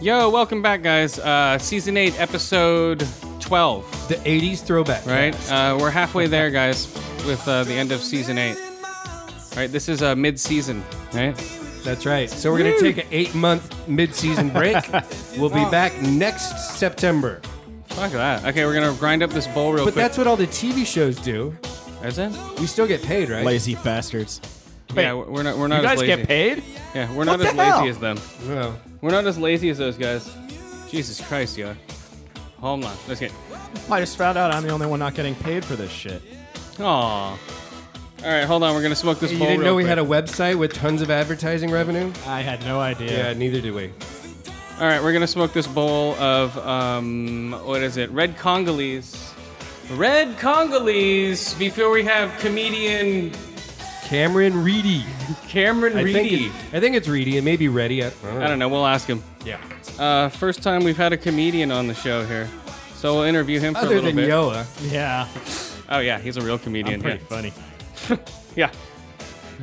Yo, welcome back, guys. Uh, season 8, episode 12, The 80s throwback. right? cast. Uh, we're halfway there, guys, with uh, the end of season 8. Right? This is uh, mid season, right? That's right. So we're going to take an eight month mid season break. we'll Oh. be back next September. Fuck that. Okay, we're going to grind up this bowl real But quick. that's what all the TV shows do. Is it? We still get paid, right? Lazy bastards. yeah, we're not, we're not You guys as lazy. get paid? Yeah, we're not What as the hell? lazy as them. Well, We're not as lazy as those guys. Jesus Christ, yo. Hold on. Let's get. I just found out I'm the only one not getting paid for this shit. Aw. All right, hold on. We're going to smoke this you bowl didn't real know we quick. had a website with tons of advertising revenue? I had no Yeah, idea. neither do we. All right, we're gonna smoke this bowl of um, what is it? Red Congolese. Red Congolese. Before we have comedian Cameron Reedy. Cameron I think, Reedy. it's, I think it's Reedy. It may be Ready. I, I don't know. I don't know. We'll ask him. Yeah. Uh, first time we've had a comedian on the show here, so we'll interview him for a Other little than bit. Yoa. Yeah, Oh yeah, he's a real comedian. I'm pretty yeah. funny. yeah.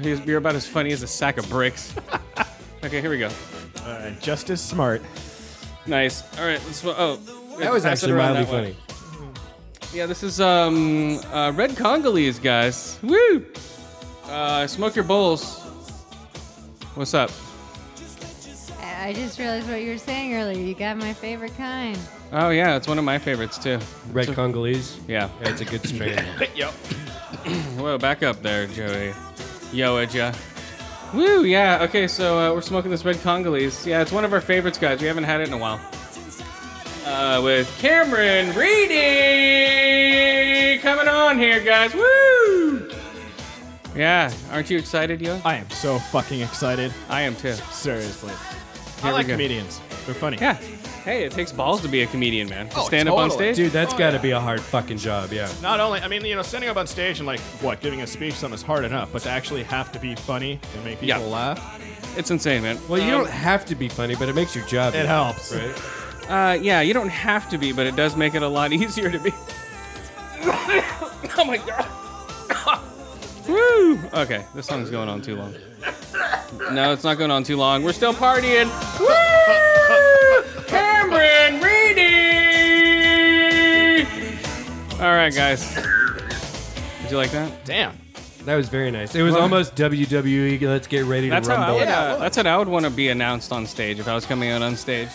He's, you're about as funny as a sack of bricks. okay, here we go. All right, just as smart. Nice. All right. Let's, oh, That was pass it actually around mildly that way. funny. Yeah, this is um, uh, Red Congolese, guys. Woo! Uh, smoke your bowls. What's up? I I just realized what you were saying earlier. You got my favorite kind. Oh yeah, it's one of my favorites too. Red Congolese. Yeah. Yeah, it's a good strain. Whoa, back up there, Joey. Yo, Edja. Woo! Yeah. Okay, so uh, we're smoking this Red Congolese. Yeah, it's one of our favorites, guys. We haven't had it in a while. Uh, with Cameron Reedy coming on here, guys. Woo! Yeah. Aren't you excited, yo? I am so fucking excited. I am too. Seriously. Here we I like go. comedians. They're funny. Yeah. Hey, it takes balls to be a comedian, man. To Oh, stand up on totally. stage. Dude, that's got to be a hard fucking job. Yeah. Not only, I mean, you know, standing up on stage and like, what, giving a speech, something is hard enough, but to actually have to be funny and make people Yeah. laugh, It's insane, man. Well, you don't have to be funny, but it makes your job. it easier, helps. Right? Uh, yeah, you don't have to be, but it does make it a lot easier to be. oh my god. Woo! Okay, this song's going on too long. No, it's not going on too long. We're still partying. Woo! Cameron Reedy. All right, guys. Did you like that? Damn. That was very nice. It was almost WWE. Let's get ready That's to how I rumble. would. Uh, that's what I would want to be announced on stage if I was coming out on stage.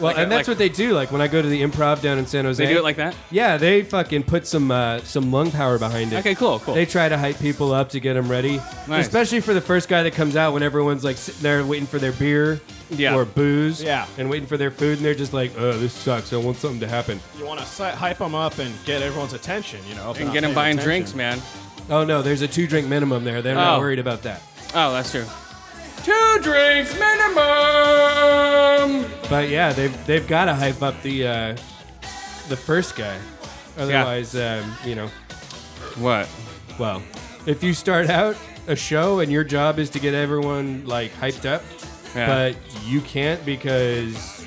well, like a- and that's like- what they do. Like when I go to the improv down in San Jose, They do it like that. yeah, they fucking put some uh, some lung power behind it. Okay, cool, cool. They try to hype people up to get them ready, Nice. especially for the first guy that comes out when everyone's like sitting there waiting for their beer Yeah. or booze, Yeah. and waiting for their food, and they're just like, "Oh, this sucks. I want something to happen." You want to hype them up and get everyone's attention, you know? if and not get them paying buying attention. drinks, man. Oh no, there's a two drink minimum there. They're not Oh. worried about that. Oh, that's true. Two drinks minimum. But yeah, they've they've got to hype up the uh, the first guy, otherwise, um, you know. What? Well, if you start out a show and your job is to get everyone like hyped up, Yeah. but you can't because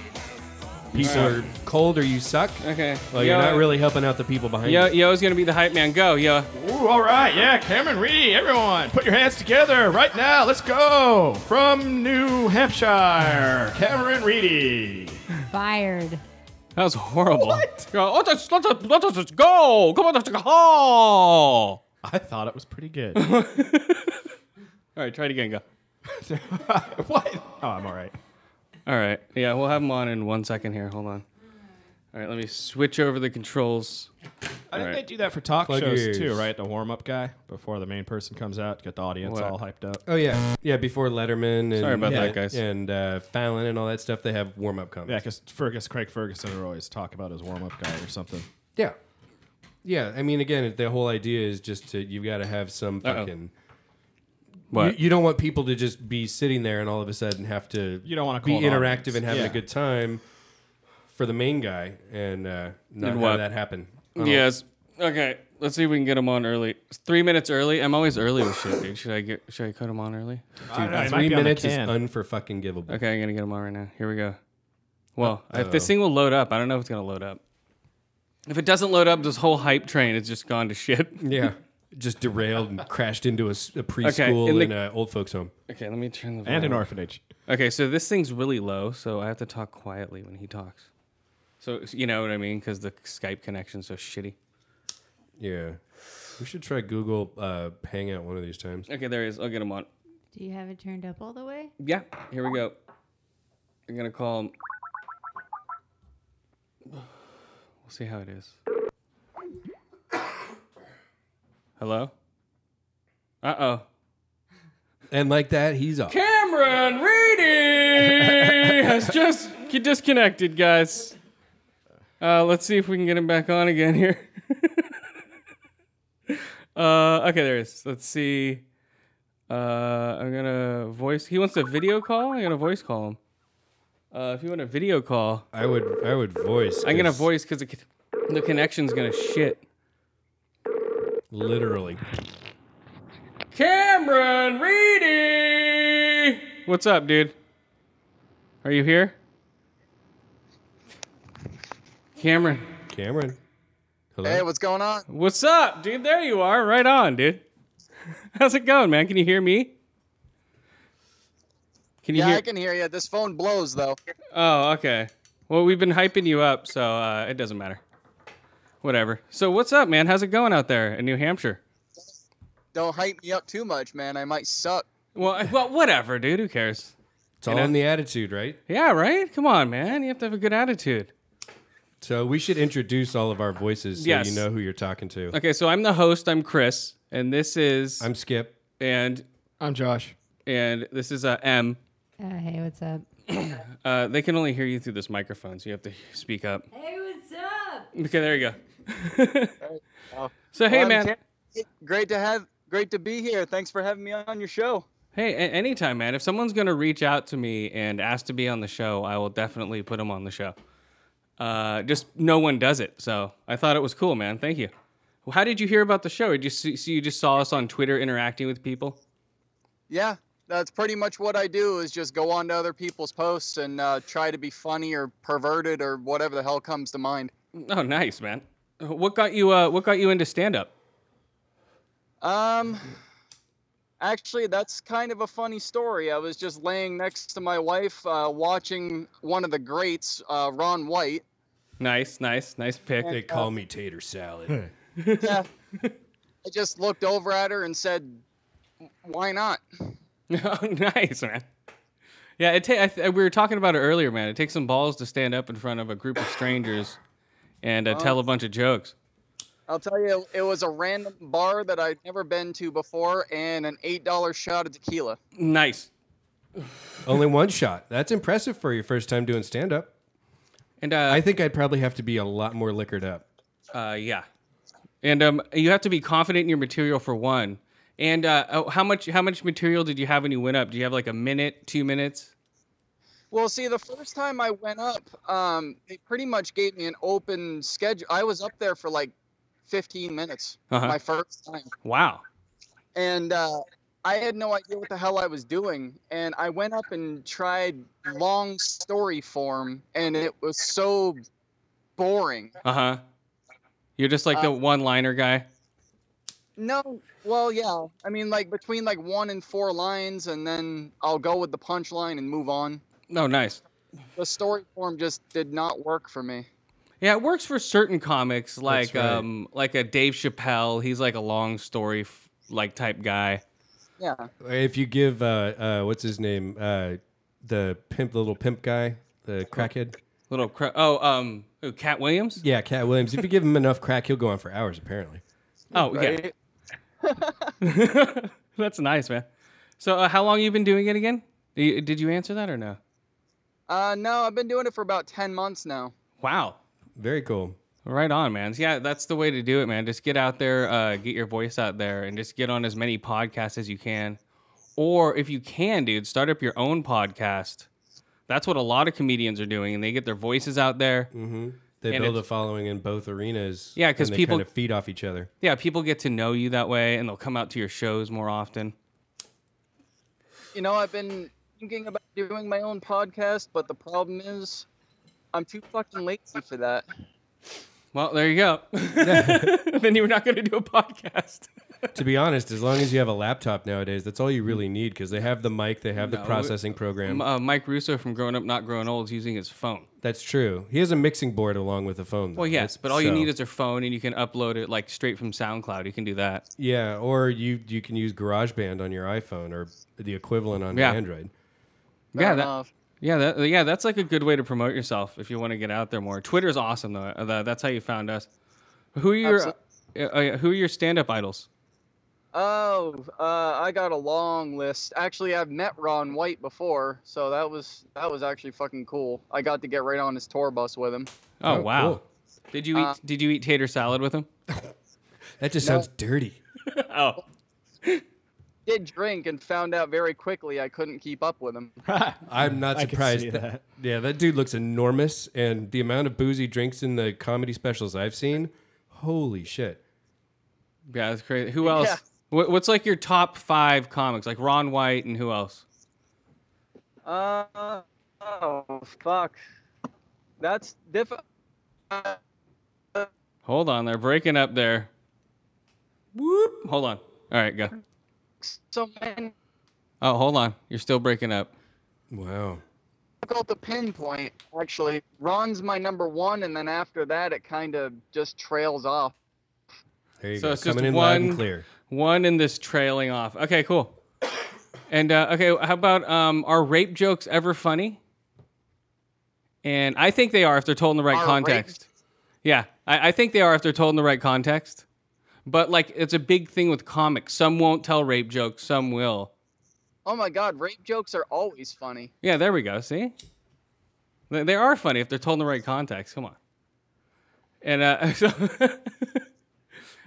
people are cold or you suck. okay. Well, you're not really helping out the people behind Yo, you. yo's gonna be the hype man. Go, yo. Ooh, all right, yeah, Cameron Reedy, everyone, put your hands together right now. Let's go from New Hampshire, Cameron Reedy. Fired. That was horrible. What? Yo, let's, let's, let's, let's go. Come on, let's go. All I thought it was pretty good. right, try it again. Go. what? Oh, I'm all right. All right. Yeah, we'll have him on in one second here. Hold on. All right, let me switch over the controls. I think right. they do that for talk Plug your shows ears. too, right? The warm up guy before the main person comes out, get the audience What? all hyped up. Oh yeah, yeah. Before Letterman and Sorry about yeah, that, guys. and uh, Fallon and all that stuff, they have warm up Yeah, comments. because Fergus, Craig Ferguson would always talk about his warm up guy or something. Yeah. yeah, I mean, again, the whole idea is just to you've got to have some Uh-oh. fucking You, What? you don't want people to just be sitting there and all of a sudden have to You don't wanna be call an interactive audience. and having Yeah. a good time for the main guy and uh, not And have what? that happen. Yes. Okay. Let's see if we can get him on early. It's Three minutes early. I'm always early with shit, dude. Should I get? Should I cut him on early? I don't know, it might Three be on the minutes is can. unfor fucking givable. Okay, I'm gonna get him on right now. Here we go. Well, if this thing will load up, I don't know if it's gonna load up. If it doesn't load up, this whole hype train has just gone to shit. Yeah, just derailed and crashed into a, s- a preschool in the- and an old folks home. Okay, let me turn the and an volume. orphanage. Okay, so this thing's really low, so I have to talk quietly when he talks. So you know what I mean? Because the Skype connection's so shitty. Yeah, we should try Google uh, Hangout one of these times. Okay, there he is. I'll get him on. Do you have it turned up all the way? Yeah, here we go. I'm gonna call him. We'll see how it is. Hello? Uh oh. And like that, he's off. Cameron Reedy has just he disconnected, guys. Uh, let's see if we can get him back on again here. uh, okay, there he is. Let's see. Uh, I'm gonna voice. He wants a video call. I'm gonna voice call him. Uh, if you want a video call, I would, I would voice. I'm gonna is voice because the, the connection's gonna shit. Literally, Cameron Reedy. What's up, dude? Are you here? Cameron. Cameron. Hello. Hey, what's going on? What's up, dude? There you are. Right on, dude. How's it going, man? Can you hear me? Can you Yeah, hear? I can hear you. This phone blows though. Oh, okay. Well, we've been hyping you up, so uh, it doesn't matter. Whatever. So, what's up, man? How's it going out there in New Hampshire? Don't hype me up too much, man. I might suck. Well, I- well, whatever, dude. Who cares? it's all in the attitude, right? Yeah, right. Come on, man. You have to have a good attitude. So we should introduce all of our voices so Yes. you know who you're talking to. Okay, so I'm the host. I'm Chris, and this is I'm Skip. and I'm Josh. and this is uh, M. Uh, hey, what's up? Uh, they can only hear you through this microphone, so you have to speak up. Hey, what's up? Okay, there you go. go. so hey, Well, I'm man. Cam- Great to have. Great to be here. Thanks for having me on your show. Hey, a- anytime, man. If someone's gonna reach out to me and ask to be on the show, I will definitely put them on the show. Uh, just no one does it, so I thought it was cool, man. Thank you. Well, How did you hear about the show? Did you see, so you just saw us on Twitter interacting with people? Yeah, that's pretty much what I do. Is just go on to other people's posts and uh, try to be funny or perverted or whatever the hell comes to mind. Oh, nice, man. What got you? Uh, what got you into stand up? Um, actually, that's kind of a funny story. I was just laying next to my wife, uh, watching one of the greats, uh, Ron White. Nice, nice, nice pick. They call me Tater Salad. Yeah. I just looked over at her and said, "Why not?" Oh, nice, man. Yeah, it ta- I th- we were talking about it earlier, man. It takes some balls to stand up in front of a group of strangers and Oh. uh, tell a bunch of jokes. I'll tell you, it was a random bar that I'd never been to before, and an eight-dollar shot of tequila. Nice. Only one shot. That's impressive for your first time doing stand up. And uh, I think I'd probably have to be a lot more liquored up. uh, yeah, and um, you have to be confident in your material for one. And uh, oh, how much how much material did you have when you went up? Do you have like a minute, two minutes? Well, see, the first time I went up, um, they pretty much gave me an open schedule. I was up there for like 15 minutes, Uh-huh. my first time. Wow. and uh, I had no idea what the hell I was doing. And I went up and tried long story form, and it was so boring. Uh huh. You're just like the Uh, one liner guy. No, well, yeah. I mean, like between like one and four lines, and then I'll go with the punchline and move on. No, Oh, nice. The story form just did not work for me. Yeah, it works for certain comics, like right. um, like a Dave Chappelle. He's like a long story, f- like type guy. Yeah. If you give, uh, uh, what's his name? Uh, the pimp, the little pimp guy, the crackhead. Little cr- oh um, who, Cat Williams. Yeah, Cat Williams. If you give him enough crack, he'll go on for hours, apparently. Oh Right? yeah, that's nice, man. So uh, how long you been doing it again? Did you, did you answer that or no? Uh, no, I've been doing it for about 10 months now. Wow, Very cool. right on, man. Yeah, that's the way to do it, man. Just get out there, uh, get your voice out there, and just get on as many podcasts as you can, Or if you can, dude, start up your own podcast. That's what a lot of comedians are doing, and they get their voices out there. Mm-hmm. They And build a it's- following in both arenas. Yeah, 'cause and they people- kind of feed off each other. Yeah, people get to know you that way, and they'll come out to your shows more often. You know, I've been thinking about doing my own podcast, but the problem is I'm too fucking lazy for that. Well, there you go. then you were not going to do a podcast. to be honest, as long as you have a laptop nowadays, that's all you really need because they have the mic, they have No, the we- processing program. Uh, Mike Russo from Growing Up Not Growing Old is using his phone. that's true. He has a mixing board along with a phone. Though. Well, yes, That's- but all you so- need is your phone, and you can upload it like straight from SoundCloud. You can do that. yeah, or you you can use GarageBand on your iPhone or the equivalent on Yeah. Android. yeah, Fair that, enough. yeah, that, yeah. That's like a good way to promote yourself if you want to get out there more. Twitter's awesome though. Uh, that- That's how you found us. Who are your uh, Absolute- uh, yeah, who are your stand-up idols? Oh, uh, I got a long list. Actually, I've met Ron White before, so that was that was actually fucking cool. I got to get right on his tour bus with him. Oh, Oh, wow! cool. Did you eat Uh, Did you eat tater salad with him? That just sounds dirty. Oh, Did drink and found out very quickly I couldn't keep up with him. I'm not I could surprised. see that. Yeah, that dude looks enormous, and the amount of booze he drinks in the comedy specials I've seen, holy shit. yeah, that's crazy. Who else? Yeah. What, what's like your top five comics? Like Ron White and who else? Uh, oh fuck, that's diff. Hold on, they're breaking up there. Whoop! Hold on. All right, go. So many Oh, hold on. You're still breaking up. Wow. difficult to pinpoint. Actually, Ron's my number one, and then after that, it kind of just trails off. There you So go. it's just Coming in loud and one- clear. One in this trailing off. Okay, cool. And uh, okay, how about um, are rape jokes ever funny? And I think they are if they're told in the right Are rape- context. Yeah, I, I think they are if they're told in the right context. But like, it's a big thing with comics. Some won't tell rape jokes, some will. Oh my god, rape jokes are always funny. Yeah, there we go. See, they, they are funny if they're told in the right context. Come on. And uh, so, You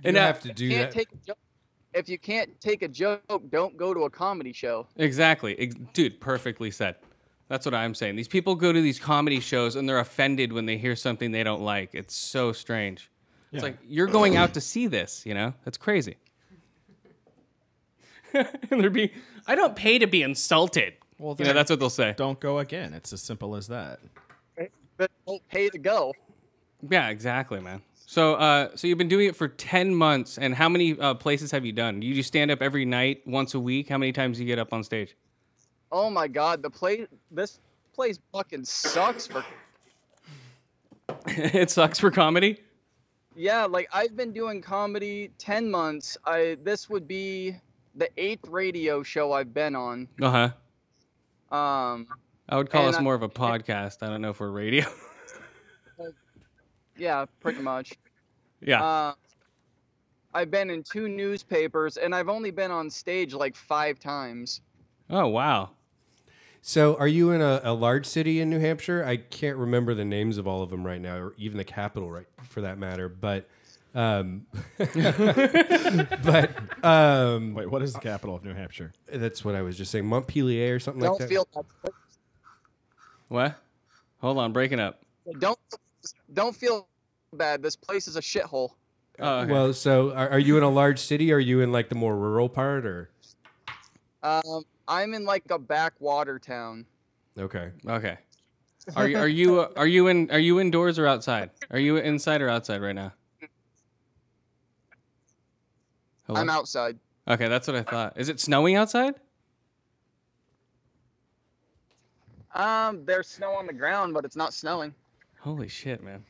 and uh, have to do Can't that. take a joke. If you can't take a joke, don't go to a comedy show. Exactly. Ex- Dude, perfectly said. That's what I'm saying. These people go to these comedy shows and they're offended when they hear something they don't like. It's so strange. It's like you're going out to see this, you know? That's crazy. and they're being I don't pay to be insulted. Well, You know, that's what they'll say. Don't go again. It's as simple as that. But don't pay to go. Yeah, exactly, man. So uh so you've been doing it for 10 months and how many uh, places have you done? You do stand up every night, once a week. How many times do you get up on stage? Oh my god, the place this place fucking sucks for it sucks for comedy. Yeah, like I've been doing comedy 10 months. I this would be the 8th radio show I've been on. Uh-huh. Um I would call And us I- more of a podcast. I don't know if we're radio. yeah, pretty much. yeah. Uh, I've been in two newspapers and I've only been on stage like 5 times. oh wow. So, are you in a, a large city in New Hampshire? I can't remember the names of all of them right now, or even the capital, right, for that matter. But, um, but um, Wait, what is the capital of New Hampshire? that's what I was just saying. Montpelier or something like Don't that. feel bad. What? Hold on, breaking up. Don't don't feel bad. This place is a shithole. Oh, okay. Uh, Well, so are, are you in a large city? Or are you in like the more rural part, or Um, I'm in like a backwater town. okay? Oh, okay. Are you are you uh, are you in are you indoors or outside? Are you inside or outside right now? Oh. Hello? I'm outside. Okay, that's what I thought. Is it snowing outside? Um, there's snow on the ground, but it's not snowing. Holy shit, man.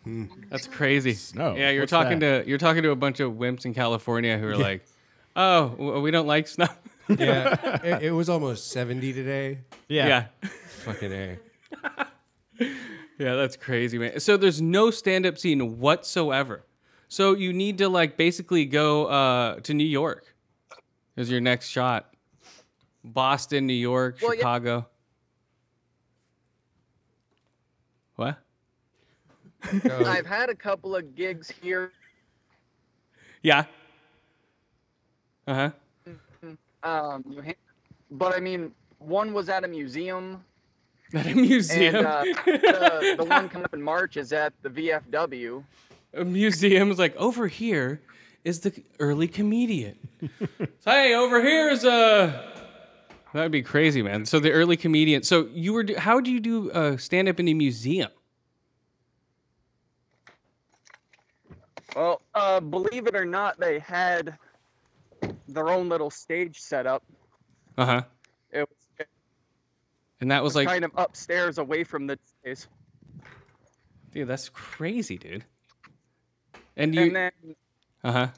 That's crazy. Hmm. Snow. Yeah, you're What's talking to you're talking to a bunch of wimps in California who are like, "Oh, w- we don't like snow." Yeah, it, it was almost seventy today. yeah. Fucking a. Yeah, that's crazy, man. So there's no stand-up scene whatsoever. So you need to like basically go uh, to New York is your next shot. Boston, New York, Well, yeah. Chicago. What? Oh. I've had a couple of gigs here. Yeah. Uh huh. Um, New Ham- but I mean, one was at a museum, At a museum. and uh, the, the one coming up in March is at the VFW. a museum's like over here is the early comedian. so, hey, over here is a. That would be crazy, man. So the early comedian. So you were. do- How do you do uh, stand up in a museum? Well, uh, believe it or not, they had their own little stage set up. Uh huh. It was it And that was was like, kind of upstairs, away from the stage. dude, that's crazy, dude. And And you. then Uh huh.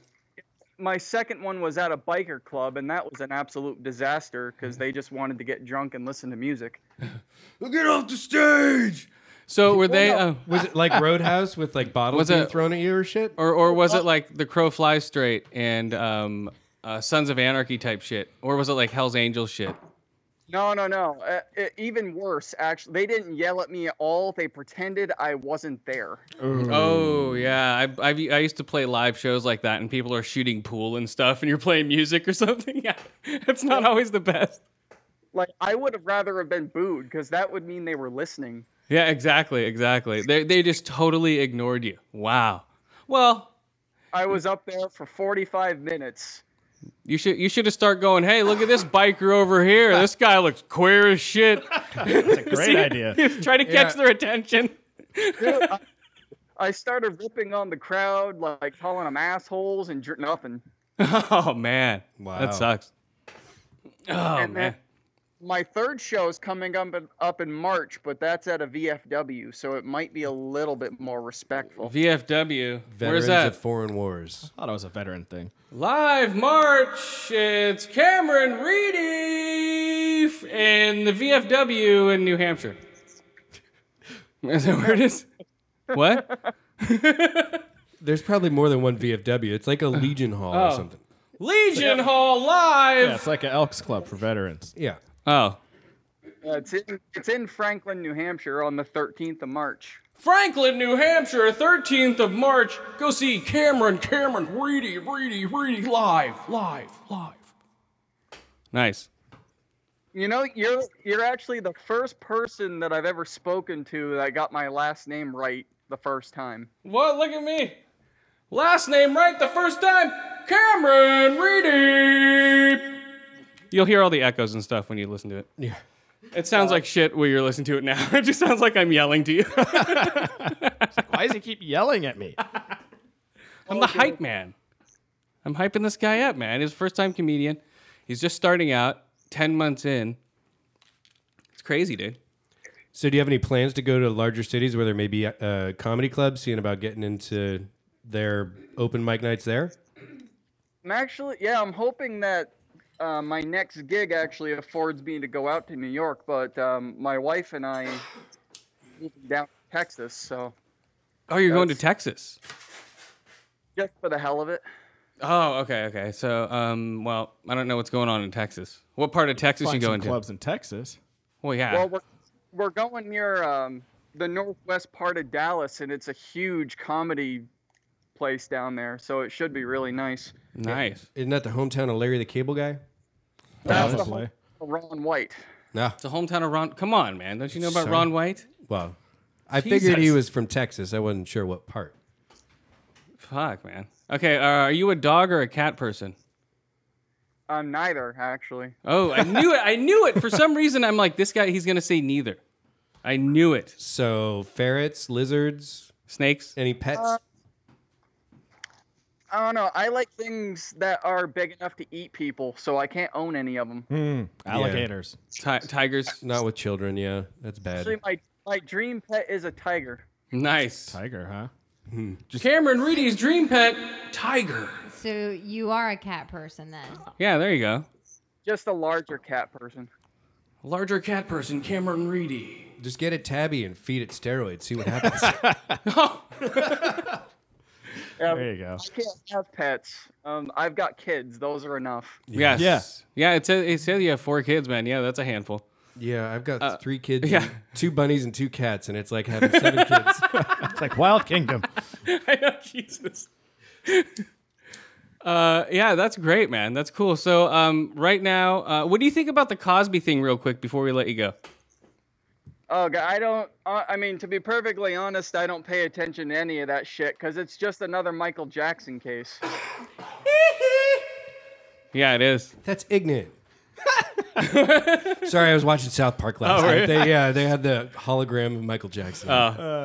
my second one was at a biker club, and that was an absolute disaster because they just wanted to get drunk and listen to music. Get off the stage. So were they? Uh, Was it like Roadhouse with like bottles Was being it- thrown at you or shit? or or was it like The Crow Flies Straight and um, uh, Sons of Anarchy type shit? Or was it like Hell's Angels shit? No, no, no. Uh, e- even worse, actually, they didn't yell at me at all. They pretended I wasn't there. Oh yeah, I I've, I used to play live shows like that, and people are shooting pool and stuff, and you're playing music or something. Yeah, it's not always the best. Like, I would have rather have been booed because that would mean they were listening. Yeah, exactly, exactly. They they just totally ignored you. Wow. Well, Mm. I was up there for 45 minutes. you should you should have start going. Hey, look at this biker over here. This guy looks queer as shit. Great idea. Try to catch Yeah. their attention. I started ripping on the crowd, like calling them assholes and jer- nothing. Oh man, Wow. that sucks. Oh man. And then- My third show is coming up in, up in March, but that's at a VFW, so it might be a little bit more respectful. VFW. Veterans Where's that? of Foreign Wars. thought it was a veteran thing. Live March, it's Cameron Reedy f- in the VFW in New Hampshire. Is that where it is? What? There's probably more than one VFW. It's like a Legion Hall or Oh. something. Legion Hall Yeah, Live! it's like an Elks Club for veterans. Yeah. Oh. Uh, it's, in, it's in Franklin, New Hampshire on the 13th of March. Franklin, New Hampshire, 13th of March. Go see Cameron, Cameron Reedy, Reedy, Reedy live, live, live. Nice. You know, you're you're actually the first person that I've ever spoken to that got my last name right the first time. Well, look at me. Last name right the first time. Cameron Reedy. You'll hear all the echoes and stuff when you listen to it. Yeah. It sounds like shit where you're listening to it now. It just sounds like I'm yelling to you. Why does he keep yelling at me? I'm the hype man. I'm hyping this guy up, man. He's a first time comedian. He's just starting out, 10 months in. It's crazy, dude. So do you have any plans to go to larger cities where there may be uh, comedy clubs, seeing about getting into their open mic nights there? I'm actually yeah, I'm hoping that uh, my next gig actually affords me to go out to New York, but um, my wife and I moved down to Texas, so Oh, you're going to That's- Texas. just for the hell of it. Oh, okay, okay. So, um, well, I don't know what's going on in Texas. What part of Texas you Find going some to? clubs in Texas. Well, yeah. Well, we're we're going near um, the northwest part of Dallas, and it's a huge comedy place down there, so it should be really nice. nice. Isn't that the hometown of Larry the Cable Guy? That's the Probably. Ron White. No. It's the hometown of Ron. Come on, man. Don't you know about Sorry. Ron White? Well, I figured he Jesus. was from Texas. I wasn't sure what part. Fuck, man. Okay, uh, are you a dog or a cat person? I'm Um, neither, actually. Oh, I knew it. I knew it. For some reason, I'm like, this guy, he's going to say neither. I knew it. So ferrets, lizards, Snakes? any pets? Uh, I don't know. I like things that are big enough to eat people, so I can't own any of them. Alligators. Ti- tigers. Not with children. Yeah, that's bad. Actually, my my dream pet is a tiger. Nice. Tiger, huh? Cameron Reedy's dream pet, tiger. So you are a cat person then. Yeah, there you go. Just a larger cat person. Larger cat person, Cameron Reedy. Just get a tabby and feed it steroids. See what happens. Um, There you go. I can't have pets. Um, I've got kids. Those are enough. Yes. Yeah, it says, it says you have four kids, man. Yeah, that's a handful. yeah, I've got three kids. Uh, yeah. and two bunnies and two cats, and it's like having seven kids. It's like Wild Kingdom. I know, Jesus. Uh, yeah, that's great, man. That's cool. So, um, right now, uh, what do you think about the Cosby thing, real quick, before we let you go? Oh god, I don't. Uh, I mean, to be perfectly honest, I don't pay attention to any of that shit because it's just another Michael Jackson case. Yeah, it is. That's ignorant. Sorry, I was watching South Park last Oh, night. really? Oh. They, yeah, they had the hologram of Michael Jackson.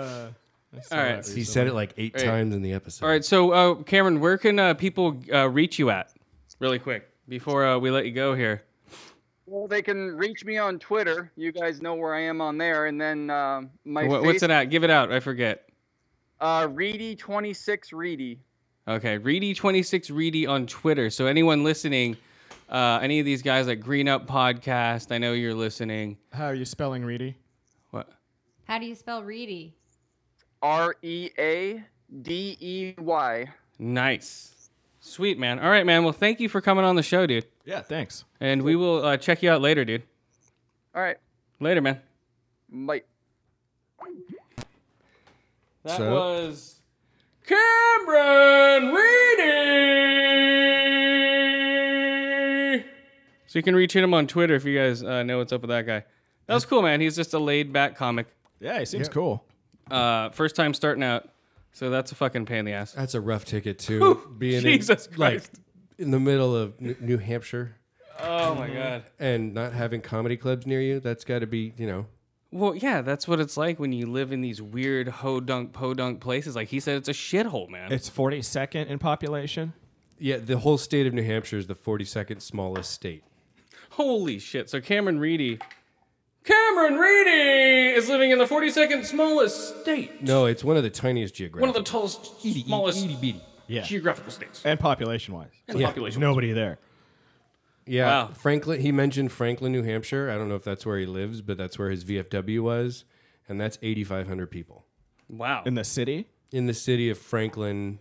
All right. he said it like eight times in the episode. All right. So, uh, Cameron, where can uh, people uh, reach you at, really quick, before uh, we let you go here? Well, they can reach me on Twitter. You guys know where I am on there, and then um my Wha- face, what's it at? Give it out. I forget. Uh, Reedy twenty six Reedy. Okay, Reedy26 Reedy on Twitter. So anyone listening, uh, any of these guys like Green Up Podcast, I know you're listening. How are you spelling Reedy? What? How do you spell Reedy? R E A D E Y. Nice. Sweet, man. All right, man. Well, thank you for coming on the show, dude. Yeah, thanks. And we will uh, check you out later, dude. All right, Later, man. Mike. That So- was Cameron Reedy. So you can reach him on Twitter if you guys uh, know what's up with that guy. That was cool, man. He's just a laid back comic. Yeah, he seems cool. Uh, first time starting out, so that's a fucking pain in the ass. That's a rough ticket too. being Jesus in, like Christ. in the middle of N- New Hampshire Oh my god. and not having comedy clubs near you, that's got to be you know. Well, yeah, that's what it's like when you live in these weird ho dunk po dunk places. Like he said, it's a shithole, man. It's 42nd in population. Yeah, the whole state of New Hampshire is the 42nd smallest state. Holy shit. So Cameron Reedy. Cameron Reedy is living in the 42nd smallest state. No, it's one of the tiniest geographic. One of the tallest, smallest Yeah. geographical states. And population wise. And population. Nobody there. Yeah, Wow. Franklin. He mentioned Franklin, New Hampshire. I don't know if that's where he lives, but that's where his VFW was, and that's 8,500 people Wow. In the city? in the city of Franklin,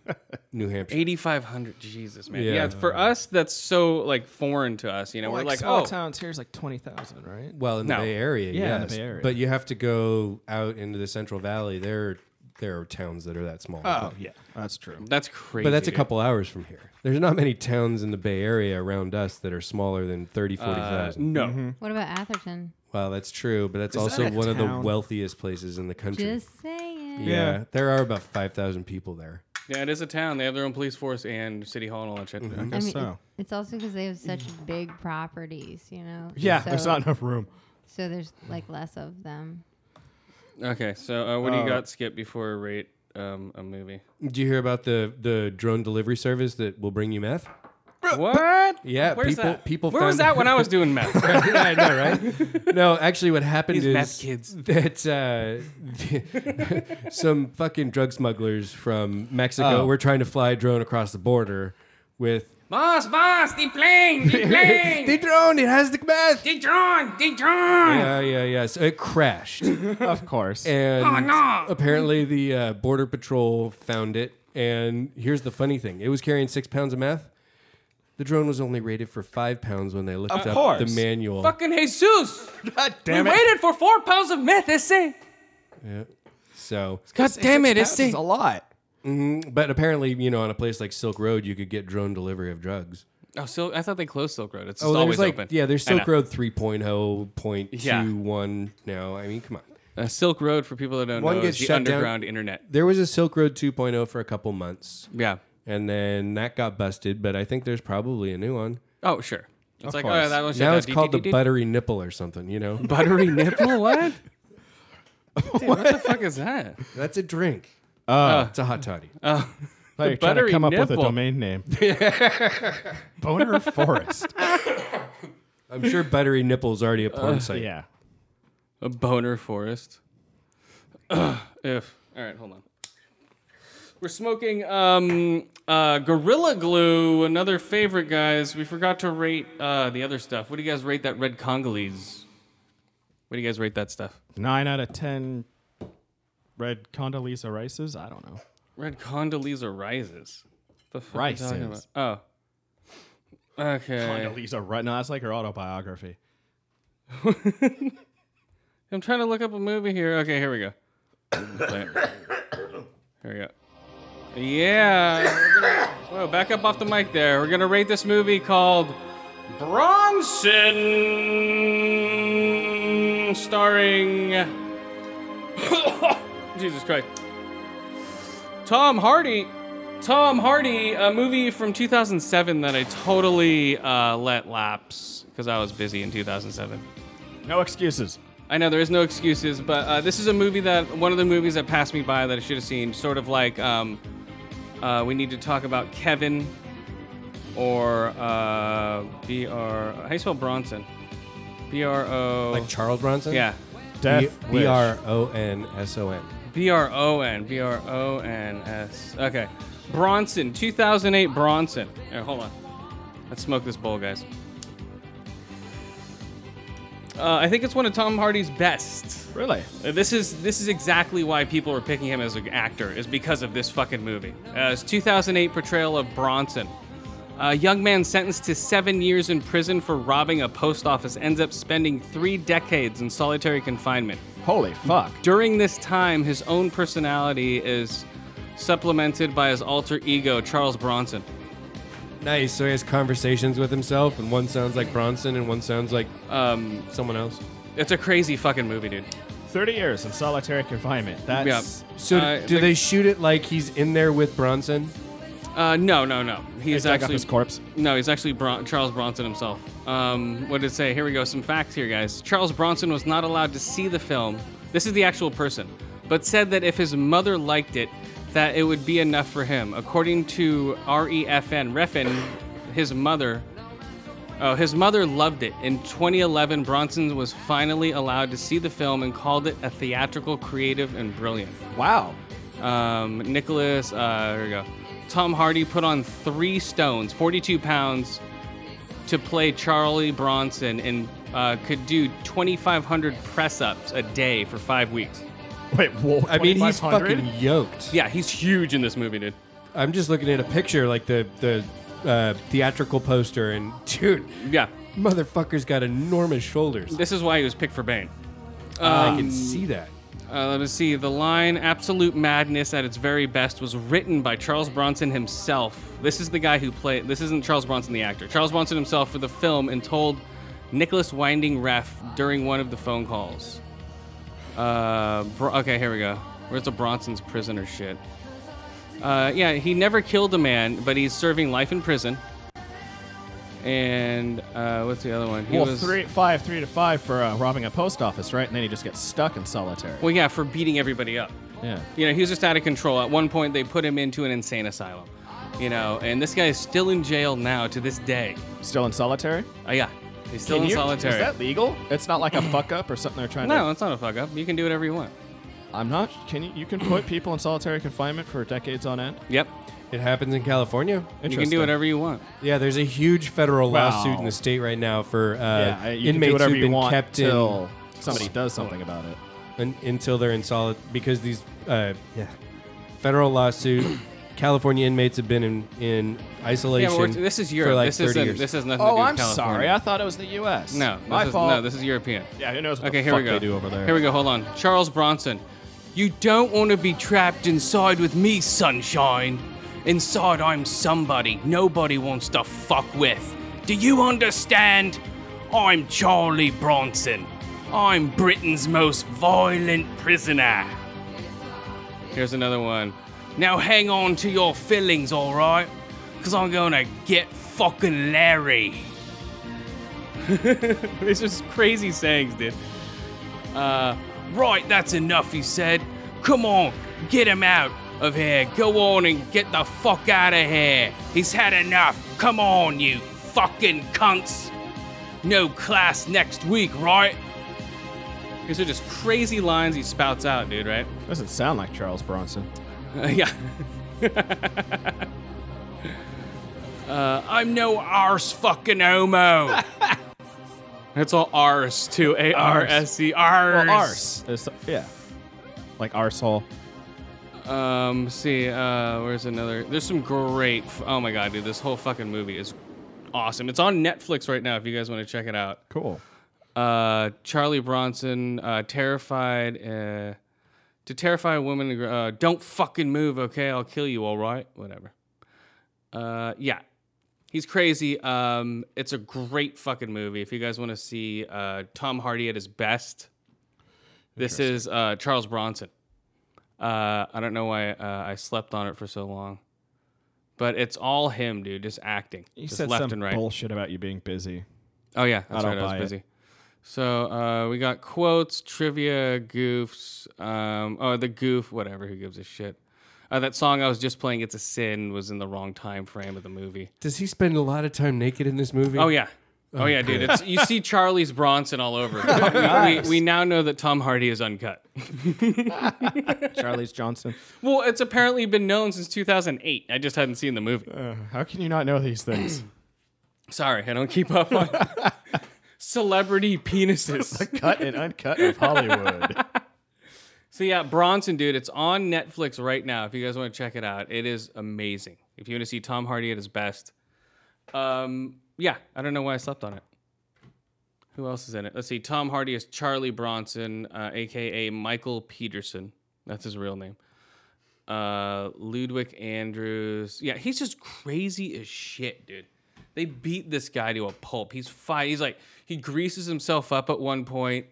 New Hampshire. 8,500. Jesus, man. Yeah. Yeah. for us, that's so like foreign to us. You know, we're like, small oh, towns here's like 20,000, right? Well, in No. the Bay Yeah, Area, in the yes, Bay Area. but you have to go out into the Central Valley. There, there are towns that are that small. Oh, yeah. That's true. that's crazy. But that's a dude. couple hours from here. There's not many towns in the Bay Area around us that are smaller than 30, Uh, 40,000. no. What about Atherton? Wow, that's true. But that's Is also that a one of the town? wealthiest places in the country. Just saying. yeah. there are about 5,000 people there. Yeah, it is a town. They have their own police force and city hall and all that shit. Mm-hmm. Mm-hmm. I guess it- so. it's also because they have such big properties, you know. Yeah, so, there's not enough room. So there's like less of them. Okay, so uh, what do you got, Skip, before I rate um, a movie? Do you hear about the, the drone delivery service that will bring you meth? What? Uh, Yeah, Where's people- that? people Where was found- that when I was doing math? yeah, I know, right? No, actually, what happened These is meth kids. that uh, some fucking drug smugglers from Mexico were trying to fly a drone across the border with boss, boss, the plane, the plane, the drone. It has the meth. the drone, the drone. Yeah, yeah, yeah. So it crashed, Of course. and Oh, no. apparently the uh, border patrol found it. And here's the funny thing: it was carrying six pounds of meth. The drone was only rated for five pounds when they looked Of up the course. manual. Fucking Jesus! God we waited for four pounds of meth. It's it. Yeah. So God damn it! It's is it. a lot. But apparently, you know, on a place like Silk Road, you could get drone delivery of drugs. Oh, Sil- I thought they closed Silk Road. It's Oh, there's just always like open. yeah, there's I know. Silk Road oh, 3.0, 0.21 now. I mean, come on. Uh, Silk Road for people that don't One know gets is the shut down- underground internet. There was a Silk Road 2.0 for a couple months, Yeah. and then that got busted. But I think there's probably a new one. Oh sure. It's like oh course. yeah, that one's shut Now down. it's called the DDDD. buttery nipple or something. You know, buttery nipple. What? Dude, what? the fuck is that? that's a drink. Oh, Uh, It's a hot toddy. Like trying to buttery come up with nipple. a domain name. Boner Forest. I'm sure buttery nipple's already Uh. a porn site. Yeah. A boner forest. if. All right, hold on. We're smoking um, uh, Gorilla Glue, another favorite, guys. We forgot to rate uh, the other stuff. What do you guys rate that red Congolese? What do you guys rate that stuff? Nine out of 10 red Condoleezza Rices. I don't know. Red Condoleezza rises. The fuck are you talking Rices. about? Oh. Okay. Condoleezza Rice. No, that's like her autobiography. I'm trying to look up a movie here. Okay, here we go. here we go. Yeah. we're gonna- Whoa, back up off the mic there. We're gonna rate this movie called Bronson, starring Jesus Christ, Tom Hardy. Tom Hardy, a movie from 2007 that I totally uh, let lapse because I was busy in 2007. No excuses. I know there is no excuses, but uh, this is a movie that one of the movies that passed me by that I should have seen. Sort of like um, uh, we need to talk about Kevin or uh, B R. How you spell Bronson? B R O. Like Charles Bronson? yeah, Death B wish. R O N S O N. B R O N B R O N S. Okay, Bronson, 2008 Bronson. Here, hold on. Let's smoke this bowl, guys. Uh, I think it's one of Tom Hardy's best. Really? Uh, This is this is exactly why people are picking him as an actor is because of this fucking movie. Uh, his 2008 portrayal of Bronson, a young man sentenced to seven years in prison for robbing a post office, ends up spending three decades in solitary confinement. Holy fuck. During this time, his own personality is supplemented by his alter ego, Charles Bronson. Nice. So he has conversations with himself, and one sounds like Bronson, and one sounds like Um, someone else. it's a crazy fucking movie, dude. 30 years in solitary confinement. That's. Yeah. So Uh, do the- they shoot it like he's in there with Bronson? Uh, no, no, no. He's They dug up actually his corpse. No, he's actually Bron- Charles Bronson himself. Um, what did it say? Here we go. Some facts here, guys. Charles Bronson was not allowed to see the film. This is the actual person, but said that if his mother liked it, that it would be enough for him. According to REFN, Refn, his mother. Oh, his mother loved it. In 2011, Bronson was finally allowed to see the film and called it a theatrical, creative, and brilliant. Wow. Um, Nicholas, uh, here we go. Tom Hardy put on three stones, 42 pounds, to play Charlie Bronson and uh, could do 2,500 press ups a day for five weeks. Wait, whoa. I mean, he's 2500? fucking yoked. Yeah, he's huge in this movie, dude. I'm just looking at a picture, like the the uh, theatrical poster, and dude, Yeah, motherfucker's got enormous shoulders. this is why he was picked for Bane. I Um, can see that. Uh, let me see. The line "Absolute madness at its very best" was written by Charles Bronson himself. This is the guy who played. This isn't Charles Bronson, the actor. Charles Bronson himself for the film and told Nicholas Winding Ref during one of the phone calls. Uh, bro- okay, here we go. Where's the Bronson's prisoner shit? Uh, yeah, he never killed a man, but he's serving life in prison. And uh, what's the other one? He Well, three, five, three to five for uh, robbing a post office, right? And then he just gets stuck in solitary. Well, yeah, for beating everybody up. yeah. you know, he was just out of control. At one point, they put him into an insane asylum, you know, and this guy is still in jail now to this day. Still in solitary? Oh, yeah. He's still Can in you- solitary. Is that legal? It's not like a fuck up or something they're trying no, to. it's not a fuck up. You can do whatever you want. I'm not. Can you? You can put people in solitary confinement for decades on end. Yep. It happens in California. You can do Interesting. whatever you want. Yeah, there's a huge federal Wow. lawsuit in the state right now for uh, yeah, you can do inmates whatever who've you been want kept in till somebody does something about it. un, until they're in solid because these uh, yeah federal lawsuit. California inmates have been in, in Yeah, isolation. but we're, this is Europe. for like this 30 isn't. years. This has nothing to Oh, do with I'm California. sorry. I thought it was the U.S. No, my this is, fault. No, this is European. yeah, who knows what Okay, the here fuck we go. they do over there? Here we go. Hold on. Charles Bronson. You don't want to be trapped inside with me, sunshine. Inside, I'm somebody nobody wants to fuck with. Do you understand? I'm Charlie Bronson. I'm Britain's most violent prisoner. Here's another one. Now hang on to your feelings, alright? Because I'm gonna get fucking Larry. These are crazy sayings, dude. Uh, right, that's enough, he said. Come on, get him out of here. Go on and get the fuck out of here. He's had enough. Come on, you fucking cunts. No class next week, right? These are just crazy lines he spouts out, dude, right? Doesn't sound like Charles Bronson. Uh, yeah. uh, I'm no arse fucking homo. That's all arse too. A R S E arse. Well, arse. It's- yeah. Like arsehole. Um, let's see, uh, where's another? There's some great. f- Oh my god, dude, this whole fucking movie is awesome. It's on Netflix right now. If you guys want to check it out. Cool. Uh, Charlie Bronson, uh, terrified, uh, to terrify a woman. to gr- Uh, Don't fucking move, okay? I'll kill you, all right? Whatever. Uh, yeah, he's crazy. Um, it's a great fucking movie. If you guys want to see uh, Tom Hardy at his best, this is uh, Charles Bronson. Uh, I don't know why uh, I slept on it for so long, but it's all him, dude, just acting, You just said left some and right. bullshit about you being busy. Oh yeah, that's I right. don't I was buy it. busy. So uh, we got quotes, trivia, goofs. Um, oh, the goof, whatever. Who gives a shit? Uh, that song I was just playing, "It's a Sin," was in the wrong time frame of the movie. Does he spend a lot of time naked in this movie? Oh yeah, oh yeah, dude. It's, you see Charlie's Bronson all over. we, we, we now know that Tom Hardy is uncut. Charlie's Johnson. Well, it's apparently been known since 2008. I just hadn't seen the movie. How can you not know these things? Sorry, I don't keep up on celebrity penises. Cut and uncut of Hollywood. So yeah, Bronson, dude, it's on Netflix right now. If you guys want to check it out, it is amazing. If you want to see Tom Hardy at his best, um, yeah, I don't know why I slept on it. Who else is in it? Let's see. Tom Hardy is Charlie Bronson, uh, aka Michael Peterson. That's his real name. Uh, Ludwig Andrews. Yeah, he's just crazy as shit, dude. They beat this guy to a pulp. He's fine. He's like he greases himself up at one point.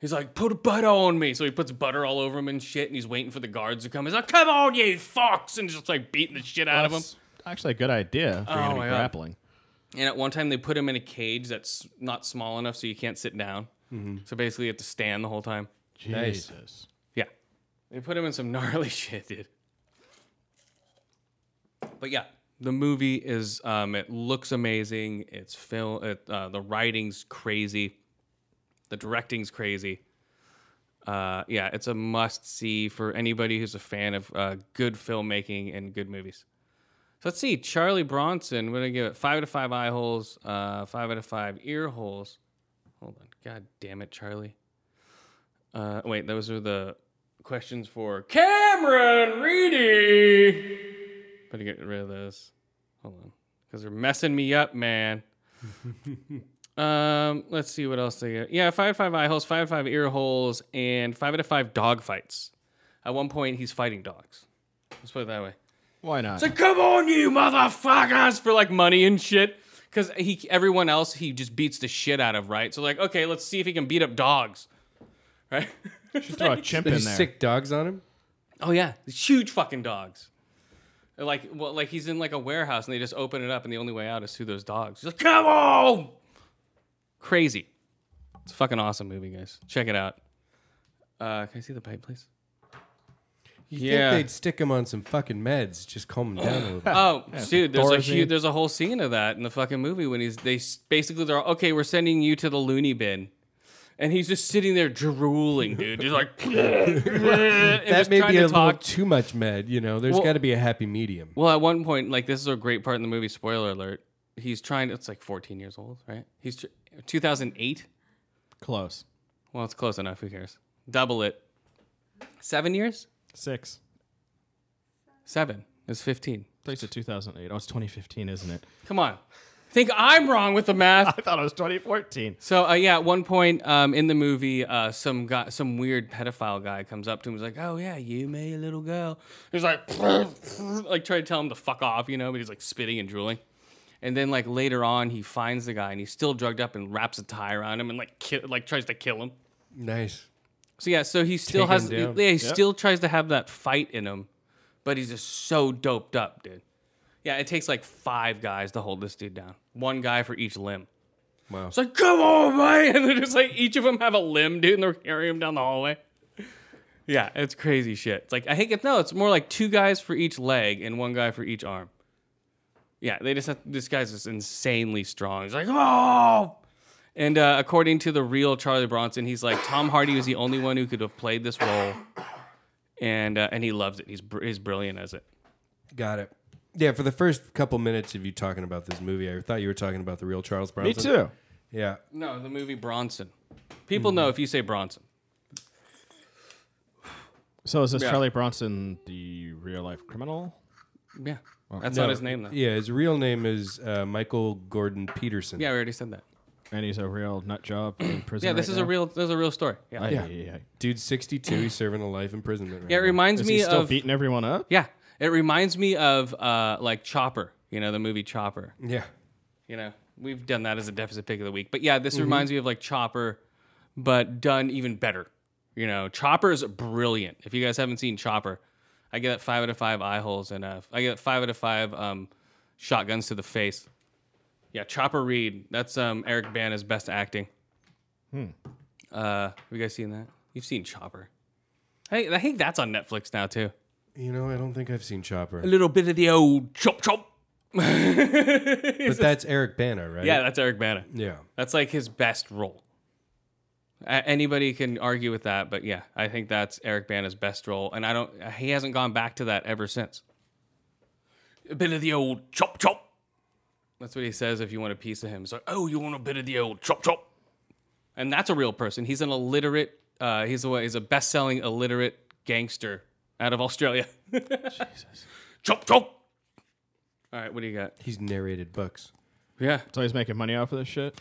He's like, put butter on me. So he puts butter all over him and shit, and he's waiting for the guards to come. He's like, come on, you fox! And just like beating the shit out of him. That's actually a good idea if you're Oh going to my be God. grappling. And at one time, they put him in a cage that's not small enough so you can't sit down. So basically, you have to stand the whole time. Jesus. Yeah. They put him in some gnarly shit, dude. But yeah, the movie is, um, it looks amazing. It's film, it, uh, the writing's crazy, the directing's crazy. Uh, yeah, it's a must see for anybody who's a fan of uh, good filmmaking and good movies. So let's see. Charlie Bronson, we're going to give it five out of five eye holes, uh, five out of five ear holes. Hold on. God damn it, Charlie. Uh, wait, those are the questions for Cameron Reedy. Better get rid of those. Hold on, because they're messing me up, man. um, let's see what else they get. Yeah, five out of five eye holes, five out of five ear holes, and five out of five dog fights. At one point, he's fighting dogs. Let's put it that way. Why not? Like, come on, you motherfuckers, for like money and shit. Because he, everyone else, he just beats the shit out of, right? So like, okay, let's see if he can beat up dogs, right? Should throw a chimp in There's there. sick dogs on him. Oh yeah, these huge fucking dogs. They're Like, well, like he's in like a warehouse and they just open it up and the only way out is through those dogs. He's like, come on! Crazy. It's a fucking awesome movie, guys. Check it out. Uh, can I see the pipe, please? You Yeah. think they'd stick him on some fucking meds, just calm him down a little. bit. Oh, dude, there's a Thorazine. huge, there's a whole scene of that in the fucking movie when he's they s- basically they're all, okay, we're sending you to the loony bin, and he's just sitting there drooling, dude, just like That may be a to little talk. too much med. You know, There's Well- got to be a happy medium. Well, at one point, like this is a great part in the movie. Spoiler alert: he's trying. It's like 14 years old, right? He's tr- 2008. Close. Well, it's close enough. Who cares? Double it. Seven years? Six. Seven is 15. Takes to 2008. Oh, it's 2015, isn't it? Come on. Think I'm wrong with the math. I thought it was 2014. So uh, yeah, at one point um, in the movie, uh, some guy, some weird pedophile guy, comes up to him. and is like, "Oh yeah, you made a little girl." He's like, like trying to tell him to fuck off, you know, but he's like spitting and drooling. And then like later on, he finds the guy and he's still drugged up and wraps a tie around him and like ki- like tries to kill him. Nice. So yeah, so he still Take has him yeah, down. he still tries to have that fight in him, but he's just so doped up, dude. Yeah, it takes like five guys to hold this dude down. One guy for each limb. Wow. It's like, come on, mate. And they're just like, each of them have a limb, dude, and they're carrying him down the hallway. Yeah, it's crazy shit. It's like, I think it's, no, it's more like two guys for each leg and one guy for each arm. Yeah, they just have, this guy's just insanely strong. He's like, oh. And uh, according to the real Charlie Bronson, he's like, Tom Hardy was the only one who could have played this role. And, uh, and he loves it. He's, br- he's brilliant as it. Got it. Yeah, for the first couple minutes of you talking about this movie, I thought you were talking about the real Charles Bronson. Me too. Yeah. No, the movie Bronson. Hmm. People know if you say Bronson. So is this Yeah. Charlie Bronson the real life criminal? Yeah. That's not his name, though. Yeah, his real name is uh, Michael Gordon Peterson. Yeah, we already said that. and he's a real nut job in prison. Yeah, this right is a now. real. This is a real story. Yeah, Aye, Yeah. aye, aye. Dude's 62. He's serving a life imprisonment. Right yeah it now. reminds Is me he still of. beating everyone up? yeah, it reminds me of uh, like Chopper. You know the movie Chopper. Yeah. You know we've done that as a deficit pick of the week, but yeah, this reminds me of like Chopper, but done even better. You know, Chopper's brilliant. If you guys haven't seen Chopper, I get five out of five eye holes and uh, I get five out of five um, shotguns to the face. Yeah, Chopper Reed. That's um, Eric Bana's best acting. Hmm. Uh, have you guys seen that? You've seen Chopper. I, I think that's on Netflix now too. You know, I don't think I've seen Chopper. A little bit of the old chop chop. But that's Eric Bana, right? Yeah, that's Eric Bana. Yeah. That's like his best role. A- anybody can argue with that, but yeah, I think that's Eric Bana's best role, and I don't. He hasn't gone back to that ever since. A bit of the old chop chop. That's what he says if you want a piece of him. It's like, oh, you want a bit of the old chop chop, and that's a real person. He's an illiterate. Uh, he's a he's a best selling illiterate gangster out of Australia. Chop chop. All right, what do you got? He's narrated books. Yeah, So he's making money off of this shit.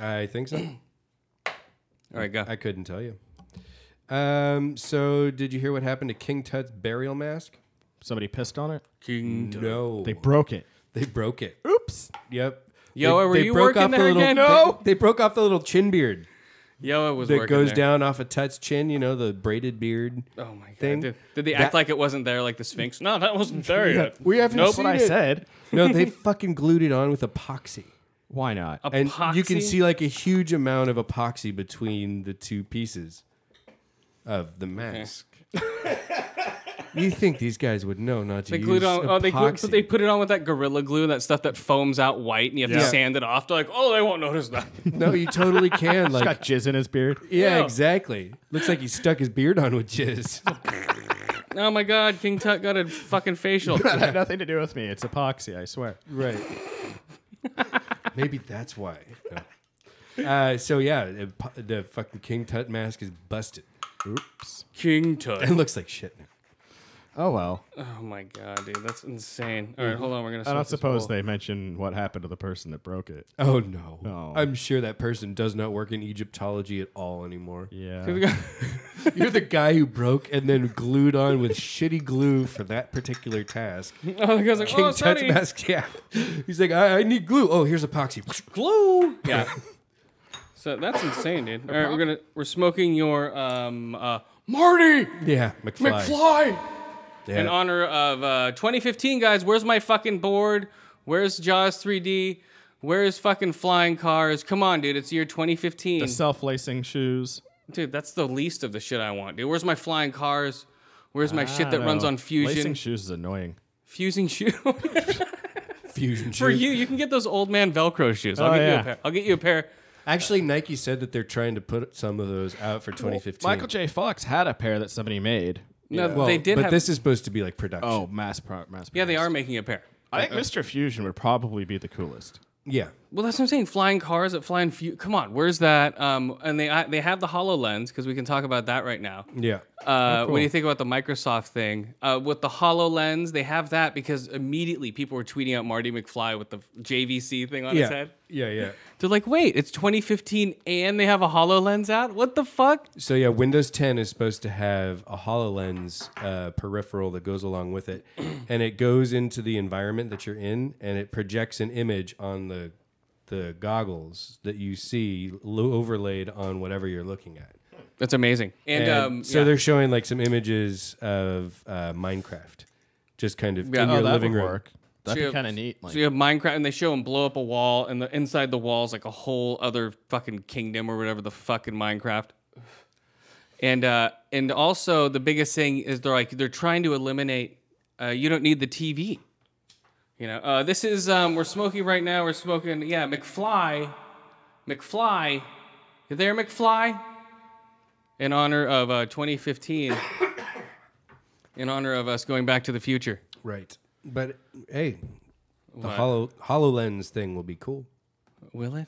I think so. all right, go. I couldn't tell you. Um, so did you hear what happened to King Tut's burial mask? Somebody pissed on it. King No. They broke it. They broke it. Oops. Yep. Yo, they, were they you broke working off the there little, again? No. They, they broke off the little chin beard Yo, it was that working goes there. down off of Tut's chin. You know, the braided beard. Oh my god! thing. Did, did they act That- like it wasn't there, like the Sphinx? No, that wasn't there yet. We haven't Nope. seen What I it. said. no, they fucking glued it on with epoxy. Why not? And you can Epoxy? see like a huge amount of epoxy between the two pieces of the mask. you think these guys would know not to They use glued on. epoxy? Oh, they glued, but they put it on with that gorilla glue, that stuff that foams out white, and you have to Yeah. sand it off. They're like, oh, they won't notice that. no, you totally can. He's Like, got jizz in his beard. yeah, Yeah. exactly. Looks like he stuck his beard on with jizz. oh my god, King Tut got a fucking facial. That had nothing to do with me. It's epoxy, I swear. right. Maybe that's why. No. Uh, so yeah, the po- the fucking King Tut mask is busted. Oops. King It Tut. looks like shit now. Oh well. Oh my god, dude, that's insane. All right, hold on, we're gonna. I don't smoke this suppose bowl. they mention what happened to the person that broke it. Oh no. No. I'm sure that person does not work in Egyptology at all anymore. Yeah. You're the guy who broke and then glued on with shitty glue for that particular task. Oh, the guy's like, King oh, Tut's sorry. mask, yeah. He's like, I, I need glue. Oh, here's epoxy. Glue. Yeah. so that's insane, dude. All right, we're gonna we're smoking your um uh Marty Yeah, McFly. McFly. Yeah. in honor of uh, 2015, guys. Where's my fucking board? Where's Jaws 3D? Where's fucking flying cars? Come on, dude. It's year 2015. The self lacing shoes. dude, that's the least of the shit I want, dude. Where's my flying cars? Where's my I Ah, shit that don't runs know. on fusion? Lacing shoes is annoying. Fusing shoe. Fusion For shoes. you, you can get those old man Velcro shoes. I'll Oh, get you yeah. a pair. I'll get you a pair. Actually, Nike said that they're trying to put some of those out for 2015. Michael J. Fox had a pair that somebody made. No, Well, they did but have. this is supposed to be like production. Oh, mass pro- mass. yeah, they are making a pair. I think Mr. Fusion would probably be the coolest. Yeah. Well, that's what I'm saying. Flying cars at flying. Fu- Come on, where's that? Um, and they I, they have the Hololens because we can talk about that right now. Yeah. Uh, Oh, cool. When you think about the Microsoft thing uh, with the Hololens, they have that because immediately people were tweeting out Marty McFly with the JVC thing on his yeah. head. Yeah, yeah. They're like, wait, it's 2015 and they have a Hololens out. What the fuck? So yeah, Windows 10 is supposed to have a Hololens uh, peripheral that goes along with it, and it goes into the environment that you're in, and it projects an image on the the goggles that you see lo- overlaid on whatever you're looking at. That's amazing. And, And um, so yeah. they're showing like some images of uh, Minecraft, just kind of Yeah. in Oh, your that living room. That'd So you be have- kind of neat. Like, So you have Minecraft, and they show him blow up a wall, and the inside the walls like a whole other fucking kingdom or whatever the fuck in Minecraft. And uh, and also the biggest thing is they're like they're trying to eliminate. Uh, you don't need the TV. You know, uh, this is um, we're smoking right now. We're smoking. Yeah, McFly, McFly, you there, McFly? In honor of uh, 2015. in honor of us going back to the future. Right. But hey, the What? Holo Hololens thing will be cool. Will it?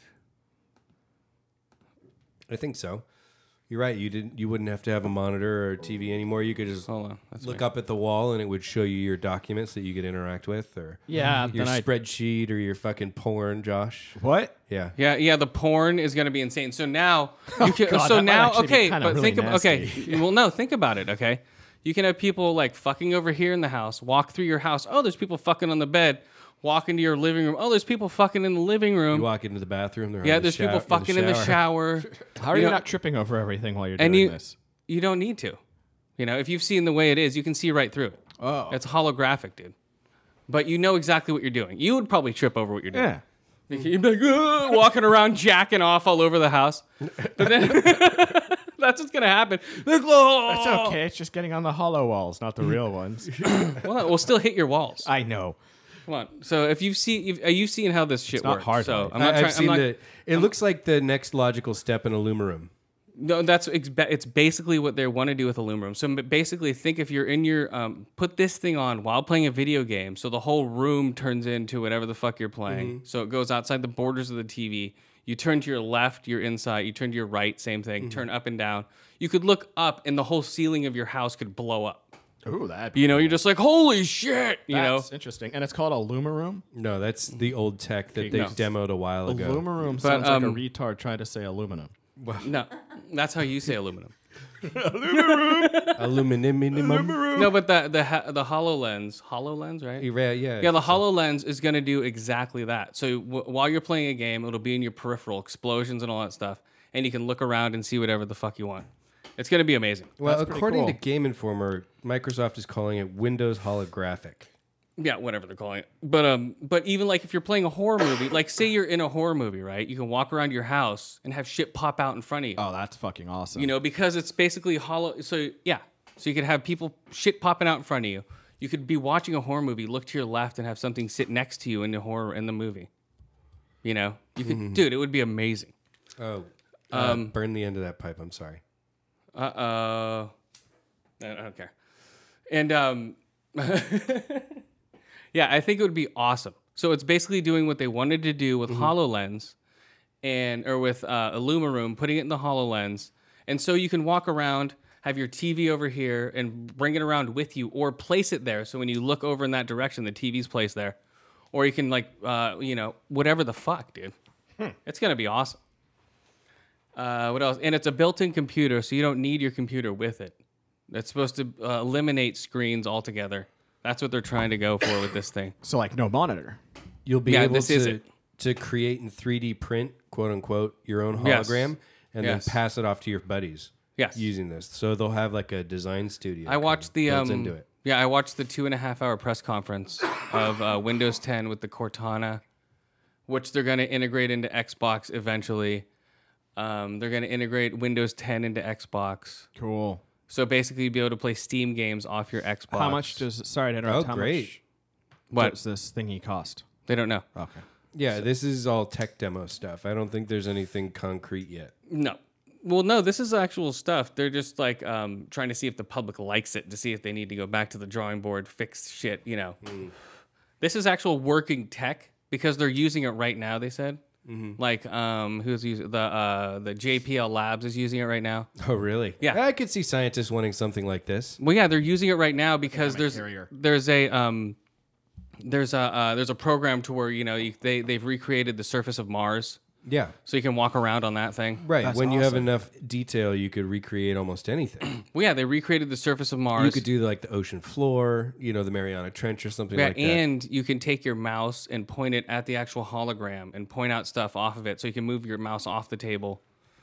I think so. You're right. You didn't. You wouldn't have to have a monitor or a TV anymore. You could just Hold on. That's look me. up at the wall, and it would show you your documents that you could interact with, or Yeah, your then I- spreadsheet, or your fucking porn, Josh. What? Yeah. Yeah, yeah, the porn is going to be insane. So now you can God, that so might now actually be okay, kinda but really think about okay. nasty. Well, no, think about it, okay? You can have people like fucking over here in the house, walk through your house. Oh, there's people fucking on the bed. Walk into your living room. Oh, there's people fucking in the living room. You walk into the bathroom. They're yeah, on the there's people shower- fucking in the shower. How are you, You know- not tripping over everything while you're doing And you- this? you don't need to. You know, if you've seen the way it is, you can see right through it. Oh. It's holographic, dude. But you know exactly what you're doing. You would probably trip over what you're doing. Yeah. You'd be like, "Ugh," walking around jacking off all over the house. But then that's what's gonna happen. Like, "Oh." It's okay. It's just getting on the hollow walls, not the real ones. Well, no, we'll still hit your walls. I know. Come on. So if you've seen, if, uh, you've seen how this shit not works. hard, So right? I'm I, not have trying. seen I'm not, the. It looks like the next logical step in Aluminum. No, that's it's ba- it's basically what they want to do with aluminum. So m- basically, think if you're in your um, put this thing on while playing a video game, so the whole room turns into whatever the fuck you're playing. So it goes outside the borders of the TV. You turn to your left, you're inside. You turn to your right, same thing. Turn up and down. You could look up, and the whole ceiling of your house could blow up. Ooh, that. You know, you're just like, holy shit. You That's know, interesting. And it's called a Lumaroom. No, that's the old tech that they No. demoed a while ago. Lumaroom sounds like um, a retard trying to say aluminum. no, that's how you say aluminum. Aluminum. No, but the the ha- the Hololens, Hololens, right? Yeah, yeah. Yeah, the HoloLens is going to do exactly that. So w- while you're playing a game, it'll be in your peripheral, explosions and all that stuff, and you can look around and see whatever the fuck you want. It's going to be amazing. Well, That's pretty according to cool. Game Informer, Microsoft is calling it Windows holographic. Yeah, whatever they're calling it. But um but even like if you're playing a horror movie, like say you're in a horror movie, right? You can walk around your house and have shit pop out in front of you. Oh, that's fucking awesome. You know, because it's basically hollow. So yeah, so you could have people shit popping out in front of you. You could be watching a horror movie, look to your left, and have something sit next to you in the horror in the movie. You know, you could, dude, it would be amazing. Oh, um, burn the end of that pipe. I'm sorry. Uh oh, I don't care. And um, yeah, I think it would be awesome. So it's basically doing what they wanted to do with Hololens, and or with uh, Illumaroom, putting it in the Hololens, and so you can walk around, have your TV over here, and bring it around with you, or place it there. So when you look over in that direction, the TV's placed there, or you can like, uh, you know, whatever the fuck, dude. It's gonna be awesome. Uh, what else? And it's a built-in computer, so you don't need your computer with it. That's supposed to uh, eliminate screens altogether. That's what they're trying to go for with this thing. So, like, no monitor. You'll be Yeah, able this to is it. to create and 3D print, quote unquote, your own Yes. hologram, and Yes. then pass it off to your buddies. Yes. using this, so they'll have like a design studio. I watched the built um, into it. yeah, I watched the two and a half hour press conference of uh, Windows 10 with the Cortana, which they're going to integrate into Xbox eventually. Um, they're going to integrate Windows 10 into Xbox, Cool. so basically you'll be able to play Steam games off your Xbox. How much does, sorry to interrupt, Oh, how great. much What does this thingy cost? they don't know. Okay. Yeah, this is all tech demo stuff. I don't think there's anything concrete yet. No. Well, no, this is actual stuff. They're just like um, trying to see if the public likes it, to see if they need to go back to the drawing board, fix shit, you know. This is actual working tech because they're using it right now, they said. Like, um, who's using the uh, the JPL Labs is using it right now. Oh, really? Yeah. I could see scientists wanting something like this. Well, yeah, they're using it right now because there's carrier. there's a um, there's a uh, there's a program to where you know you, they they've recreated the surface of Mars, Yeah. so you can walk around on that thing. Right. That's when you have awesome. enough detail, you could recreate almost anything. Well, yeah, they recreated the surface of Mars. you could do like the ocean floor, you know, the Mariana Trench or something Yeah, like that. and you can take your mouse and point it at the actual hologram and point out stuff off of it, so you can move your mouse off the table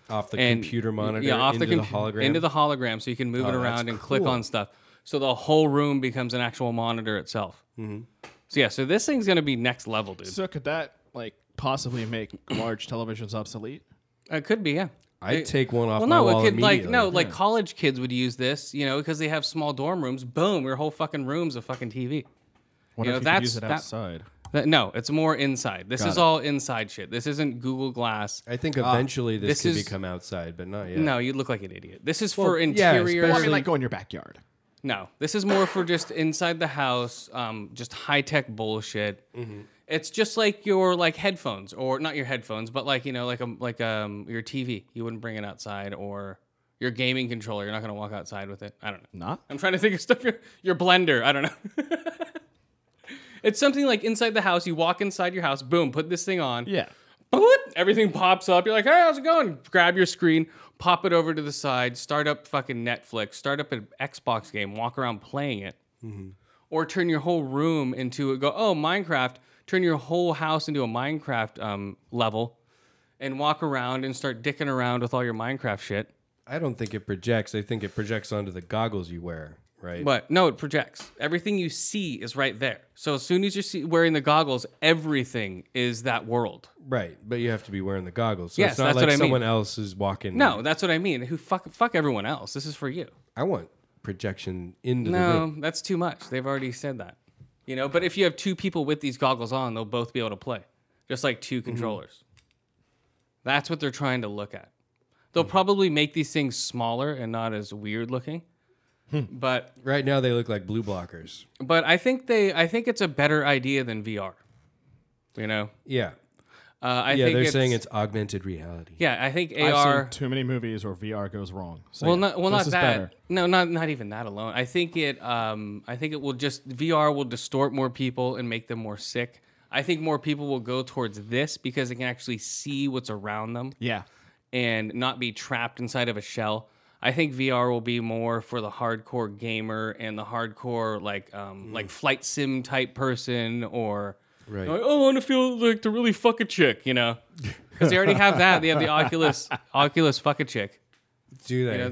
Off the and computer monitor, yeah, off into the, the, compu- hologram. Oh, into the hologram, so you can move it that's around and click cool. on stuff. So the whole room becomes an actual monitor itself. Mm-hmm. So yeah, so this thing's gonna be next level, dude. So, could that, like, possibly make large televisions obsolete? it could be, yeah. I'd It- take one off Well, my no, wall it could like immediately. no, like college kids would use this, you know, because they have small dorm rooms. Boom, your whole fucking room's a fucking TV. What You know, if you could that's- use it that- outside? That- no, it's more inside. This Got is it. all inside shit. This isn't Google Glass. I think eventually this, uh, this could is- become outside, but not yet. No, you look like an idiot. This is for Well, yeah, interior. especially- Well, I mean, like, go in your backyard. no, this is more for just inside the house, um, just high tech bullshit. Mm-hmm. It's just like your like um, headphones, or not your headphones, but like you know, like a like um your TV. You wouldn't bring it outside, or Your gaming controller. You're not gonna walk outside with it. I don't know. Not? I'm trying to think of stuff. Your, your blender. I don't know. it's something like inside the house. You walk inside your house. Boom. Put this thing on. Yeah. Boop. Everything pops up. You're like, hey, how's it going? Grab your screen, pop it over to the side, start up fucking Netflix, start up an Xbox game, walk around playing it. Or turn your whole room into a go, oh, Minecraft, turn your whole house into a Minecraft um, level and walk around and start dicking around with all your Minecraft shit. I don't think it projects. I think it projects onto the goggles you wear, right? But no, it projects. Everything you see is right there. So as soon as you're see- wearing the goggles, everything is that world. Right, but you have to be wearing the goggles. So Yes, it's not that's like what I mean. someone else is walking. No, that's what I mean. Who fuck fuck everyone else? This is for you. I want projection into the room. No, that's too much. They've already said that. You know, but if you have two people with these goggles on, they'll both be able to play, just like 2 Mm-hmm. controllers. That's what they're trying to look at. They'll Hmm. probably make these things smaller and not as weird looking. Hmm. But Right now, they look like blue blockers. but I think they I think it's a better idea than VR. You know, Yeah, uh, I yeah. think They're saying it's augmented reality. yeah. I think I've AR. seen too many movies where VR goes wrong. So Well, not well, this not is that. better. No, not not even that alone. I think it. Um, I think it will just VR will distort more people and make them more sick. I think more people will go towards this because they can actually see what's around them Yeah. and not be trapped inside of a shell. I think VR will be more for the hardcore gamer and the hardcore like um, Mm. like flight sim type person or Right. like, oh, I want to feel like to really fuck a chick, you know, because they already have that. They have the Oculus Oculus fuck a chick. Do they? Yeah.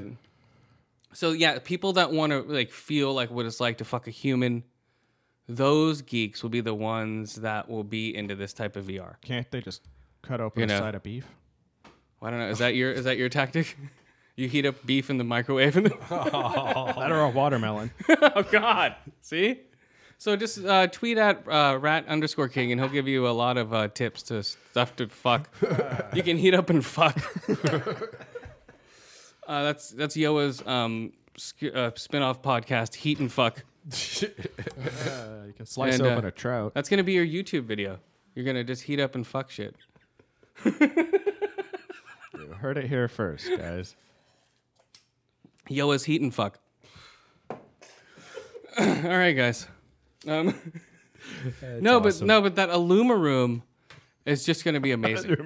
So yeah, people that want to like feel like what it's like to fuck a human, those geeks will be the ones that will be into this type of VR. Can't they just cut open You know. a side of beef? I don't know. Is that your is that your tactic? You heat up beef in the microwave and then, That or a watermelon. oh god, see. So just uh, tweet at uh, rat underscore king and he'll give you a lot of uh, tips to stuff to fuck. you can heat up and fuck. uh, that's that's Yoa's um, sk- uh, spin-off podcast, Heat and Fuck. you can slice And, uh, open a trout. That's gonna be your YouTube video. You're gonna just heat up and fuck shit. You heard it here first, guys. Yo is heat and fuck. All right, guys. Um, no, but no, but that Illuma room is just gonna be amazing.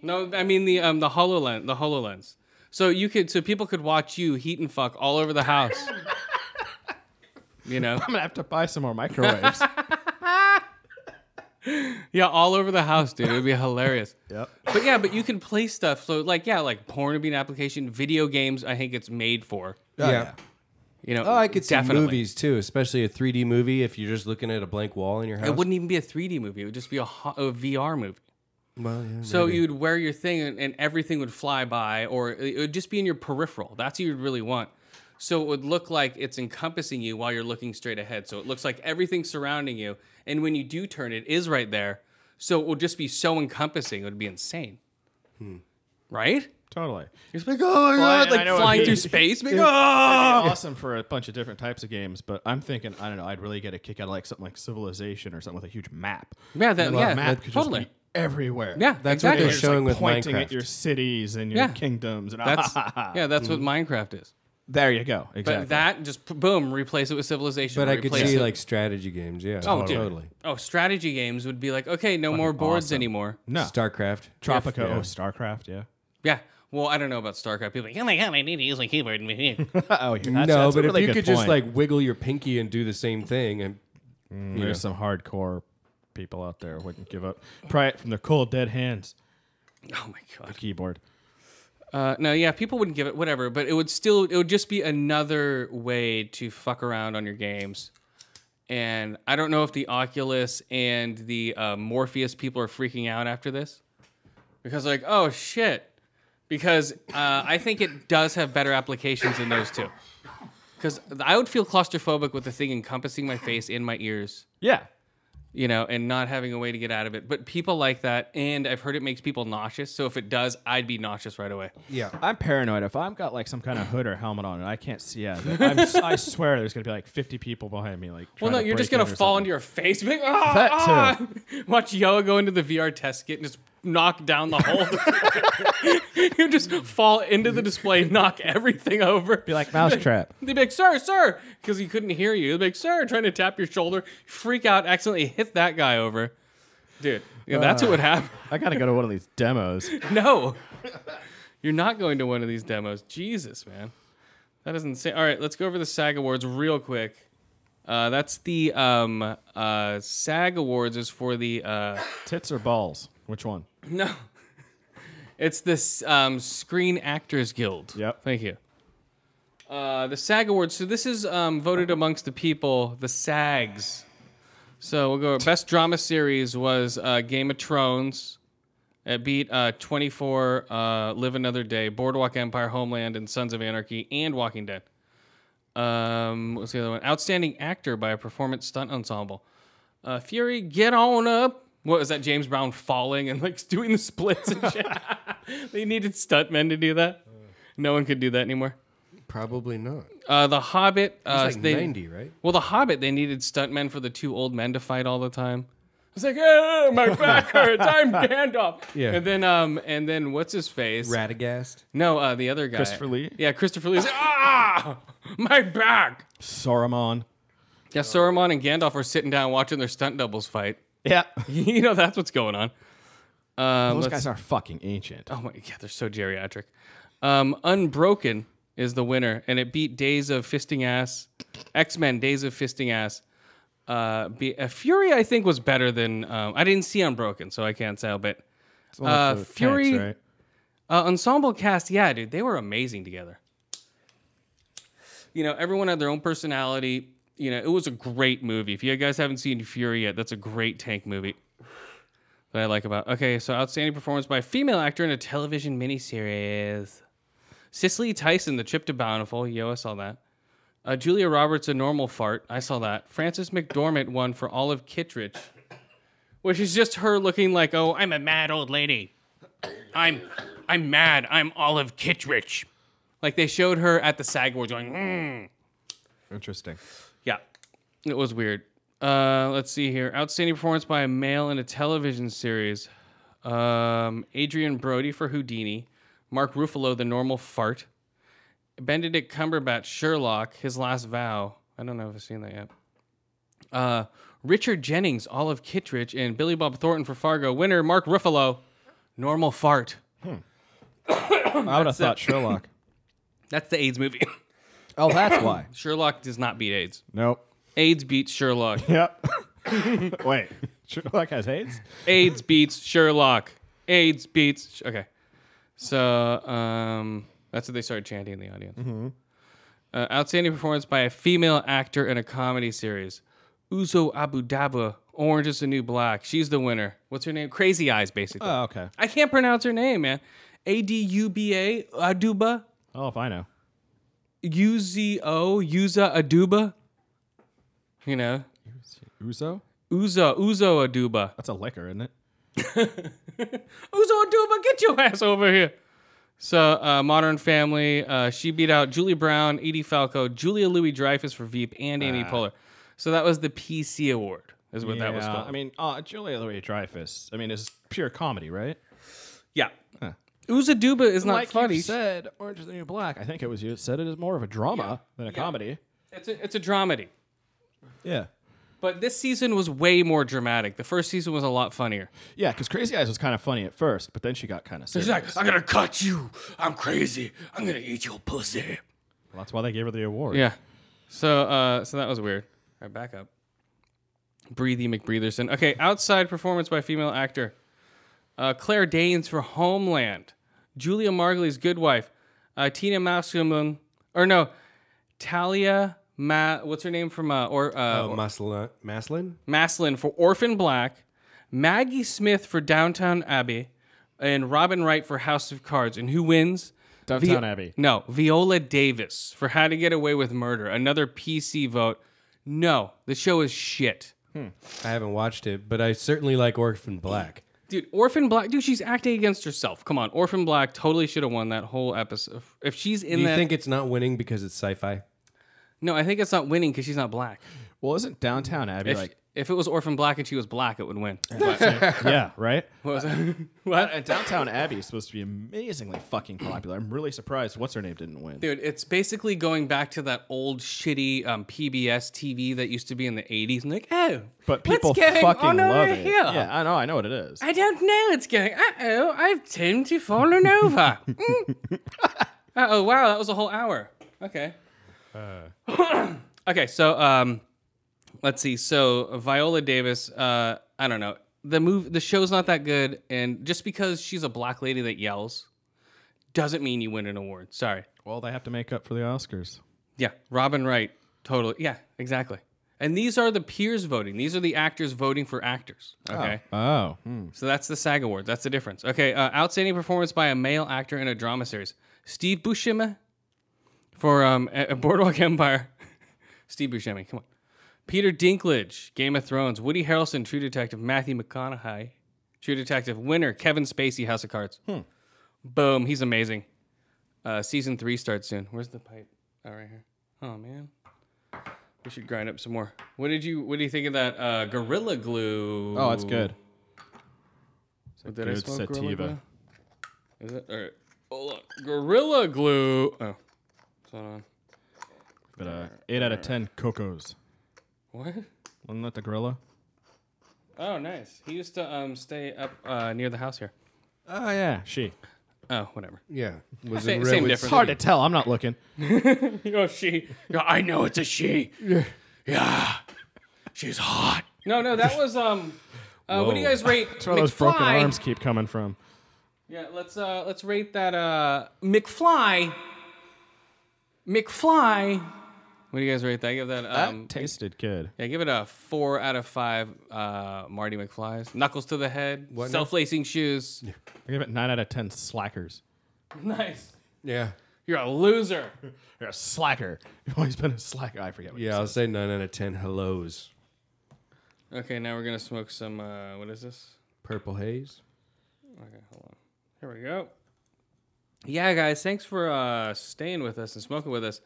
no, I mean the um the Hololens, the Hololens. So you could so people could watch you heat and fuck all over the house. you know, I'm gonna have to buy some more microwaves. yeah, all over the house, dude. It would be hilarious. yep. But yeah, but you can play stuff. So like, yeah, like porn would be an application. Video games, I think it's made for. Oh, yeah. You know, Oh, I could see definitely. movies too, especially a 3D movie. If you're just looking at a blank wall in your house, It wouldn't even be a 3D movie. It would just be a, ho- a VR movie. Well, yeah, So maybe. you'd wear your thing and, and everything would fly by, or it it would just be in your peripheral. That's what you'd really want. So it would look like it's encompassing you while you're looking straight ahead. So it looks like everything surrounding you. And when you do turn, it is right there. So it would just be so encompassing. It would be insane. Hmm. Right? Totally. It's like, oh I- my God, I like know what flying you through mean. space. Like, oh! awesome for a bunch of different types of games, but I'm thinking, I don't know, I'd really get a kick out of like something like Civilization or something with a huge map. Yeah, that, Well, yeah, a map could totally. just be everywhere. yeah, That's what exactly. they're You're just, like, showing with pointing Minecraft. at your cities and your Yeah. kingdoms and ah, That's yeah, that's Hmm. what Minecraft is. there you go. But Exactly. that just p- boom, replace it with Civilization. but I could replace see it- like strategy games. Yeah. oh, dude. totally. Oh, strategy games would be like, okay, no more boards awesome. anymore. no. Starcraft. Tropico, Yeah. oh, StarCraft, yeah. Yeah. Well, I don't know about StarCraft. People are like, oh my god, I need to use my keyboard. oh, yeah. That's, no, that's a but really if you good could just point. like wiggle your pinky and do the same thing, and There's some hardcore people out there who wouldn't give up. Pry it from their cold, dead hands. oh my god. Keyboard. Uh, no, yeah, people wouldn't give it whatever, but it would still it would just be another way to fuck around on your games. And I don't know if the Oculus and the uh, Morpheus people are freaking out after this because like, oh shit, because uh, I think it does have better applications than those two. Because I would feel claustrophobic with the thing encompassing my face and my ears, Yeah. you know, and not having a way to get out of it. But people like that, and I've heard it makes people nauseous. So if it does, I'd be nauseous right away. yeah, I'm paranoid. If I've got like some kind of hood or helmet on and I can't see out, of it, I'm, I swear there's gonna be like 50 people behind me. Like, Well, trying no, to you're just break gonna in or fall something. into your face. Be like, "Ah, That ah." Watch Yoa go into the VR test kit and just knock down the whole. you just fall into the display, knock everything over. Be like mousetrap. They'd be like, sir, sir, because he couldn't hear you. They'd be like, sir, trying to tap your shoulder, freak out, accidentally hit that guy over. Dude, yeah, that's Uh. what would happen. I gotta go to one of these demos. No, you're not going to one of these demos. Jesus, man. That is insane. All right, let's go over the SAG Awards real quick. Uh, that's the um, uh, SAG Awards is for the uh, Tits or balls? Which one? no, it's this um, Screen Actors Guild. Yep. Thank you. Uh, the SAG Awards. So this is um, voted amongst the people, the SAGs. So we'll go. Best drama series was uh, Game of Thrones. It beat uh, 24, uh, Live Another Day, Boardwalk Empire, Homeland, and Sons of Anarchy, and Walking Dead. Um, what's the other one? Outstanding actor by a performance stunt ensemble. Uh, Fury, get on up. What is that? James Brown falling and like doing the splits and shit. they needed stuntmen to do that. No one could do that anymore. Probably not. Uh, the Hobbit. Uh, It's like they, 90, right? Well, the Hobbit. They needed stuntmen for the two old men to fight all the time. It's like, oh, my back hurts. I'm Gandalf. Yeah. And then, um, and then what's his face? Radagast. No, uh, the other guy. Christopher Lee? Yeah, Christopher Lee. He's like, ah, my back. Saruman. Yeah, Saruman and Gandalf are sitting down watching their stunt doubles fight. Yeah. you know that's what's going on. Um, Those let's- guys are fucking ancient. Oh my god, they're so geriatric. Um, Unbroken is the winner, and it beat Days of Fisting Ass, X Men Days of Fisting Ass. Uh, be, uh, Fury, I think, was better than um, I didn't see Unbroken, so I can't tell. But uh, Fury uh, ensemble cast, yeah, dude, they were amazing together. You know, everyone had their own personality. You know, it was a great movie. If you guys haven't seen Fury yet, that's a great tank movie that I like about. Okay, so outstanding performance by a female actor in a television miniseries. Cicely Tyson, The Trip to Bountiful. Yo, I saw that. Uh, Julia Roberts, A Normal Fart. I saw that. Frances McDormand won for Olive Kittredge, which is just her looking like, oh, I'm a mad old lady. I'm I'm mad. I'm Olive Kittredge. Like they showed her at the SAG Awards going, mm. Interesting. yeah, it was weird. Uh, let's see here. Outstanding performance by a male in a television series. Um, Adrian Brody for Houdini. Mark Ruffalo, the normal fart. Benedict Cumberbatch, Sherlock, his last vow. I don't know if I've seen that yet. Uh, Richard Jennings, Olive Kittredge, and Billy Bob Thornton for Fargo. Winner, Mark Ruffalo, normal fart. I would have thought Sherlock. That's the AIDS movie. Oh, that's why. Sherlock does not beat AIDS. Nope. AIDS beats Sherlock. Yep. Wait. Sherlock has AIDS? AIDS beats Sherlock. AIDS beats. Okay. So um, that's what they started chanting in the audience. Uh, outstanding performance by a female actor in a comedy series. Uzo Abudaba, Orange is the New Black. She's the winner. What's her name? Crazy Eyes, basically. Oh, okay. I can't pronounce her name, man. A D U B A, Aduba, Oh, if I know. U Z O, Uza Aduba. You know, Uzo? Uzo, Uzo Aduba. That's a liquor, isn't it? Who's on Duma? Get your ass over here. So, uh, Modern Family, uh, she beat out Julie Brown, Edie Falco, Julia Louis Dreyfus for Veep, and Amy Poehler. So, that was the PC award, is what that was called. I mean, uh, Julia Louis Dreyfus. I mean, it's pure comedy, right? yeah. Uza Duba is not like funny. you said, Orange is the New Black. I think it was you that said it is more of a drama than a comedy. It's a, it's a dramedy. Yeah. But this season was way more dramatic. The first season was a lot funnier. Yeah, because Crazy Eyes was kind of funny at first, but then she got kind of serious. I'm going to cut you. I'm crazy. I'm going to eat your pussy. Well, that's why they gave her the award. Yeah. So uh so that was weird. All right, back up. Breathy McBreatherson. Okay, outside performance by female actor. Uh, Claire Danes for Homeland. Julia Margulies' good wife. Uh, Tina Maslum. Or no, Talia Ma. What's her name from? Uh, or uh, Oh, Maslin. Maslin? Maslin for Orphan Black, Maggie Smith for Downtown Abbey, and Robin Wright for House of Cards. And who wins? Downton Abbey. No, Viola Davis for How to Get Away with Murder. Another PC vote. No, the show is shit. I haven't watched it, but I certainly like Orphan Black. Dude, Orphan Black, dude, she's acting against herself. Come on, Orphan Black totally should have won that whole episode. If she's in Do you that, think it's not winning because it's sci-fi? no, I think it's not winning because she's not black. Well, isn't downtown Abbey If, like? if it was Orphan Black and she was black, it would win. yeah, right. What was it? what? Uh, downtown Abbey is supposed to be amazingly fucking popular. I'm really surprised what's her name didn't win. Dude, it's basically going back to that old shitty um, PBS TV that used to be in the 80s. And like, oh, but people what's going fucking on love over it. Here? Yeah, I know. I know what it is. I don't know what's going. Uh oh, I've turned to fallen over. uh oh, wow, that was a whole hour. Okay. Uh. okay, so um, let's see. So Viola Davis, uh, I don't know. The move, the show's not that good, and just because she's a black lady that yells, doesn't mean you win an award. Sorry. well, they have to make up for the Oscars. Yeah, Robin Wright. Totally. Yeah, exactly. And these are the peers voting. These are the actors voting for actors. Okay. Oh, hmm. So that's the SAG Awards. That's the difference. Okay, uh, outstanding performance by a male actor in a drama series. Steve Buscemi for um, a- a Boardwalk Empire. Steve Buscemi, come on. Peter Dinklage, Game of Thrones. Woody Harrelson, True Detective. Matthew McConaughey, True Detective. Winner Kevin Spacey, House of Cards. Boom, he's amazing. Uh, season three starts soon. Where's the pipe? Oh, right here. Oh man, we should grind up some more. What did you What do you think of that uh, Gorilla Glue? oh, that's good. Did I Good smoke Gorilla sativa. Glue? Is it? All right. Hold on. Gorilla glue. Oh. It's not on. But uh, eight out of ten cocos. What? Wasn't that the gorilla? Oh, nice. He used to um stay up uh, near the house here. Oh yeah, she. Oh, whatever. Yeah. Was Same- in same Redwood difference. It's hard to tell. I'm not looking. oh, she. Yeah, I know it's a she. Yeah. Yeah. She's hot. No, no, that was um. Uh, what do you Whoa. guys rate That's where those broken McFly? arms keep coming from. Yeah, let's uh let's rate that uh McFly. McFly. What do you guys rate that? I give that That um tasted good. Yeah, give it a four out of five. Uh, Marty McFly's knuckles to the head, self-lacing shoes. I give it nine out of ten slackers. Nice. Yeah. You're a loser. You're a slacker. You've always been a slacker. I forget. What you Yeah, I'll say nine out of ten hellos. Okay, now we're gonna smoke some. Uh, what is this? Purple haze. Okay, hold on. Here we go. Yeah, guys, thanks for uh, staying with us and smoking with us.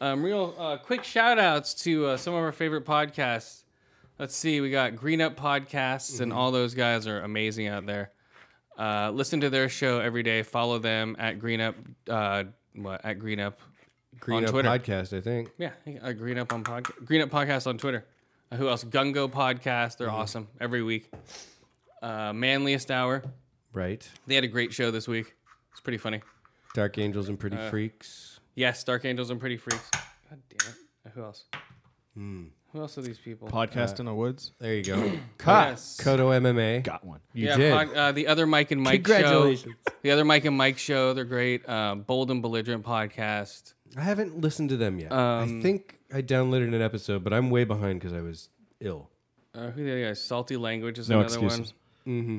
Um, real uh, quick shout outs to uh, some of our favorite podcasts. Let's see, we got Green Up Podcasts, and all those guys are amazing out there. Uh, listen to their show every day. Follow them at Green Up. Uh, what at Green Up? Green On Up Twitter. podcast, I think. Yeah, uh, Green Up on podcast. Green Up podcast on Twitter. Uh, who else? Gungo Podcast. They're awesome every week. Uh, Manliest Hour. Right. They had a great show this week. It's pretty funny. Dark Angels and Uh, Pretty Freaks. Yes, Dark Angels and Pretty Freaks. God damn it. Uh, Who else? Hmm. Who else are these people? Podcast in the woods. There you go. Oh, Yes. Kodo MMA. Got one. You yeah, did. pod- uh, the other Mike and Mike Congratulations. show. The other Mike and Mike show. They're great. Uh, Bold and Belligerent podcast. I haven't listened to them yet. Um, I think I downloaded an episode, but I'm way behind because I was ill. Uh, who the other guys? Salty Language is No another excuses. Mm-hmm.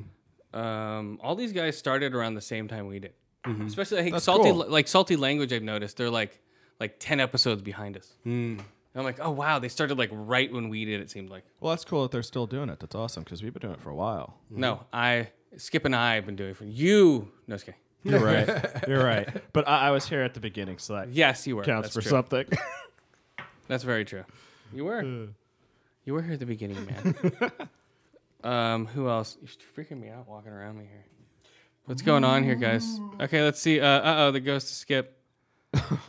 one. Um, all these guys started around the same time we did. Especially I think Mm-hmm. That's salty cool. like salty language. I've noticed they're like like ten episodes behind us. Mm. And I'm like, oh wow, they started like right when we did. It seemed like. Well, that's cool that they're still doing it. That's awesome because we've been doing it for a while. No, I Skip and I have been doing it for you. No, just kidding. You're right. You're right. But I, I was here at the beginning, so that Yes, you were. counts That's for true. something. That's very true. You were. you were here at the beginning, man. um, who else? You're freaking me out walking around me here. What's going on here, guys? Okay, let's see. Uh oh, the ghost is skip.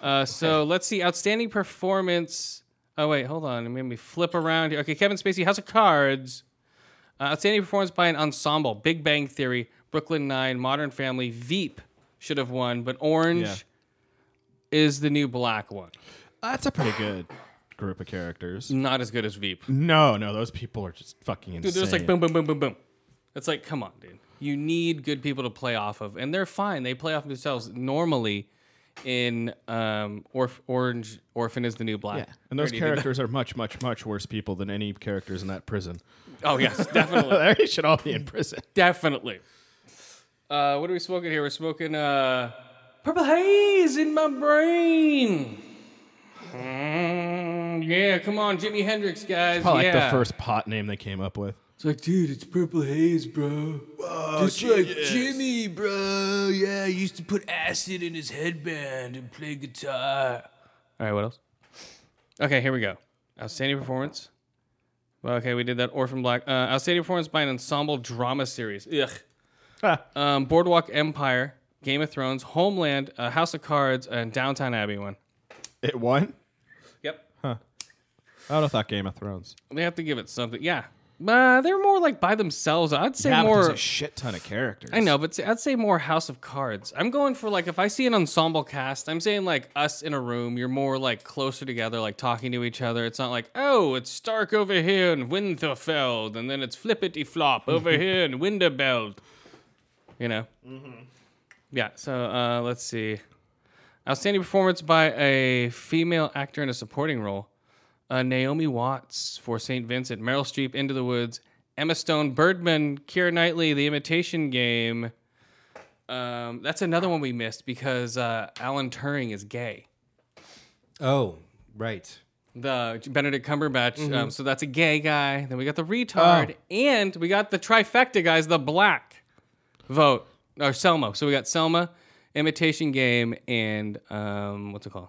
Uh, so let's see. Outstanding performance. Oh wait, hold on. It made me flip around here. Okay, Kevin Spacey, House of Cards. Uh, outstanding performance by an ensemble: Big Bang Theory, Brooklyn Nine, Modern Family, Veep should have won, but Orange is the new black one. that's a pretty good group of characters. Not as good as Veep. No, no, those people are just fucking insane. Dude, they're just like boom, boom, boom, boom, boom. It's like, come on, dude. You need good people to play off of, and they're fine. They play off of themselves normally. In um, Orph- Orange Orphan is the new black. Yeah. And those Already did that. characters are much, much, much worse people than any characters in that prison. Oh yes, definitely, they should all be in prison. definitely. Uh, what are we smoking here? We're smoking uh, purple haze in my brain. Mm, yeah, come on, Jimi Hendrix, guys. Probably yeah. like the first pot name they came up with. It's like, dude, it's purple haze, bro. Just like Jimmy, bro. Yeah, he used to put acid in his headband and play guitar. All right, what else? Okay, here we go. Outstanding performance. Well, okay, we did that. Orphan Black. Uh, outstanding performance by an ensemble drama series. Ugh. um, Boardwalk Empire, Game of Thrones, Homeland, uh, House of Cards, and Downtown Abbey one. It won. Yep. I would have thought Game of Thrones. They have to give it something. Yeah. Uh, they're more like by themselves. I'd say Yeah, but there's more. a shit ton of characters. I know, but I'd say more House of Cards. I'm going for like if I see an ensemble cast, I'm saying like us in a room. You're more like closer together, like talking to each other. It's not like oh, it's Stark over here and Winterfeld, and then it's Flippity Flop over here and Winterbeld. You know. Yeah. So uh, let's see. Outstanding performance by a female actor in a supporting role. Uh, Naomi Watts for St. Vincent, Meryl Streep, Into the Woods, Emma Stone, Birdman, Keira Knightley, The Imitation Game. Um, that's another one we missed because uh, Alan Turing is gay. Oh, right. The Benedict Cumberbatch. Um, so that's a gay guy. Then we got the retard, and we got the trifecta guys, the black vote or Selma. So we got Selma, Imitation Game, and um, what's it called?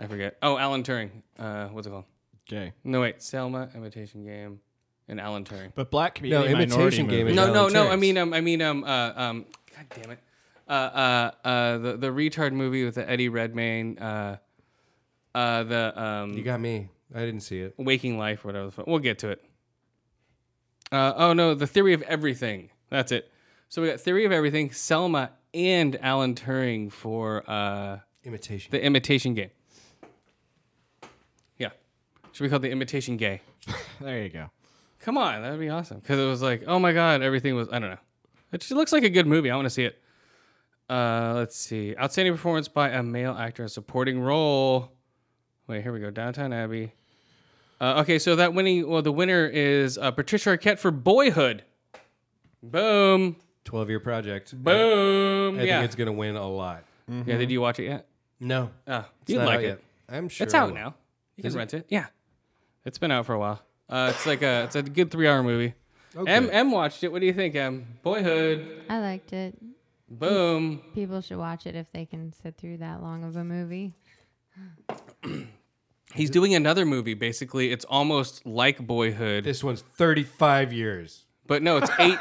I forget. Oh, Alan Turing. Uh, what's it called? Okay. No, wait. Selma, Imitation Game, and Alan Turing. But black No, community minority imitation game. movie. Is No, Alan no, no. Turing's. I mean, um, I mean, um, uh, um, God damn it. Uh, uh, uh, the the retard movie with the Eddie Redmayne. Uh, uh, the um, you got me. I didn't see it. Waking Life, whatever. The fuck. We'll get to it. Uh, oh no, the Theory of Everything. That's it. So we got Theory of Everything, Selma, and Alan Turing for uh, Imitation. the Imitation Game. Yeah, should we call it the Imitation Gay? There you go. Come on, that'd be awesome. Because it was like, oh my god, everything was. I don't know. It just looks like a good movie. I want to see it. Uh, let's see. Outstanding performance by a male actor in a supporting role. Wait, here we go. Downtown Abbey. Uh, okay, so that winning. Well, the winner is uh, Patricia Arquette for Boyhood. Boom, Twelve-year project. boom. I yeah, think it's mm-hmm. gonna win a lot. yeah. Did you watch it yet? No, Oh, it's you not like out it. yet. I'm sure It's I out will. now. You can rent it. Yeah, it's been out for a while. Uh, it's like a it's a good three hour movie. Okay. M M watched it. What do you think, M? Boyhood. I liked it. Boom. People should watch it if they can sit through that long of a movie. He's doing another movie. Basically, it's almost like Boyhood, This one's 35 years. but no, it's eight.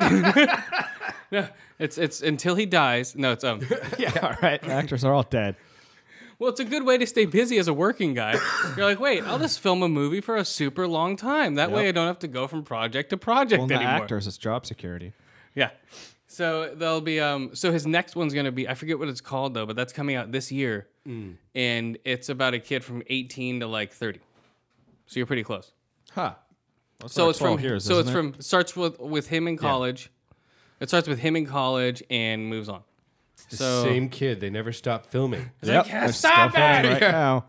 no, it's it's until he dies. No, it's um. Yeah. All right. Actors are all dead. Well, it's a good way to stay busy as a working guy. You're like, wait, I'll just film a movie for a super long time. That way, I don't have to go from project to project Well, not anymore. actors. It's job security. Yeah. So there'll be um so his next one's gonna be I forget what it's called though, but that's coming out this year. And it's about a kid from eighteen to like thirty. So you're pretty close. Huh. so it's from years, so isn't it's it? from starts with with him in college. It starts with him in college and moves on. The So same kid. They never stopped filming. Yep. yeah, they're stop still filming it! Right now.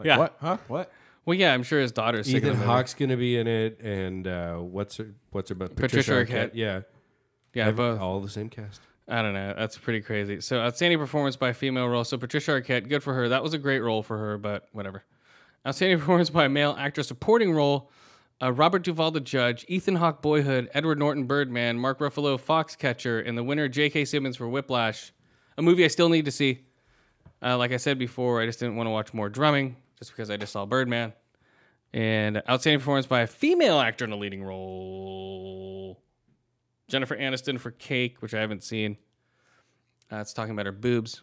Like, Yeah. What? Huh? What? well yeah, I'm sure his daughter's sick of Ethan the movie. Hawke's gonna be in it, and uh, what's her what's her butt? Patricia Arquette. Yeah, Yeah, both. all the same cast. I don't know. That's pretty crazy. So outstanding performance by a female role. So Patricia Arquette, good for her. That was a great role for her, but whatever. Outstanding performance by a male actor supporting role. Uh, Robert Duvall, the judge, Ethan Hawke, Boyhood, Edward Norton, Birdman, Mark Ruffalo, Foxcatcher, and the winner J.K. Simmons for Whiplash, a movie I still need to see. Uh, like I said before, I just didn't want to watch more drumming just because I just saw Birdman. And outstanding performance by a female actor in a leading role. Jennifer Aniston for Cake, which I haven't seen. Uh, it's talking about her boobs,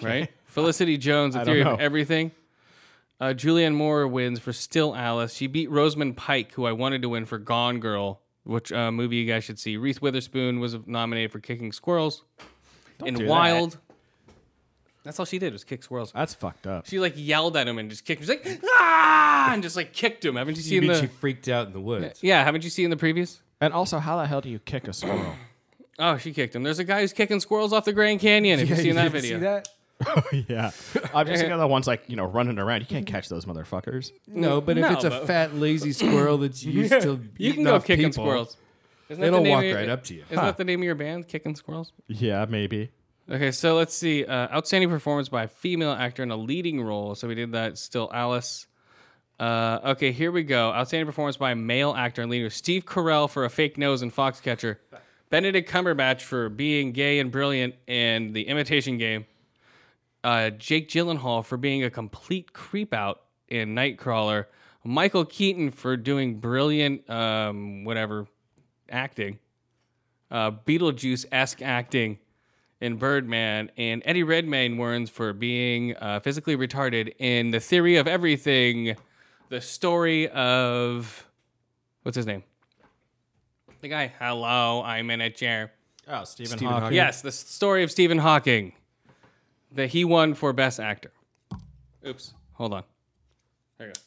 right? Felicity Jones, The don't Theory of know. Everything. Uh, Julianne Moore wins for Still Alice. She beat Rosamund Pike, who I wanted to win for Gone Girl, which uh, movie you guys should see. Reese Witherspoon was nominated for Kicking Squirrels. and do that. Wild. That's all she did was kick squirrels. That's fucked up. She like yelled at him and just kicked him. She's like, ah, and just like kicked him. Haven't you She, seen the? she freaked out in the woods. Yeah, haven't you seen the previous? And also, how the hell do you kick a squirrel? Oh, she kicked him. There's a guy who's kicking squirrels off the Grand Canyon. Have you seen that video? yeah. I'm just thinking of the ones like, you know, running around. You can't catch those motherfuckers. No, but No, if it's a but- fat, lazy squirrel that's used to You can eating go off kicking people, squirrels. Isn't They don't name walk of your- right up to you. Isn't that the name of your band, Kicking Squirrels? Yeah, maybe. Okay, so let's see. Uh, outstanding performance by a female actor in a leading role. So we did that. Still Alice. Uh, okay, here we go. Outstanding performance by a male actor in leading role. Steve Carell for A Fake Nose and Foxcatcher. Benedict Cumberbatch for being gay and brilliant and The Imitation Game. Uh, Jake Gyllenhaal for being a complete creep out in Nightcrawler. Michael Keaton for doing brilliant, um, whatever, acting, uh, Beetlejuice esque acting in Birdman, and Eddie Redmayne Warrens for being uh, physically retarded in The Theory of Everything, the story of what's his name? The guy, hello, I'm in a chair. Oh, Stephen, Stephen Hawking. Yes, the s- story of Stephen Hawking that he won for Best Actor. Oops, hold on. There you go.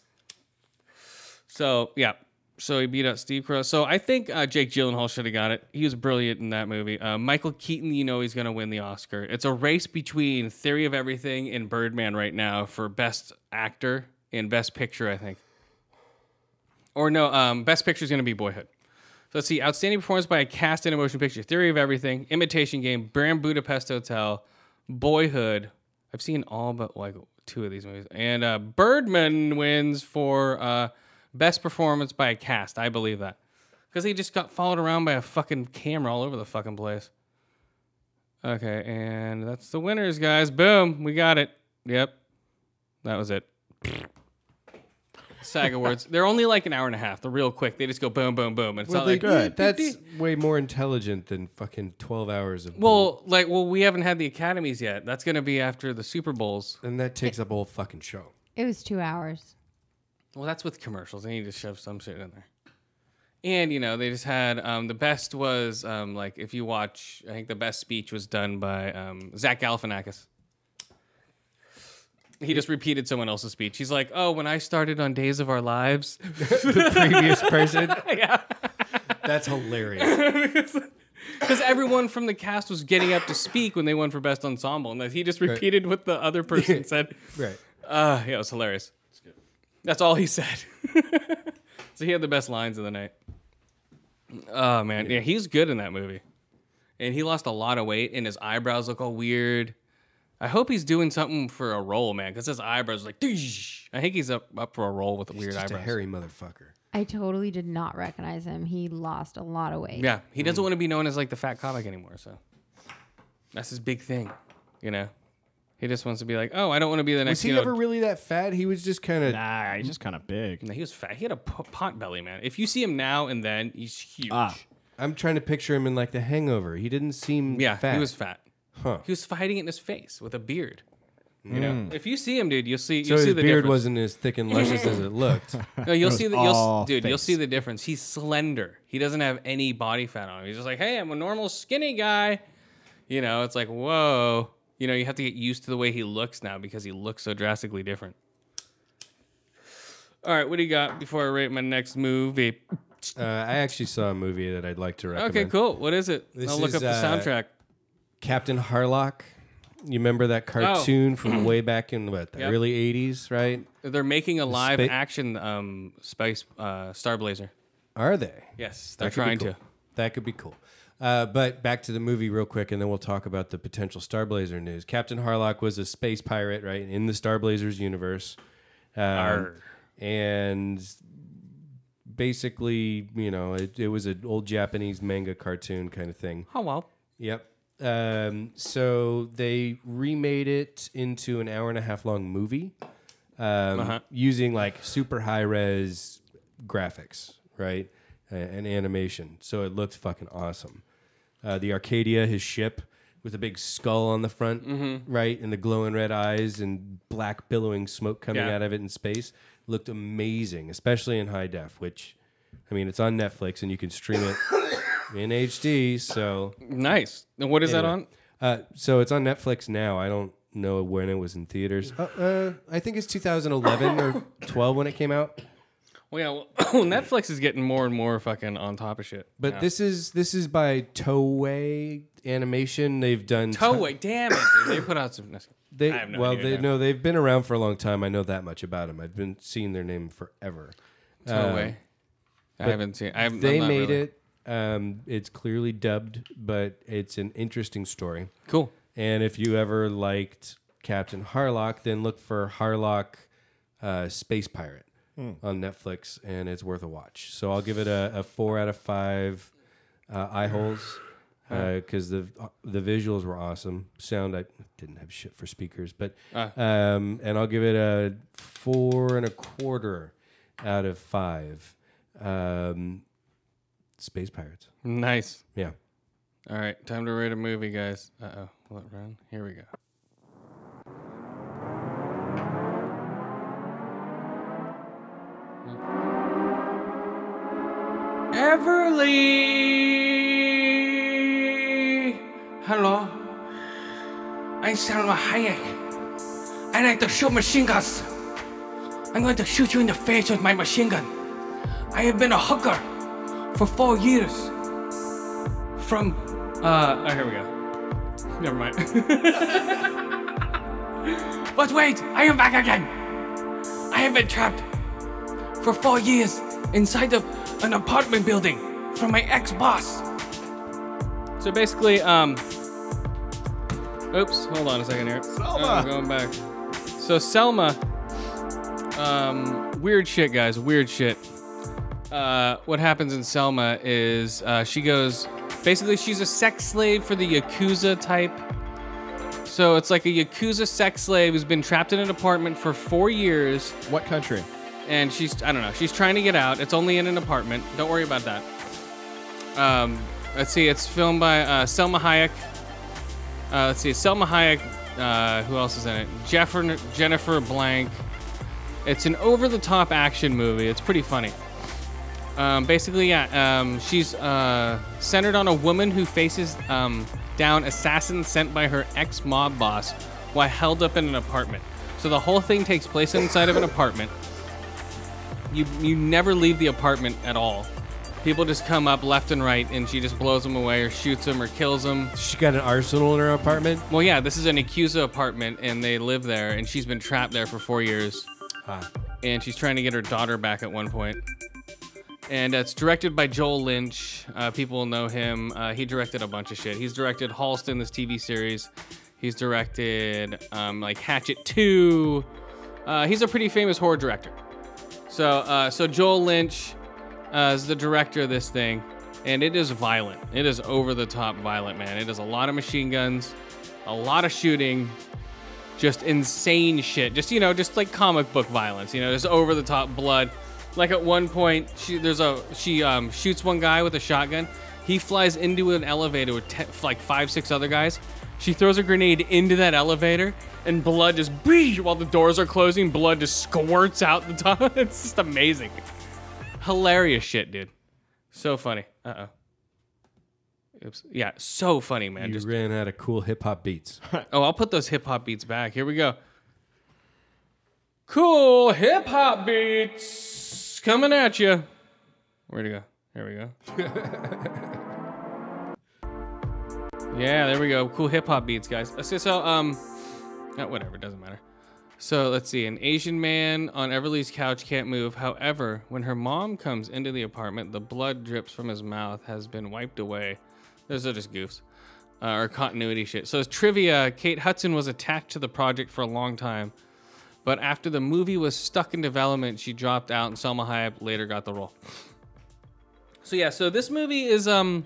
So, yeah. So he beat out Steve Crow. So I think uh, Jake Gyllenhaal should have got it. He was brilliant in that movie. Uh, Michael Keaton, you know he's going to win the Oscar. It's a race between Theory of Everything and Birdman right now for Best Actor and Best Picture, I think. Or no, um, Best Picture is going to be Boyhood. So let's see. Outstanding performance by a cast in a motion picture. Theory of Everything. Imitation Game. Grand Budapest Hotel. Boyhood. I've seen all but like two of these movies. And uh, Birdman wins for uh, best performance by a cast. I believe that. Because he just got followed around by a fucking camera all over the fucking place. Okay, and that's the winners, guys. Boom. We got it. Yep. That was it. SAG Awards. They're only like an hour and a half. They're real quick. They just go boom, boom, boom. And it's not they- like, That's way more intelligent than fucking twelve hours of. Well, like, well, we haven't had the academies yet. That's gonna be after the Super Bowls. and that takes up a whole fucking show. It was two hours. Well, that's with commercials. They need to shove some shit in there. And you know, they just had um, the best was um, like if you watch, I think the best speech was done by um, Zach Galifianakis. He just repeated someone else's speech. He's like, "Oh, when I started on Days of Our Lives, Previous person. That's hilarious. because everyone from the cast was getting up to speak when they won for Best Ensemble, and he just repeated what the other person said." Right. Uh, yeah, it was hilarious. That's, all he said. so he had the best lines of the night. Oh man, yeah, he's good in that movie, and he lost a lot of weight, and his eyebrows look all weird. I hope he's doing something for a role, man, because his eyebrows are like. "Doosh." I think he's up up for a role with weird Just a eyebrows. hairy motherfucker. I totally did not recognize him. He lost a lot of weight. Yeah, he Mm. doesn't want to be known as like the fat comic anymore. So that's his big thing, you know. He just wants to be like, oh, I don't want to be the next. Was he you know, ever really that fat? He was just kind of. Nah, he's just kind of big. No, he was fat. He had a po- pot belly, man. If you see him now and then, he's huge. Ah. I'm trying to picture him in like The Hangover. He didn't seem. yeah, fat. he was fat. Huh. He was fighting it in his face with a beard. You know, if you see him, dude, you'll see. Mm. So You'll see his the beard difference. wasn't as thick and luscious as it looked. Uh, No, you'll see the you'll, Oh, all s- dude. You'll face. see the difference. He's slender. He doesn't have any body fat on him. He's just like, hey, I'm a normal skinny guy. You know, it's like, whoa. You know, you have to get used to the way he looks now because he looks so drastically different. All right, what do you got before I rate my next movie? Uh, I actually saw a movie that I'd like to recommend. Okay, cool. What is it? This I'll look is, up the uh, soundtrack. Captain Harlock. You remember that cartoon from way back in what, the Oh. Yep. early 80s, right? They're making a live spa- action um, Space uh, Star Blazer. Are they? Yes, they're That could be trying cool. to. That could be cool. Uh, but back to the movie real quick, and then we'll talk about the potential Starblazer news. Captain Harlock was a space pirate, right, in the Starblazers universe, um, and basically, you know, it, it was an old Japanese manga cartoon kind of thing. Oh well. Yep. Um, so they remade it into an hour and a half long movie um, using like super high res graphics, right? A- And animation. So it looked fucking awesome. Uh, the Arcadia, his ship with a big skull on the front, right? And the glowing red eyes and black billowing smoke coming Yeah. out of it in space looked amazing, especially in high def, which, I mean, it's on Netflix and you can stream it in HD. So Nice. And what is that on? Anyway. uh, so it's on Netflix now. I don't know when it was in theaters. Uh, uh, I think it's 2011 or 12 when it came out. Well, yeah, well, Netflix is getting more and more fucking on top of shit. But Yeah. this is this is by Toei Animation. They've done Toei, damn it, dude. they put out some. They I have no well, idea, they Dan. no, they've been around for a long time. I know that much about them. I've been seeing their name forever. Toei. I haven't seen. I haven't, Uh, They I'm not made really- it. Um, it's clearly dubbed, but it's an interesting story. cool. And if you ever liked Captain Harlock, then look for Harlock uh, Space Pirate on Netflix, and it's worth a watch. So I'll give it a, a four out of five uh, eye holes because the the visuals were awesome. Sound I didn't have shit Ah. for speakers, but um, and I'll give it a four and a quarter out of five. Um, Space Pirates. Nice. Yeah. All right, time to rate a movie, guys. Uh oh, will it run? Here we go. Everly! Hello. I'm Salma Hayek. I like to shoot machine guns. I'm going to shoot you in the face with my machine gun. I have been a hooker for four years from uh oh, here we go never mind but wait i am back again i have been trapped for four years inside of an apartment building from my ex-boss so basically um oops hold on a second here selma. i'm going back so selma um weird shit guys weird shit uh, what happens in Selma is uh, she goes basically she's a sex slave for the yakuza type. So it's like a yakuza sex slave who's been trapped in an apartment for four years, What country? and she's I don't know she's trying to get out. It's only in an apartment. Don't worry about that. Um, let's see. It's filmed by uh, Selma Hayek. Uh, let's see. Selma Hayek. Uh, who else is in it? Jeffer, Jennifer Blank. It's an over-the-top action movie. It's pretty funny. Um, basically, yeah, um, she's uh, centered on a woman who faces um, down assassins sent by her ex mob boss while held up in an apartment. So the whole thing takes place inside of an apartment. You, you never leave the apartment at all. People just come up left and right, and she just blows them away, or shoots them, or kills them. She got an arsenal in her apartment. Well, yeah, this is an Yakuza apartment, and they live there, and she's been trapped there for four years Ah. and she's trying to get her daughter back at one point. And it's directed by Joel Lynch. Uh, people know him. Uh, he directed a bunch of shit. He's directed Halston, this TV series. He's directed um, like Hatchet 2. Uh, he's a pretty famous horror director. So, uh, so Joel Lynch uh, is the director of this thing, and it is violent. It is over the top violent, man. It is a lot of machine guns, a lot of shooting, just insane shit. Just you know, just like comic book violence. You know, just over the top blood. Like at one point, she there's a she um, shoots one guy with a shotgun. He flies into an elevator with te- like five six other guys. She throws a grenade into that elevator, and blood just bee while the doors are closing. Blood just squirts out the top. it's just amazing, hilarious shit, dude. So funny. Uh oh. Oops. Yeah, so funny, man. You Just ran out of cool hip hop beats. Oh, I'll put those hip hop beats back. Here we go. Cool hip hop beats coming at you. Where'd it go? Here we go. yeah, there we go. Cool hip hop beats, guys. Uh, So, so um, uh, whatever, doesn't matter. So let's see. An Asian man on Everly's couch can't move. However, when her mom comes into the apartment, the blood drips from his mouth has been wiped away. Those are just goofs uh, or continuity shit. So, as trivia, Kate Hudson was attached to the project for a long time, but after the movie was stuck in development, she dropped out, and Selma Hayek later got the role. So yeah, so this movie is um,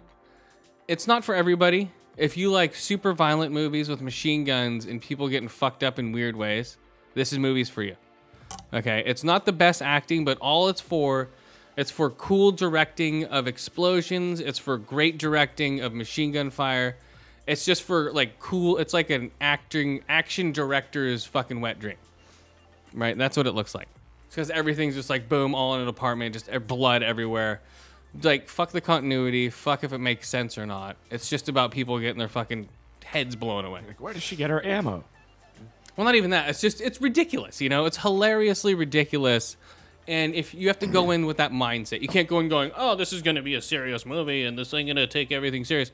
it's not for everybody. If you like super violent movies with machine guns and people getting fucked up in weird ways, this is movies for you. Okay, it's not the best acting, but all it's for, it's for cool directing of explosions. It's for great directing of machine gun fire. It's just for like cool. It's like an acting action director's fucking wet dream, right? That's what it looks like. Because everything's just like boom, all in an apartment, just eh, blood everywhere. Like fuck the continuity, fuck if it makes sense or not. It's just about people getting their fucking heads blown away. Where does she get her ammo? Well, not even that. It's just it's ridiculous. You know, it's hilariously ridiculous. And if you have to go in with that mindset, you can't go in going, "Oh, this is going to be a serious movie, and this ain't going to take everything serious."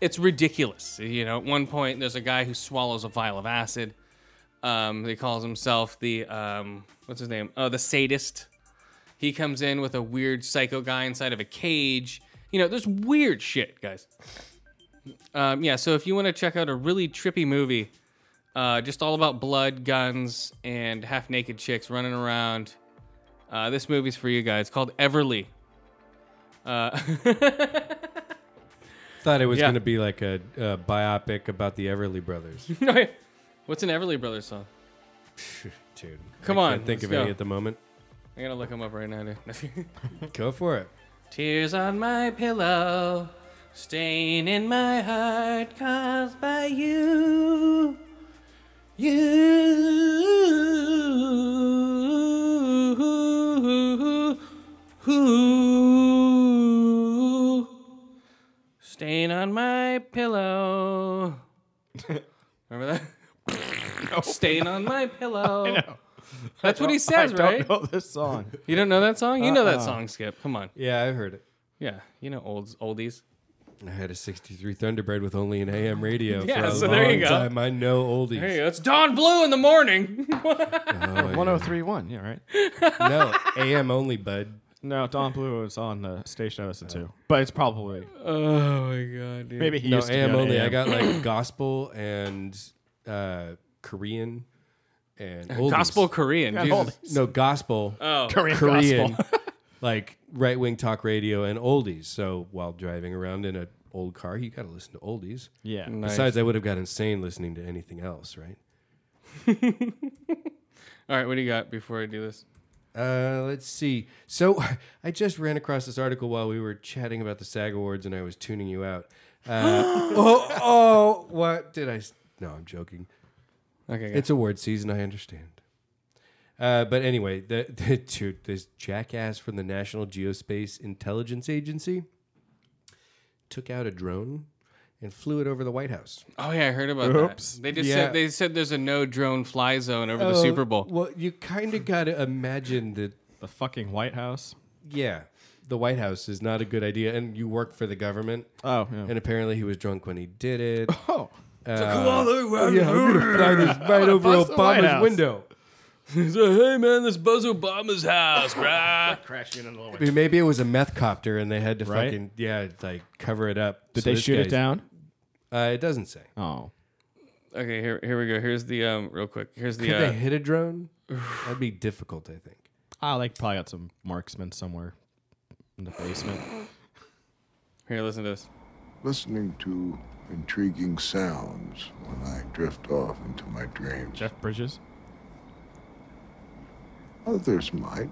It's ridiculous. You know, at one point there's a guy who swallows a vial of acid. Um, he calls himself the um, what's his name? Oh, the sadist. He comes in with a weird psycho guy inside of a cage. You know, there's weird shit, guys. Um, yeah, so if you want to check out a really trippy movie, uh, just all about blood, guns, and half naked chicks running around. Uh, this movie's for you guys. It's called Everly. Uh, Thought it was Yeah. going to be like a, a biopic about the Everly Brothers. What's an Everly Brothers song? Dude, Come I on, can't think let's of go. any at the moment. I I gotta look him up right now, dude. Go for it. Tears on my pillow, stain in my heart caused by you. You. Stain on my pillow. Remember that? Stain on my pillow. That's what he says, I right? don't know Uh-uh. this song. You don't know that song? You know that song, Skip. Come on. Yeah, I've heard it. Yeah, you know olds, oldies. I had a 63 Thunderbird with only an AM radio Yeah, for a so long there you go. time. I know oldies. Hey, it's dawn blue in the morning. Oh, yeah. 1031, yeah, right? no, AM only, bud. No, Don Blue was on the station I listened to, but it's probably oh my god, dude. maybe he No, used to be AM on only. I AM. got like gospel and uh, Korean and oldies. Uh, gospel Korean. Jesus. No, gospel. Oh, Korean, Korean, gospel. like right wing talk radio and oldies. So while driving around in an old car, you got to listen to oldies. yeah, nice. Besides, I would have got insane listening to anything else, right? All right, what do you got before I do this? Uh, let's see. So I just ran across this article while we were chatting about the SAG Awards, and I was tuning you out. Uh, oh, oh, what did I? s- No, I'm joking. Okay, It's award season. I understand. Uh, but anyway, the, the dude, this jackass from the National Geospace Intelligence Agency took out a drone and flew it over the White House. oh yeah, I heard about Oops. that. They just Yeah. said they said there's a no drone fly zone over the Oh, Super Bowl. Well, you kind of got to imagine that the fucking White House. yeah, the White House is not a good idea, and you work for the government. Oh, yeah. And apparently, he was drunk when he did it. Uh, oh, yeah, I'm gonna fly this right over bust the White Obama's House. window. So, hey man, this Buzz Obama's house, bruh. crashing in the I mean, maybe it was a meth copter, and they had to Right? fucking yeah, like cover it up. Did So they this shoot it guy's- down? Uh, it doesn't say. Oh, okay, here here we go. Here's the um real quick. Here's the Could uh, they hit a drone? That'd be difficult, I think. I like probably got some marksmen somewhere in the basement. here. Listen to this. listening to intriguing sounds when I drift off into my dreams. Jeff Bridges. Others might.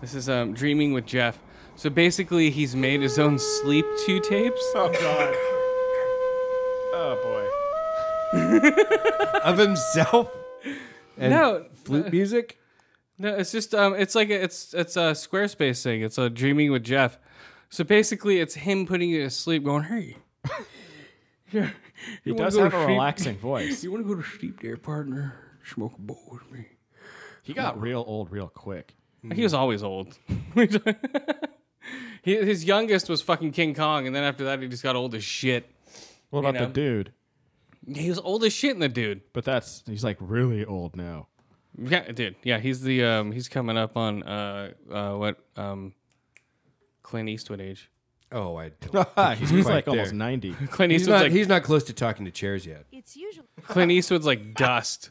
This is um dreaming with Jeff. So basically, he's made his own sleep two tapes. Oh God. oh boy. Of himself and no, flute music. No, it's just um, it's like a, it's it's a Squarespace thing. It's a dreaming with Jeff. So basically, it's him putting you to sleep, going, "Hey, yeah, He you wanna does go have to a sleep? relaxing voice. You want to go to sleep, there, partner? Smoke a bowl with me." He got real old real quick. He was always old. He- His youngest was fucking King Kong, and then after that, he just got old as shit. What about the dude? He was old as shit in the dude. But that's he's like really old now. Yeah, dude. Yeah, he's the um, he's coming up on uh, uh, what um, Clint Eastwood age. Oh, I don't. he's quite like there. almost ninety. Clint He's Eastwood's not. like he's not close to talking to chairs yet. It's usually Clint Eastwood's like dust.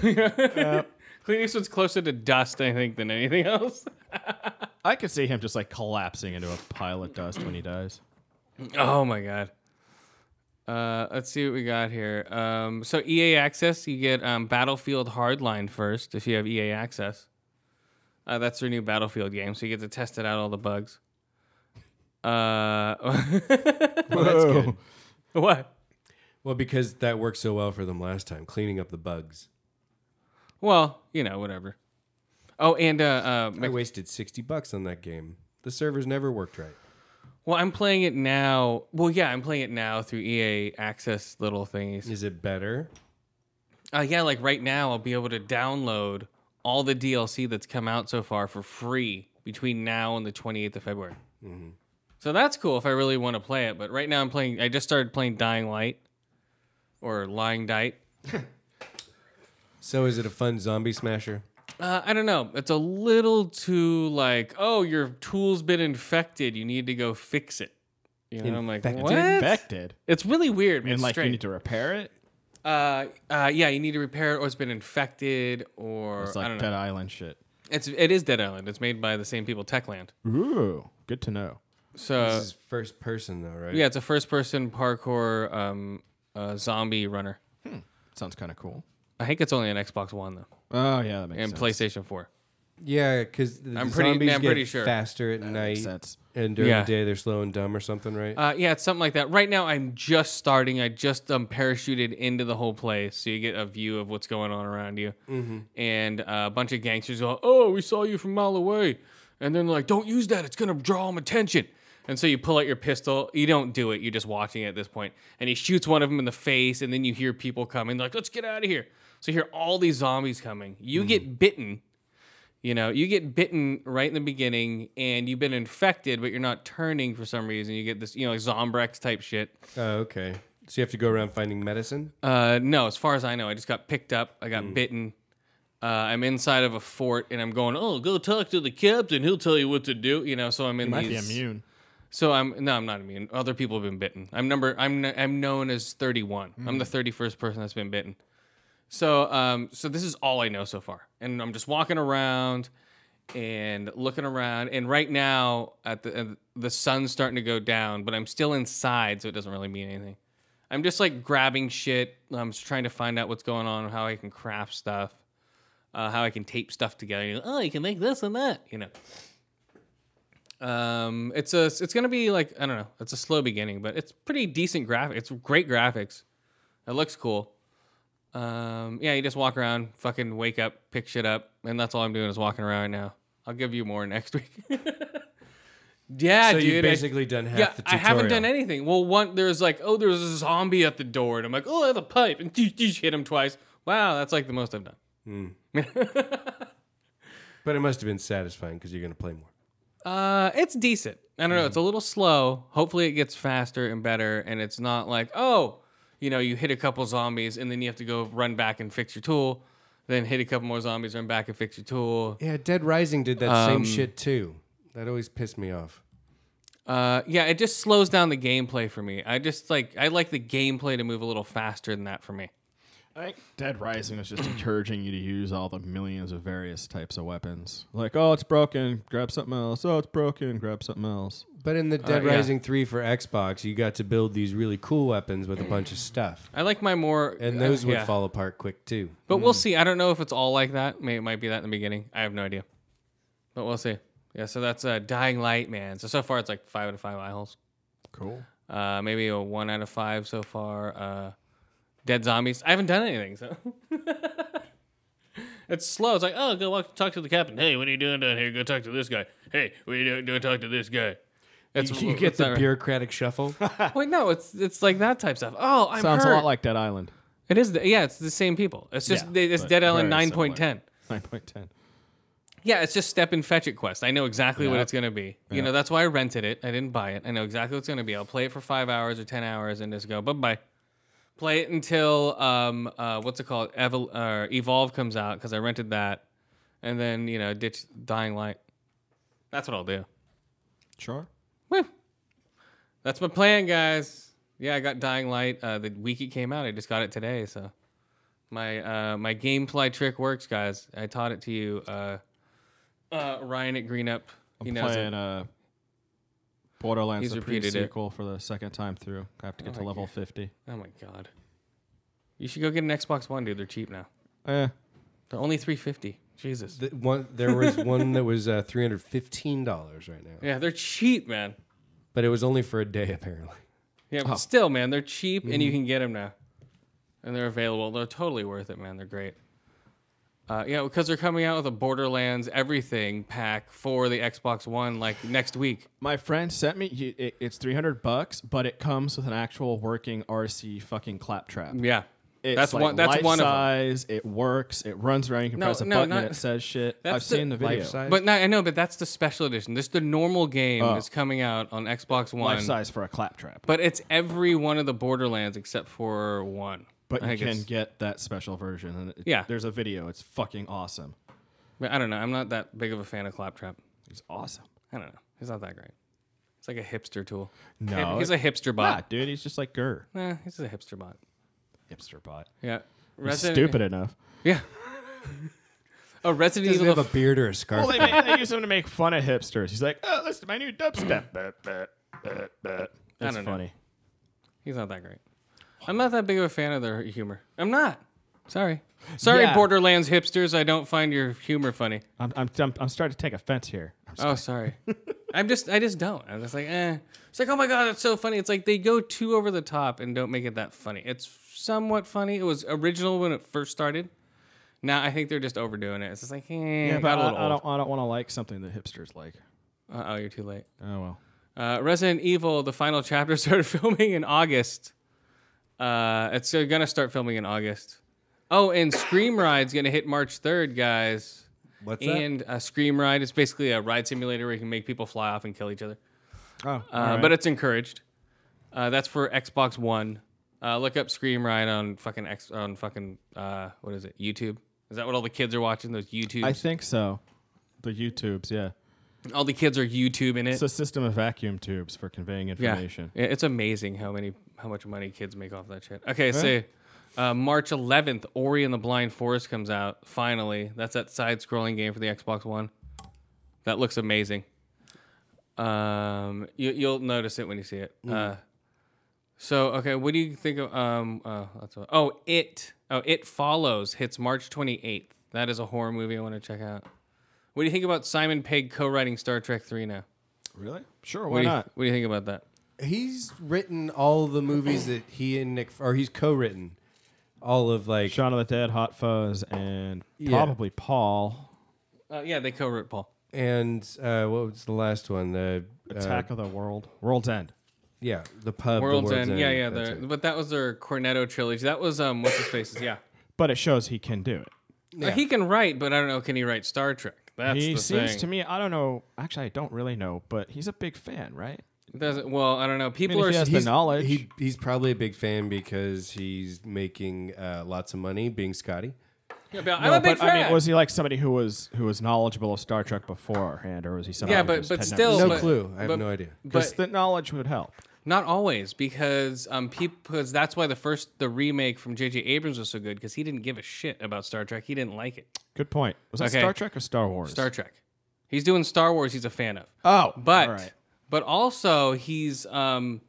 Clint Eastwood's closer to dust, I think, than anything else. I could see him just like collapsing into a pile of dust when he dies. Oh my god. Uh, let's see what we got here. Um, so EA Access, you get um, Battlefield Hardline first if you have EA Access. Uh, that's their new Battlefield game, so you get to test it out all the bugs. Uh, That's good. what? Well, because that worked so well for them last time, cleaning up the bugs. Well, you know, whatever. Oh, and uh, uh, I wasted sixty bucks on that game. The servers never worked right. Well, I'm playing it now. Well, yeah, I'm playing it now through EA Access little thingies. Is it better? Uh, yeah, like right now, I'll be able to download all the DLC that's come out so far for free between now and the 28th of February. So that's cool if I really want to play it. But right now, I'm playing. I just started playing Dying Light or Lying Dite. So is it a fun zombie smasher? Uh, I don't know. It's a little too like, oh, your tool's been infected. You need to go fix it. You know, I'm like, Infected? what? Infected. It's really weird. man. And like straight. you need to repair it. uh, uh, yeah, you need to repair it, or it's been infected, or It's I like don't know. Dead Island shit. It's it is Dead Island. It's made by the same people, Techland. Ooh, good to know. So This is first person though, right? yeah, it's a first-person parkour um, uh, zombie runner. Sounds kind of cool. I think it's only on Xbox One though, Oh yeah, that makes and sense. PlayStation Four. Yeah, because the I'm zombies pretty- I'm get pretty sure. faster at night, makes sense. and during Yeah. the day they're slow and dumb or something, right? Uh, yeah, it's something like that. Right now, I'm just starting. I just um, parachuted into the whole place, so you get a view of what's going on around you. Mm-hmm. And uh, a bunch of gangsters go, "Oh, we saw you from a mile away," and then like, "Don't use that; it's gonna draw them attention." And so you pull out your pistol. You don't do it. You're just watching it at this point. And he shoots one of them in the face, and then you hear people coming. Like, "Let's get out of here!" So you hear all these zombies coming. You get bitten. You know, you get bitten right in the beginning and you've been infected, but you're not turning for some reason. You get this, you know, like Zombrex type shit. oh, okay. So you have to go around finding medicine. Uh, no, as far as I know, I just got picked up. I Mm. got bitten. Uh, I'm inside of a fort and I'm going, oh, go talk to the captain. He'll tell you what to do. You know, so I'm in Might be these. immune. So I'm no, I'm not immune. Other people have been bitten. I'm number. I'm kn- I'm known as 31. I'm the 31st person that's been bitten. So um, so this is all I know so far, and I'm just walking around and looking around. And right now, at the uh, the sun's starting to go down, but I'm still inside, so it doesn't really mean anything. I'm just like grabbing shit. I'm just trying to find out what's going on, how I can craft stuff, uh, how I can tape stuff together. You know, oh, you can make this and that, you know. Um, it's a it's gonna be like I don't know. It's a slow beginning, but it's pretty decent graphic. It's great graphics. It looks cool. Um, yeah, you just walk around, fucking wake up, pick shit up, and that's all I'm doing is walking around right now. I'll give you more next week. yeah, so dude. you've I- basically done half yeah, the I tutorial. haven't done anything. Well, one there's like, oh, there's a zombie at the door, and I'm like, oh, I have a pipe, and you hit him twice. Wow, that's like the most I've done. But it must have been satisfying because you're going to play more. Uh, it's decent. I don't know. It's a little slow. Hopefully, it gets faster and better, and it's not like oh, you know, you hit a couple zombies and then you have to go run back and fix your tool, then hit a couple more zombies, run back and fix your tool. Yeah, Dead Rising did that Um, same shit too. That always pissed me off. Uh, yeah, it just slows down the gameplay for me. I just like I like the gameplay to move a little faster than that for me. I think Dead Rising is just encouraging you to use all the millions of various types of weapons. Like, oh, it's broken, grab something else. Oh, it's broken, grab something else. But in the Dead Uh, yeah. Rising 3 for Xbox, you got to build these really cool weapons with a bunch of stuff. I like my more And those uh, would yeah. fall apart quick too. But Hmm. we'll see. I don't know if it's all like that. Maybe it might be that in the beginning. I have no idea. But we'll see. Yeah, so that's uh, Dying Light, man. So so far it's like five out of five eye holes. Cool. Uh, maybe a one out of five so far. Uh, dead zombies. I haven't done anything, so it's slow. It's like, oh, go walk, talk to the captain. Hey, what are you doing down here? Go talk to this guy. Hey, what are you doing? Go talk to this guy. That's You, you get it's the not- bureaucratic shuffle. Wait, no, it's it's like that type stuff. Oh, I'm Sounds hurt. a lot like Dead Island. it is. The, yeah, it's the same people. It's just Yeah, they it's but Dead Island very nine similar. point ten. 9.10. Yeah, it's just step and fetch it quest. I know exactly what Yeah. it's gonna be. You know, that's why I rented it. I didn't buy it. I know exactly what it's gonna be. I'll play it for five hours or ten hours and just go bye bye. Play it until um uh what's it called Evol- uh, evolve comes out because I rented that, and then you know ditch Dying Light. That's what I'll do. Sure. Woo. That's my plan, guys. Yeah, I got Dying Light uh, the week it came out. I just got it today, so my uh, my gameplay trick works, guys. I taught it to you, uh, uh, Ryan at Green Up. I'm He knows playing it. uh, Borderlands He's the pre repeated it. sequel for the second time through. I have to get to level 50. Oh my god, you should go get an Xbox One, dude. They're cheap now. Eh. They're only three fifty. Jesus. The one, there was one that was uh, $315 right now. Yeah, they're cheap, man. But it was only for a day apparently. Yeah, but still, man, they're cheap and you Mm-hmm. can get them now, and they're available. They're totally worth it, man. They're great. Uh, yeah, because they're coming out with a Borderlands everything pack for the Xbox One like next week. My friend sent me. He, it, it's three hundred bucks, but it comes with an actual working RC fucking claptrap. Yeah, It's that's like one. That's life one of them. size. It works. It runs around. You can No, press a no, button not- and it says shit. that's I've the- seen the video. Life size. But no, I know, but that's the special edition. This the normal game Oh. is coming out on Xbox One. Life size for a claptrap. But it's every one of the Borderlands except for one. But I you think can it's- get that special version. And it, Yeah. there's a video. It's fucking awesome. I don't know. I'm not that big of a fan of Claptrap. It's awesome. I don't know. He's not that great. It's like a hipster tool. No, he's a hipster Nah, bot. dude, he's just like Gurr. Nah, Eh, he's a hipster bot. Hipster bot. Yeah. He's Resident, stupid enough. Yeah. oh, Resident He doesn't Evil. have a beard or a scarf. Well, they, make, they use him to make fun of hipsters. He's like, oh, listen to my new dubstep. That's don't know. funny. He's not that great. I'm not that big of a fan of their humor. I'm not. Sorry. Sorry, Yeah. Borderlands hipsters. I don't find your humor funny. I'm, I'm, I'm, I'm starting to take offense here. I'm Oh, sorry. I'm just, I just don't. I'm just like, eh. It's like, oh my god, it's so funny. It's like they go too over the top and don't make it that funny. It's somewhat funny. It was original when it first started. Now I think they're just overdoing it. It's just like, eh, Yeah, it but got a I, little I old. don't, I don't want to like something that hipsters like. Uh oh, you're too late. Oh well. Uh, Resident Evil, the final chapter started filming in August. Uh, it's gonna start filming in August. Oh, and Scream Ride's gonna hit March third, guys. What's and a Scream Ride is basically a ride simulator where you can make people fly off and kill each other. Oh, Uh, But it's encouraged. Uh, that's for Xbox One. Uh, look up Scream Ride on fucking X on fucking uh, what is it? YouTube. Is that what all the kids are watching? Those YouTube. I think so. The YouTubes, yeah. all the kids are YouTube in it. It's a system of vacuum tubes for conveying information. Yeah, it's amazing how many how much money kids make off that shit. Okay, so uh, March 11th, Ori and the Blind Forest comes out finally. That's that side-scrolling game for the Xbox One. That looks amazing. Um, you, you'll notice it when you see it. Mm-hmm. Uh, so okay, what do you think of um? Uh, that's what, oh, it oh it follows hits March 28th. That is a horror movie I want to check out. What do you think about Simon Pegg co-writing Star Trek 3 now? Really? Sure. what Why do you, not? What do you think about that? He's written all the movies that he and Nick, or he's co-written all of like. Shaun of the Dead, Hot Fuzz, and Yeah. probably Paul. Uh, yeah, they co-wrote Paul. And uh, what was the last one? The uh, Attack of the World. World's End. Yeah, the pub. the World's End. Yeah, yeah. that's The, it. but that was their Cornetto trilogy. That was um, what's his faces. Yeah. But it shows he can do it. Uh, He can write, but I don't know. Can he write Star Trek? That's he the seems thing. to me, I don't know. Actually, I don't really know, but he's a big fan, right? Doesn't well. I don't know. I mean, People if he are. has s- the He's- knowledge. He, he's probably a big fan because he's making uh, lots of money being Scotty. about- I'm a big but fan. I mean, was he like somebody who was who was knowledgeable of Star Trek beforehand, or was he somebody? yeah, who but just but had never still, No seen but- it? clue. I have but- no idea. But Because the knowledge would help. not always, because um, because that's why the first the remake from J.J. Abrams was so good because he didn't give a shit about Star Trek. He didn't like it. Good point. Was that Okay. Star Trek or Star Wars? Star Trek. He's doing Star Wars. He's a fan of. Oh, but all right. but also he's um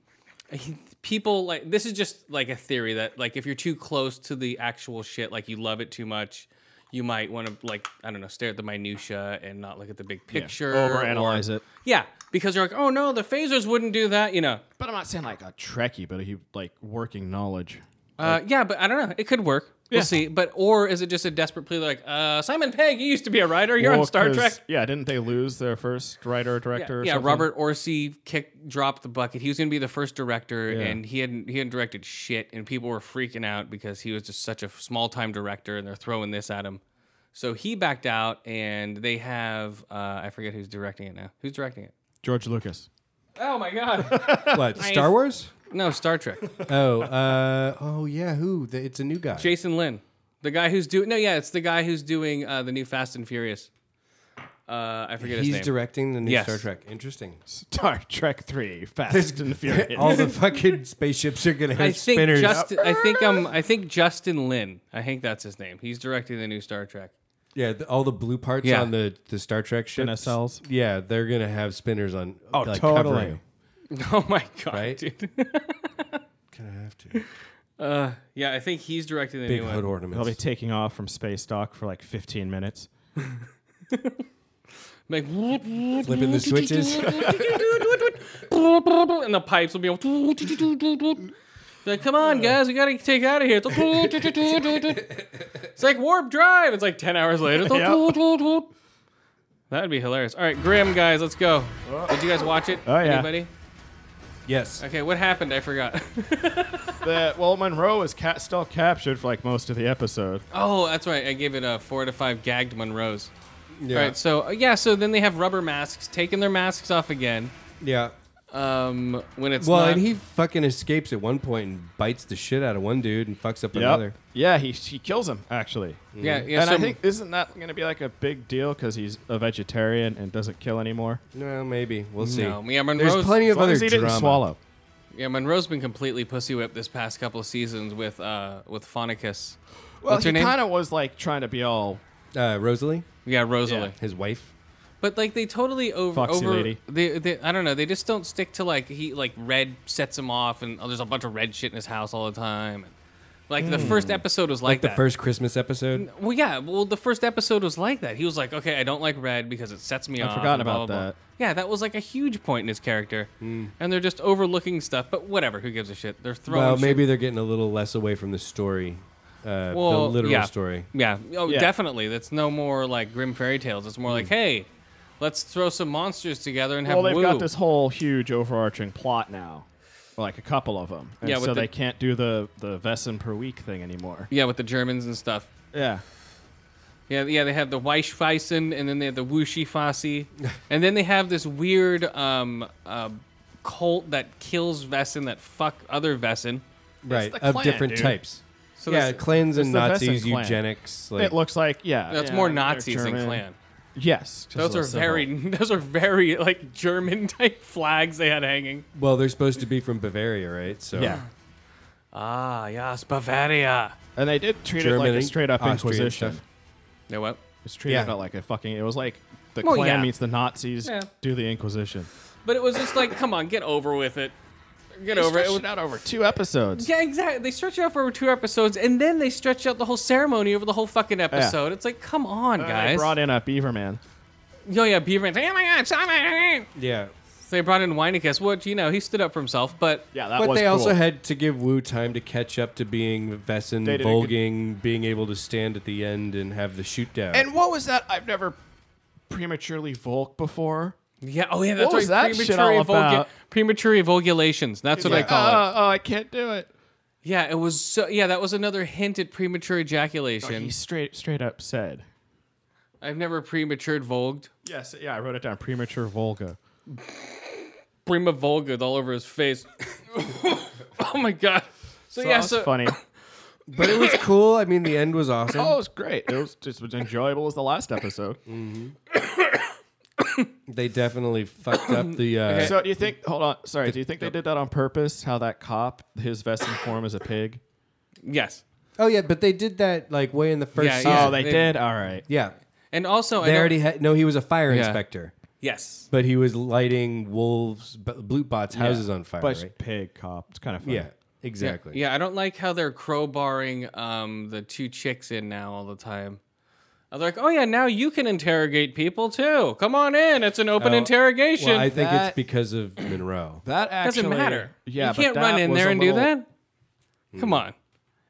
he, people like this is just like a theory that like if you're too close to the actual shit like you love it too much you might want to like i don't know stare at the minutia and not look at the big picture overanalyze or- it. yeah because you're like oh no the phasers wouldn't do that you know But I'm not saying like a Trekkie, but he like working knowledge. uh, yeah but i don't know it could work we'll Yeah. see but or is it just a desperate plea like uh, simon pegg you used to be a writer you're on Well, star 'cause- trek Yeah, didn't they lose their first writer or Yeah, director? or yeah, something? Robert Orsi kicked dropped the bucket. He was going to be the first director, and he hadn't he hadn't directed shit, and people were freaking out because he was just such a small time director, and they're throwing this at him. So he backed out, and they have uh, I forget who's directing it now. Who's directing it? George Lucas. Oh my god! What? Star Wars? no, Star Trek. Oh, uh, oh yeah. Who? The, it's a new guy. Jason Lin, the guy who's doing no, yeah, it's the guy who's doing uh, the new Fast and Furious. Uh, I forget his He's name. directing the new Yes. Star Trek. Interesting. Star Trek Three: Fast and Furious. All the fucking spaceships are gonna have I think spinners. Justin. I think um. I think Justin Lin. I think that's his name. He's directing the new Star Trek. yeah, the, all the blue parts Yeah. on the, the Star Trek ships. nacelles. Yeah, they're gonna have spinners on. Oh, like, totally. covering 'em. Oh my god, Right? dude. Gonna have to. Yeah, I think he's directing the Big new hood one. They'll be ornaments. taking off from space dock for like 15 minutes. Like Flipping the switches. and the pipes will be all- like, come on, guys, we gotta take out of here. It's like warp drive. It's like ten hours later. That'd be hilarious. All right, Grim, guys, let's go. Did you guys watch it? Oh, yeah. Anybody? yes. Okay, what happened? I forgot. that well, Monroe was ca- still captured for like most of the episode. oh, that's right. I gave it a four to five gagged Monroes. Yeah. All right, so uh, yeah, so then they have rubber masks, taking their masks off again. yeah. Um, when it's Well, not- and he fucking escapes at one point and bites the shit out of one dude and fucks up another. Yeah, he he kills him actually. yeah, yeah. And so I think isn't that going to be like a big deal because he's a vegetarian and doesn't kill anymore? No, maybe we'll see. no, yeah, There's Monroe's plenty As of long other as he drama. didn't swallow. yeah, Monroe's been completely pussy whipped this past couple of seasons with uh with Phonicus. Well, What's he her name? kind of was like trying to be all Uh, Rosalie, Yeah, Rosalie. his wife. But like they totally over Foxy over lady. They, they I don't know, they just don't stick to like he like red sets him off and oh, there's a bunch of red shit in his house all the time and Like the first episode was like, the that. first Christmas episode. Well, yeah. Well, the first episode was like that. He was like, "Okay, I don't like red because it sets me off." and forgotten blah, about blah, blah." that. Yeah, that was like a huge point in his character, and they're just overlooking stuff. But whatever, who gives a shit? They're throwing. Well, shit- maybe they're getting a little less away from the story, uh, Well, the literal yeah. story. Yeah. Oh, Yeah. definitely. That's no more like grim fairy tales. It's more like, hey, let's throw some monsters together and have. Well, they've woo. got this whole huge overarching plot now, like a couple of them. Yeah, with so the- they can't do the the Vesson per week thing anymore. Yeah, with the Germans and stuff. Yeah, Yeah, yeah, they have the Weichfeisen, and then they have the Wushifasi, and then they have this weird um, uh, cult that kills Vessin that fuck other Vessin. Right, the of clan, different dude. types. So yeah, that's- clans and the Vesson Nazis, clan. eugenics. Like, it looks like yeah. That's yeah, more they're Nazis than German. Klan. Yes, just Those a are little very, those are very like German type flags they had hanging. well, they're supposed to be from Bavaria, right? So simple. Yeah, Ah, yes, Bavaria. and they did treat it like Germany, a straight up Austrian Inquisition. stuff. You know what? It's treated Yeah. like a fucking. It was like the Well, Klan yeah. meets the Nazis Yeah. do the Inquisition. But it was just like, come on, get over with it. Get over it. Stretched out over two episodes. Yeah, exactly. They stretch it out for over two episodes, and then they stretch out the whole ceremony over the whole fucking episode. It's like, come on, And guys. Uh, They brought in a beaver man. Yo, yeah, Beaverman's like, oh my god, Simon!" yeah. So they brought in Winekiss, which, you know, he stood up for himself, but Yeah, that But was they also cool. had to give Wu time to catch up to being Vesson, They did a good- Volging, being able to stand at the end and have the shoot down. And what was that? I've never prematurely Volk before. yeah, oh yeah, that's What was right. that shit all about? premature evulgations. That's what I Like, call it. oh, oh, I can't do it. Yeah, it was. So, yeah, that was another hint at premature ejaculation. Oh, He straight straight up said. I've never prematured Volged. Yes, yeah, I wrote it down. Premature Volga. Prima Volged all over his face. oh my god. So, So yeah, that was so funny. but it was cool. I mean, the end was awesome. oh, it was great. It was just as enjoyable as the last episode. Mm. They definitely fucked up the. Uh, So do you think? Hold on, sorry. Do you think they did that on purpose? How that cop, his vest and form is a pig. yes. Oh yeah, but they did that like way in the first Yeah, season. yeah. oh, they they- did. All right. Yeah. And also, I They know- already had no. He was a fire Yeah. inspector, yes. but he was lighting wolves, b- blue bots' houses on fire. But Right? pig cop. It's kind of funny. Yeah, exactly. Yeah, I don't like how they're crowbarring um, the two chicks in now all the time. They're like, oh yeah, now you can interrogate people too. Come on in. It's an open Oh, interrogation. Well, I think it's That- because of Monroe. That actually Doesn't matter. Yeah, you but can't run that in was there a and do little- Hmm. that. Come on,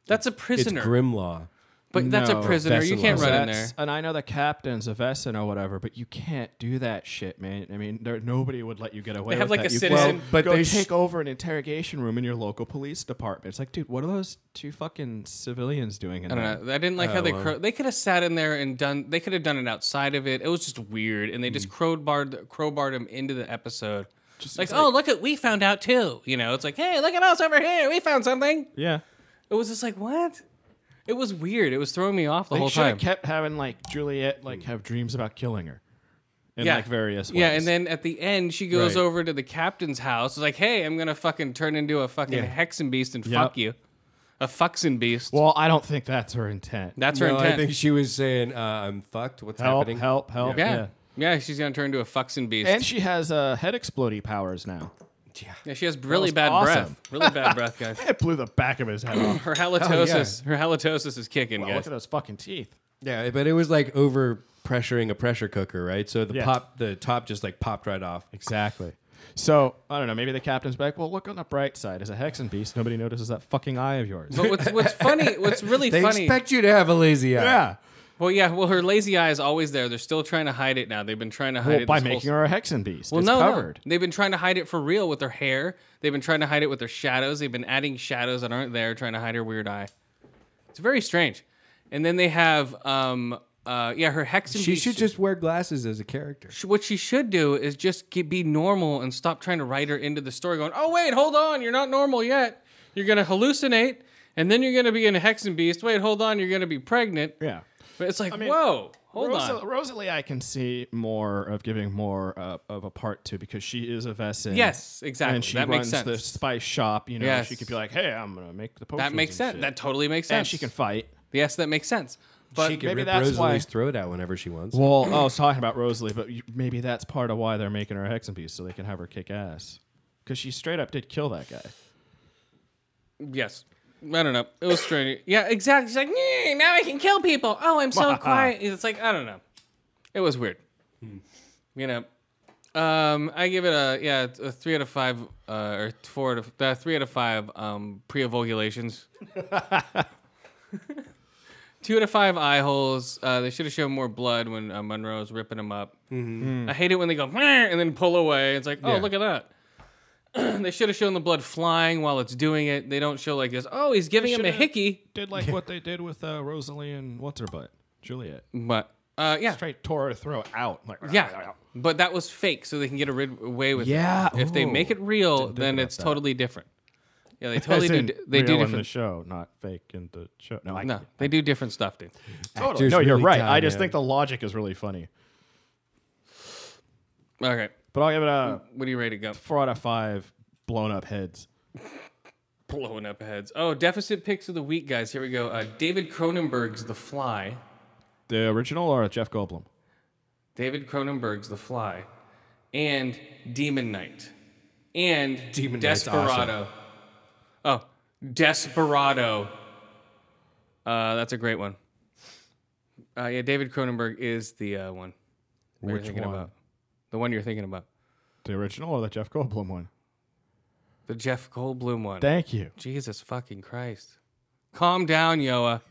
that's a It's prisoner. Grimlaw. but that's a No. prisoner. You Vesselin. can't run in there. That's- And I know the captain's a Vesson or whatever, but you can't do that shit, man. I mean, there, nobody would let you get away. They have with like that. a You citizen- go- But go they sh- take over an interrogation room in your local police department. It's like, dude, what are those two fucking civilians doing in I there? don't know. I didn't like how they Oh, crow- they could have sat in there and done. They could have done it outside of it. It was just weird, and they just Mm. crowbarred crowbarred him into the episode. Just like, oh look at we found out too. You know, it's like hey look at us over here. We found something. Yeah, It was just like what? It was weird. It was throwing me off the they whole should time. have kept having like Juliet like have dreams about killing her in like various ways. Yeah, and then at the end, she goes Right. over to the captain's house. It's like, hey, I'm gonna fucking turn into a fucking hexen beast and fuck you, a fuxen beast. well, I don't think that's her intent. That's her No, intent. I think she was saying, uh, "I'm fucked. What's help, happening?" help, help. yeah. yeah, she's gonna turn into a fuxen beast. And she has uh, head explodey powers now. Yeah, she has really was bad awesome. breath. Really bad breath, guys. It blew the back of his head off. Her halitosis, her halitosis is kicking, Wow, Oh, look guys. at those fucking teeth. Yeah, but it was like over pressuring a pressure cooker, right? So the Yeah. pop, the top just like popped right off. Exactly. So I don't know. Maybe the captain's back. Well, look on the bright side. As a hexen beast, nobody notices that fucking eye of yours. But what's, what's funny, what's really They funny. expect you to have a lazy eye. yeah. well, yeah, well, her lazy eye is always there. They're still trying to hide it now. They've been trying to hide Well, it by this whole- making her a hexen beast, Well, it's no, no. covered. They've been trying to hide it for real with their hair. They've been trying to hide it with their shadows. They've been adding shadows that aren't there, trying to hide her weird eye. It's very strange. And then they have, um, uh, yeah, her hexen. She beast- should just wear glasses as a character. sh- what she should do is just ge- be normal and stop trying to write her into the story going oh wait hold on you're not normal yet you're going to hallucinate and then you're going to be in a hexen beast wait hold on you're going to be pregnant Yeah. but it's like mean, whoa hold Rosa, on Rosalie, I can see more of giving more uh, of a part to because she is a Vessin. Yes, exactly. And she That makes runs the sense. spice shop. You know, Yes. she could be like, "Hey, I'm gonna make the potions." that makes and sense shit." that totally makes and sense she can fight. yes that makes sense but she can maybe rip that's Rosalie's why- throat out whenever she wants. Well, oh, I was talking about Rosalie, but you, maybe that's part of why they're making her a hexen beast so they can have her kick ass. Because she straight up did kill that guy. yes I don't know. It was strange. Yeah, exactly. She's like, "Yeah, now I can kill people. Oh, I'm so quiet. It's like I don't know. It was weird. You know, um, I give it a yeah a three out of five uh, or four out of uh, three out of five um, pre-ovulations. Two out of five eye holes. Uh, they should have shown more blood when uh, Monroe was ripping them up. I hate it when they go "Meh," and then pull away. It's like, oh, look at that. they should have shown the blood flying while it's doing it. They don't show like this. Oh, he's giving him a should've- hickey. Did like what they did with uh, Rosalie and what's her butt, Juliet. But uh, yeah, Straight tore her throat out. Like yeah. But that was fake, so they can get a rid- away with Yeah, it. If they make it real, then it's totally different. Yeah, they totally do. As in di- They do real in the different. show, not fake in the show. No, I, no, they do different stuff, dude. totally. Actors No, you're really right. die, I just man. think the logic is really funny. Okay, But I'll give it a what are you ready to go? four out of five blown up heads. Blowing up heads. Oh, deficit picks of the week, guys. Here we go. Uh, David Cronenberg's The Fly. The original or Jeff Goldblum? David Cronenberg's The Fly, and Demon Knight, and Demon Knight's Desperado. Oh, Desperado. Uh, that's a great one. Uh, yeah, David Cronenberg is the uh, one. that you're Which thinking one? About. The one you're thinking about. The original or the Jeff Goldblum one? The Jeff Goldblum one. Thank you. Jesus fucking Christ. Calm down, Yoa.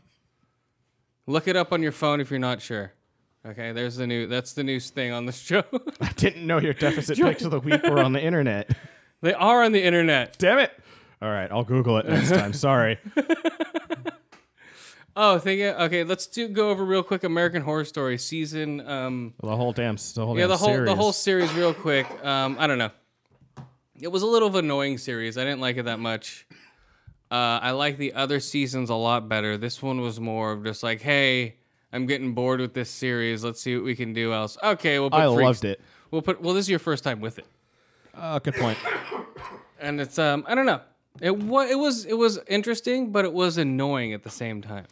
Look it up on your phone if you're not sure. Okay, there's the new. That's the new thing on the show. I didn't know your deficit picks of the week were on the internet. they are on the internet. Damn it. All right, I'll Google it next time. Sorry. Oh, thank you. Okay, let's do go over real quick American Horror Story season. Um, The whole damn, the whole yeah, damn the whole series. the whole series real quick. Um, I don't know. It was a little of an annoying series. I didn't like it that much. Uh, I like the other seasons a lot better. This one was more of just like, hey, I'm getting bored with this series. Let's see what we can do else. Okay, we'll put I Freaks- Uh, loved it. We'll put. Well, this is your first time with it, Oh, good point. and it's um, I don't know. It was it was it was interesting, but it was annoying at the same time.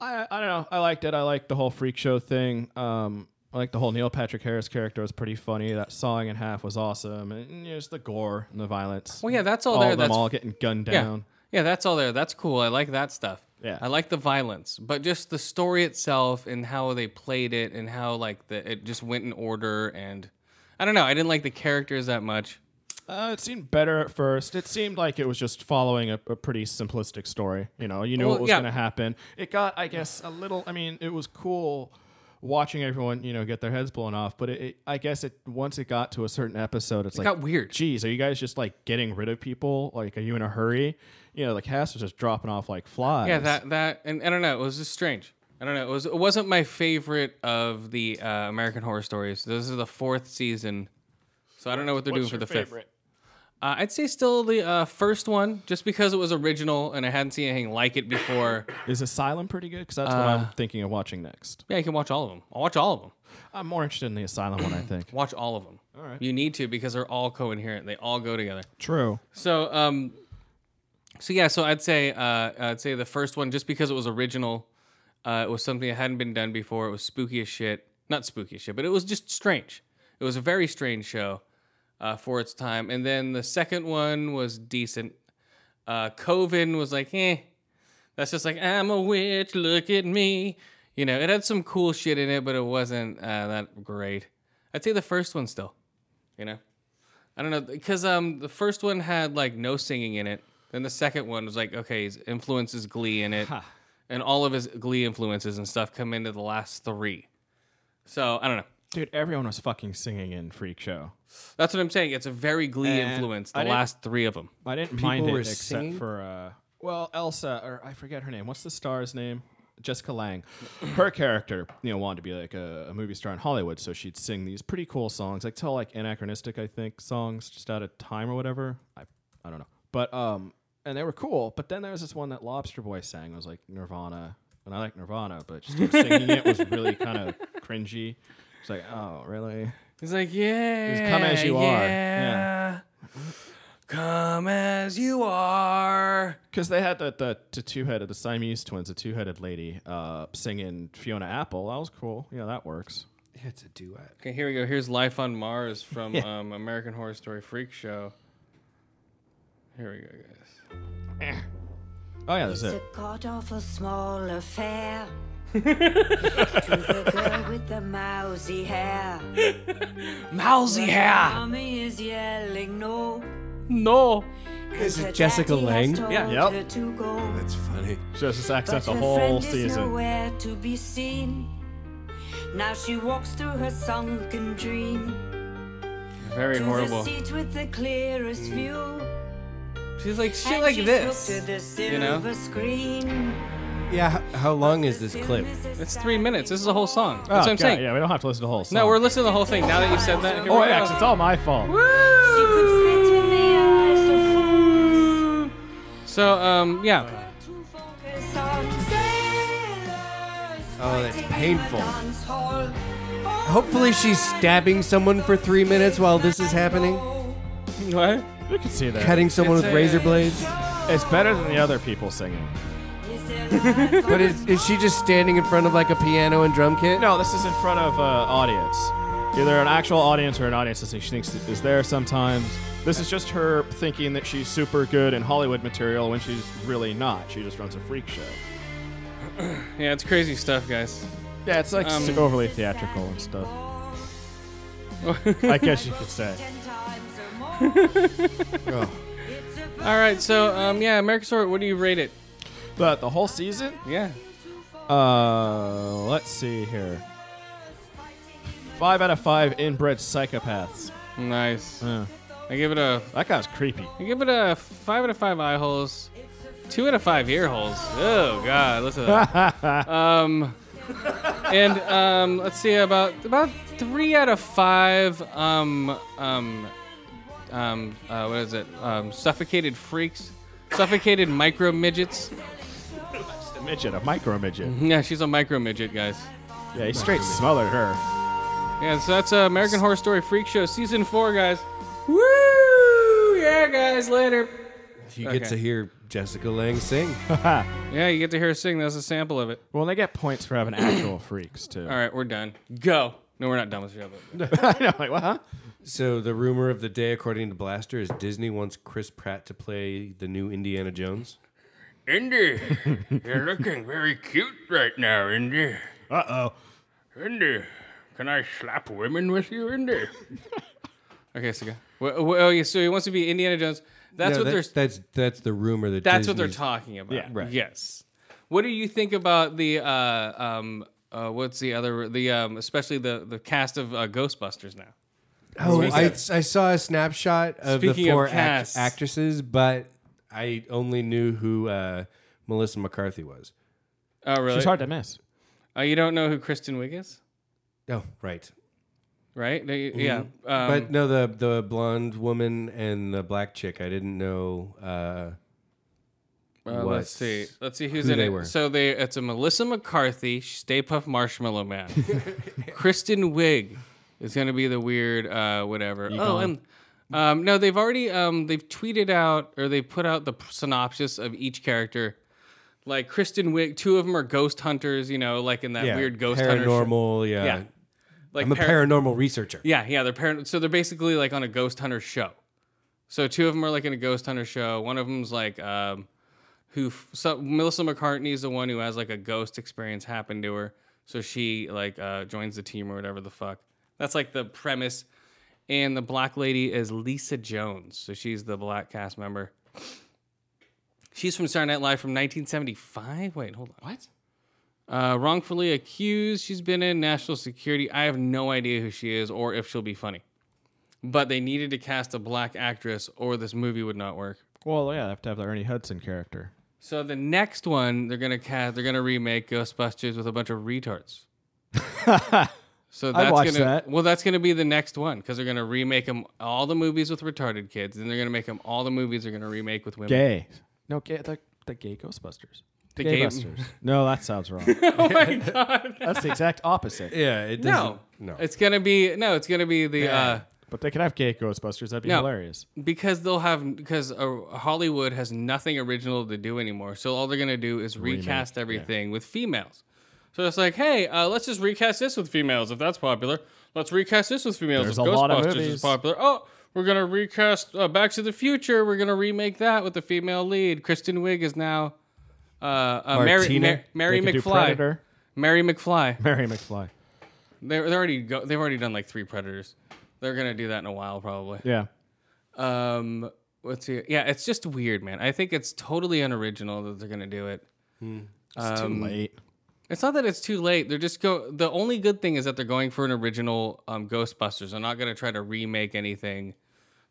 I, I don't know. I liked it. I liked the whole freak show thing. Um, I like the whole Neil Patrick Harris character was pretty funny. That sawing in half was awesome, and there's the gore and the violence. Well, yeah, that's all all there. of them that's all getting gunned Yeah. down. Yeah, that's all there. That's cool. I like that stuff. Yeah. I like the violence, but just the story itself and how they played it and how like the it just went in order and I don't know. I didn't like the characters that much. Uh, it seemed better at first. It seemed like it was just following a, a pretty simplistic story. You know, you knew Well, what was yeah. going to happen. It got, I guess, a little. I mean, it was cool watching everyone, you know, get their heads blown off. But it, it, I guess, it once it got to a certain episode, it's It like got weird. Geez, are you guys just like getting rid of people? Like, are you in a hurry? You know, like Hass was just dropping off like flies. Yeah, that that and I don't know. It was just strange. I don't know. It was it wasn't my favorite of the uh, American Horror Stories. This is the fourth season, so I don't know what they're doing for the fifth. Uh, I'd say still the uh, first one, just because it was original and I hadn't seen anything like it before. Is Asylum pretty good? Because that's what Uh, I'm thinking of watching next. yeah, you can watch all of them. I'll watch all of them. I'm more interested in the Asylum one, I think. Watch all of them. You need to because they're all coherent. They all go together. True. So, um, so yeah. So I'd say, uh, I'd say the first one, just because it was original, uh, it was something that hadn't been done before. It was spooky as shit. Not spooky as shit, but it was just strange. It was a very strange show uh, for its time. And then the second one was decent. Uh, Coven was like, eh. That's just like I'm a witch. Look at me. You know, it had some cool shit in it, but it wasn't uh, that great. I'd say the first one still. You know. I don't know because um the first one had like no singing in it. Then the second one was like okay, his influences Glee in it, and all of his Glee influences and stuff come into the last three. So I don't know. Dude, everyone was fucking singing in Freak Show. That's what I'm saying. It's a very Glee And influence. The I didn't- last three of them. I didn't mind it were except singing? for uh, well, Elsa or I forget her name. What's the star's name? Jessica Lang. Her character, you know, wanted to be like a, a movie star in Hollywood, so she'd sing these pretty cool songs, like tell like anachronistic, I think, songs just out of time or whatever. I I don't know, but um, and they were cool. But then there was this one that Lobster Boy sang. It was like Nirvana, and I like Nirvana, but just him singing it was really kind of cringy. It's like, oh, really? He's like, yeah, come as you are. yeah. come as you are. Because they had the, the, the two headed, the Siamese twins, the two headed lady uh, singing Fiona Apple. That was cool. Yeah, that works. Yeah, it's a duet. Okay, here we go. Here's Life on Mars from um, American Horror Story Freak Show. Here we go, guys. Oh yeah, that's It's it. a god awful small affair. to the girl with the mousy hair. Mousy hair. Mommy is yelling no. No. This is Jessica Lange? Yeah. Yep. To go. That's funny. Just this accent But the her whole friend is season. nowhere to be seen. Now she walks through her sunken dream. Very to horrible. the seat with the clearest view. She's like shit And like she's this. looked at the you know? silver Screen. Yeah. h- How long is this The film clip? is a It's three minutes. This is a sad whole song. That's what I'm Oh, God, saying. Ah, Yeah, we don't have to listen to the whole song. No, we're listening to the whole thing. Now that you said that, here Oh, we yeah, 'cause go. it's all my fault. So, um, yeah. Oh, Oh, that's painful. Hopefully she's stabbing someone for three minutes while this is happening. What? You can see that. Cutting someone It's with a- razor blades. It's better than the other people singing. But is, is she just standing in front of like a piano and drum kit? No, this is in front of uh, audience. Either an actual audience or an audience that she thinks is there sometimes. This is just her thinking that she's super good in Hollywood material when she's really not. She just runs a freak show. Yeah, it's crazy stuff, guys. Yeah, it's like Um, s- overly theatrical and stuff. I guess you could say. Oh. All right, so um, yeah, American Sword. What do you rate it? But the whole season? Yeah. Uh, let's see here. Five out of five inbred psychopaths. Nice. Yeah. I give it a. That guy's creepy. I give it a five out of five eye holes, two out of five ear holes. Oh God, listen to that. um, and um, let's see about about three out of five. Um, um, um, uh, what is it? Um, suffocated freaks, suffocated micro midgets. Just a midget, a micro midget. Yeah, she's a micro midget, guys. Yeah, he straight smothered her. Yeah, so that's uh, American Horror Story Freak Show season four, guys. Woo! Yeah, guys. Later. You Okay. get to hear Jessica Lang sing. Yeah, you get to hear her sing. That's a sample of it. Well, they get points for having actual freaks too. All right, we're done. Go. No, we're not done with the show. But I know, like what? Huh? So the rumor of the day, according to Blaster, is Disney wants Chris Pratt to play the new Indiana Jones. Indy, you're looking very cute right now, Indy. Uh Indy, can I slap women with you, Indy? okay, so go. Well, well, oh, yeah, so he wants to be Indiana Jones. That's what No, that- they're. That's that's the rumor that That's what they're Disney's- talking about. Yeah. Right. Yes. What do you think about the uh, um, uh, what's the other the um, especially the the cast of uh, Ghostbusters now? Oh, I, I saw a snapshot of Speaking the of four act- casts. actresses, but I only knew who uh, Melissa McCarthy was. Oh, oh. really? She's hard to miss. Uh, you don't know who Kristen Wiig is, Oh, right. right? No, you- Yeah. Mm-hmm. Um, but no, the the blonde woman and the black chick. I didn't know. Uh, Uh, what- let's see. Let's see who's who in they it. were. So they it's a Melissa McCarthy, Stay Puff Marshmallow Man. Kristen Wiig is going to be the weird uh, whatever. Oh, and um, no, they've already um, they've tweeted out or they've put out the p- synopsis of each character. Like Kristen Wiig, two of them are ghost hunters, you know, like in that yeah, weird ghost hunter. sh- paranormal. yeah. Yeah. Like I'm a para- paranormal researcher. yeah, yeah, they're parent. So they're basically like on a ghost hunter show. So two of them are like in a ghost hunter show. One of them's like, um, who? f- So Melissa McCartney is the one who has like a ghost experience happen to her. So she like uh, joins the team or whatever the fuck. That's like the premise. And the black lady is Lisa Jones. So she's the black cast member. She's from Saturday Night Live from 1975. Wait, hold on. What? Uh, wrongfully accused. She's been in national security. I have no idea who she is or if she'll be funny. But they needed to cast a black actress or this movie would not work. Well, yeah, they have to have the Ernie Hudson character. So the next one they're gonna cast, they're gonna remake Ghostbusters with a bunch of retards. so that's watch gonna that. well, that's gonna be the next one because they're gonna remake them all the movies with retarded kids, then they're gonna make them all the movies they're gonna remake with women. Gay. No, gay. The, the gay Ghostbusters. The gay gay- Busters. no, that sounds wrong. oh my god! That's the exact opposite. Yeah, it doesn't. no, no. it's gonna be no, it's gonna be the. Uh, But they could have gay Ghostbusters. That'd be No. hilarious. because they'll have because uh, Hollywood has nothing original to do anymore. So all they're gonna do is recast everything with females. So it's like, hey, uh, let's just recast this with females if that's popular. Let's recast this with females There's if a lot of Ghostbusters is movies. popular. Oh, we're gonna recast uh, Back to the Future. We're gonna remake that with the female lead. Kristen Wiig is now uh, uh, Mary, Martina, Mar- Mary they could do McFly. Predator. Mary McFly. Mary McFly. They're, they're already go- they've already done like three Predators. They're gonna do that in a while probably. Yeah. Um, let's see. Yeah, it's just weird, man. I think it's totally unoriginal that they're gonna do it. It's too late. It's not that it's too late. They're just go. The only good thing is that they're going for an original um, Ghostbusters. They're not gonna try to remake anything.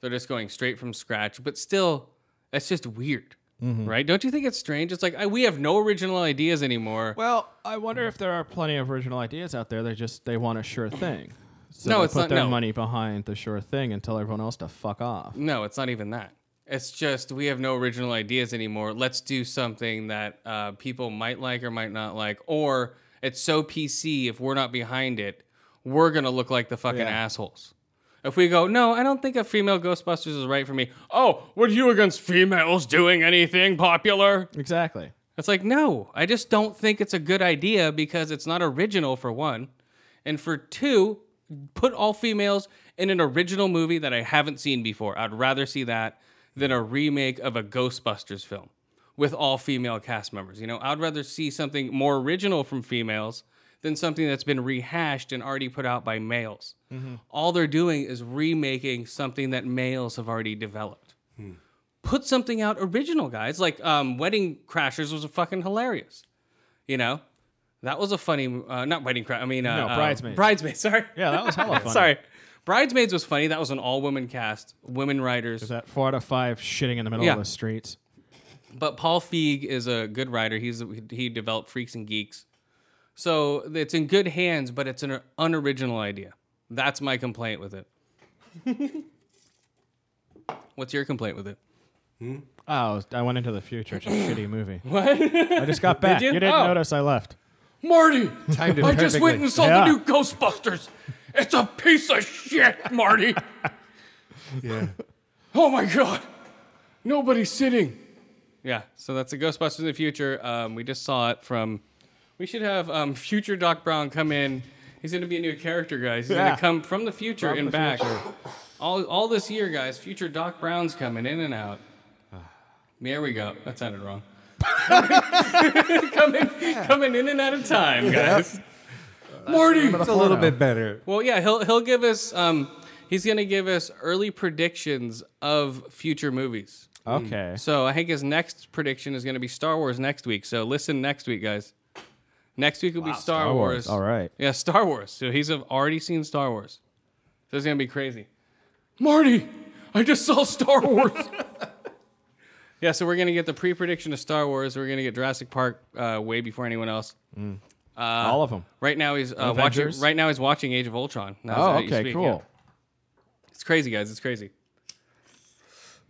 They're just going straight from scratch. But still, that's just weird, right? Don't you think it's strange? It's like I, we have no original ideas anymore. Well, I wonder if there are plenty of original ideas out there. They just they want a sure thing. So No, they it's put not- their no. Mm. money behind the sure thing and tell everyone else to fuck off. No, it's not even that. It's just we have no original ideas anymore. Let's do something that uh, people might like or might not like, or it's so PC. If we're not behind it, we're gonna look like the fucking assholes. If we go, no, I don't think a female Ghostbusters is right for me. Oh, what are you against females doing anything popular? Exactly. It's like, no, I just don't think it's a good idea because it's not original for one. And for two, put all females in an original movie that I haven't seen before. I'd rather see that than a remake of a Ghostbusters film with all female cast members. You know, I'd rather see something more original from females than something that's been rehashed and already put out by males. Mm-hmm. All they're doing is remaking something that males have already developed Hmm. put something out original, guys. Like um, Wedding Crashers was fucking hilarious. You know, that was a funny. Uh, not Wedding Crash. I mean, uh, No, uh, Bridesmaids. Bridesmaids. Sorry. Yeah, that was hella funny. Sorry. Bridesmaids was funny. That was an all women cast, women writers. Is that four out of five shitting in the middle Yeah. of the streets? But Paul Feig is a good writer. He's he developed Freaks and Geeks, so it's in good hands. But it's an unoriginal idea. That's my complaint with it. What's your complaint with it? Oh, I went into the future. It's a shitty movie. What? I just got back. you? you? didn't Oh. notice I left. Marty, Timed it I just went perfectly. and saw Yeah. the new Ghostbusters. It's a piece of shit, Marty. Yeah. Oh my god. Nobody's sitting. Yeah, so that's the Ghostbusters in the future. Um, we just saw it from. We should have um, future Doc Brown come in. He's going to be a new character, guys. He's going Yeah. to come from the future and back. All, all this year, guys, future Doc Brown's coming in and out. There we go. That sounded wrong. coming, coming in and out of time, guys. Marty, It's a little bit better. Mm. Well, yeah, he'll he'll give us. Um, he's going to give us early predictions of future movies. Okay. So I think his next prediction is going to be Star Wars next week. So listen next week, guys. Next week will be Star, Wars. All right. Yeah, Star Wars. So he's have already seen Star Wars. So it's going to be crazy. Marty, I just saw Star Wars. Yeah, so we're going to get the pre prediction of Star Wars. We're going to get Jurassic Park uh, way before anyone else. Uh, All of them. Right now he's uh, watching. Avengers? Right now he's watching Age of Ultron. Now Oh, that you okay, speak, yeah. cool. It's crazy, guys. It's crazy.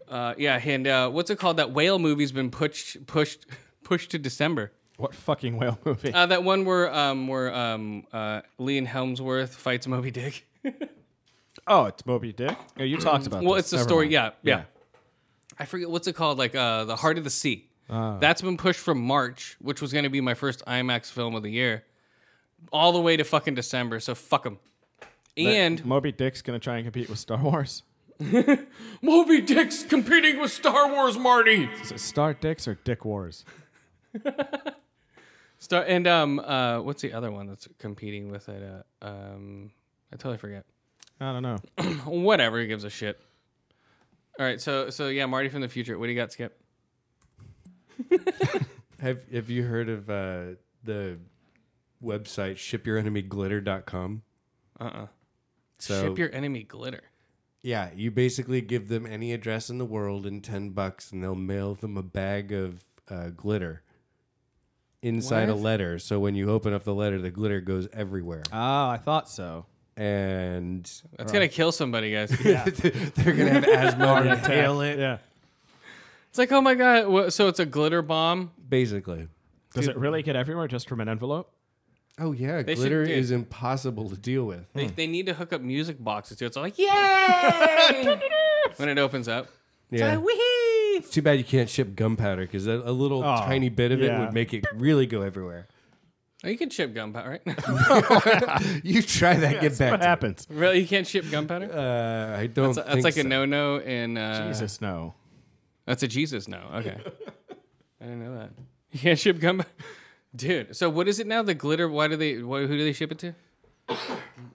Uh, yeah, and uh, what's it called? That whale movie's been pushed, pushed, pushed to December. What fucking whale movie? Uh, that one where um where um uh Liam Helmsworth fights Moby Dick. oh, it's Moby Dick. Oh, you talked about. Well, this. it's the Never story. mind. Yeah, yeah, I forget what's it called. Like uh, the Heart of the Sea. Ah. That's been pushed from March, which was going to be my first IMAX film of the year, all the way to fucking December. So fuck them. And Moby Dick's gonna try and compete with Star Wars. Moby Dick's competing with Star Wars, Marty. Is it Star Dicks or Dick Wars? Star and um uh what's the other one that's competing with it? Uh, um, I totally forget. I don't know. Whatever, who gives a shit. All right, so so yeah, Marty from the future. What do you got, Skip? Have Have you heard of uh, the website shipyourenemyglitter.com? Uh-uh. So Ship your enemy glitter. yeah, you basically give them any address in the world and ten bucks, and they'll mail them a bag of uh, glitter inside a What? letter. So when you open up the letter, the glitter goes everywhere, Oh, I thought so. and That's gonna kill somebody, guys. they're gonna have asthma and inhale it. Yeah. It's like, oh my god! wha- So it's a glitter bomb. Basically. Does it really get everywhere just from an envelope? Oh yeah, should glitter do- is impossible to deal with. They, they need to hook up music boxes to it. So like, yay! when it opens up, Yeah. It's too bad you can't ship gunpowder because a, a little Oh, tiny bit of it yeah. would make it really go everywhere. oh, you can ship gunpowder, right? You try that, get back. What to happens? really, you can't ship gunpowder. me. Uh, I don't. That's, that's think like a so. no-no in. Uh, Jesus, no. That's a Jesus no. Okay. I didn't know that. Yeah, ship gumbo. Dude, so what is it now? The glitter? Why do they? Why, who do they ship it to?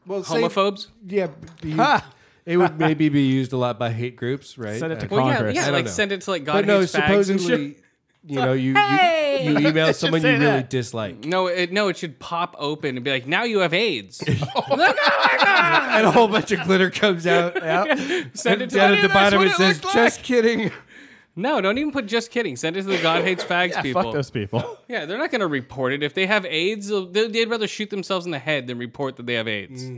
Well, say- Homophobes? yeah, be- Ah! it would maybe be used a lot by hate groups, right? Send it to Uh, Well, yeah, Congress. yeah. don't Like know. send it to like God but no, hates fags and shit. supposedly, you know, you you, Hey! you email someone you say really that. dislike, No, it, no, it should pop open and be like, now you have AIDS. and a whole bunch of glitter comes out. out. Send it And to down me, at the that's bottom. what It it says, looks "Just kidding." no, don't even put just kidding. Send it to the God hates fags people. Fuck those people. Yeah, they're not going to report it. If they have AIDS, they'll- they- they'd rather shoot themselves in the head than report that they have AIDS.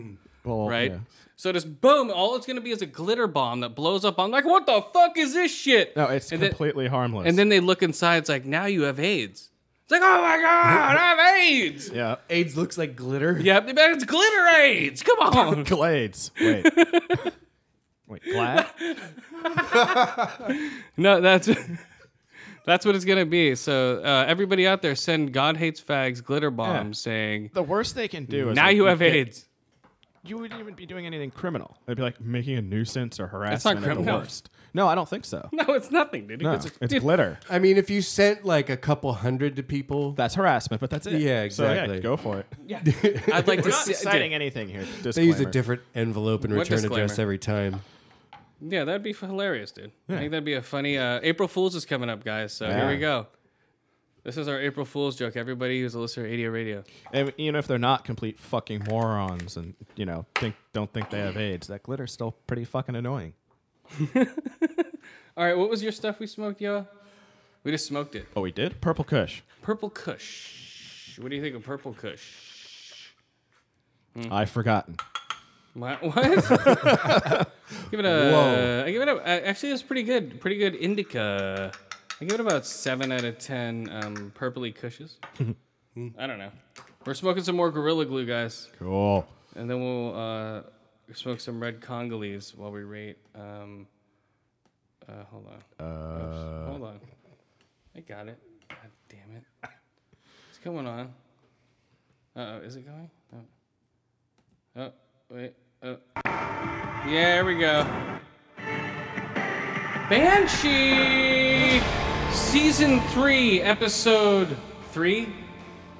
Well, right? Mm, yeah. So just boom, all it's going to be is a glitter bomb that blows up. I'm like, what the fuck is this shit? No, it's and then- completely harmless. and then they look inside. It's like, now you have AIDS. It's like, oh my God, I have AIDS. yeah, AIDS looks like glitter. Yeah, but it's glitter AIDS. Come on. Glades. Wait. Wait, glad? No, that's that's what it's gonna be. So uh, everybody out there, send God hates fags glitter bombs saying The worst they can do is now like, you have get- AIDS. You wouldn't even be doing anything criminal. They'd be like making a nuisance or harassment. That's not At criminal. the worst. No, I don't think so. No, it's nothing, dude. No, It's, it's, glitter. I mean, if you sent like a couple hundred to people, That's harassment, but that's it. Yeah, So, exactly. go for it. I'd like We're to not see. deciding dude, anything they here. use a Disclaimer. different envelope and What return address disclaimer? every time. yeah, that'd be hilarious, dude. I think that'd be a funny. Uh, April Fools is coming up, guys. So here Yeah. we go. This is our April Fools joke. Everybody who's a listener to ADO Radio. And even if they're not complete fucking morons and you know think don't think they have AIDS, that glitter's still pretty fucking annoying. All right, what was your stuff we smoked, yo? We just smoked it. Oh, we did purple Kush. Purple Kush. What do you think of Purple Kush? I've forgotten. My, what? give it a. Whoa. I give it a. I- Actually, it's pretty good. Pretty good indica. I give it about seven out of ten. Um, purpley cushes. I don't know. We're smoking some more Gorilla Glue, guys, Cool. and then we'll uh, smoke some red Congolese while we rate. Um, uh, hold on. Oops, hold on. I got it. God damn it! It's going on. Uh oh, is it going? Oh. Oh wait. Oh. Yeah, here we go. Banshee Season 3, episode 3?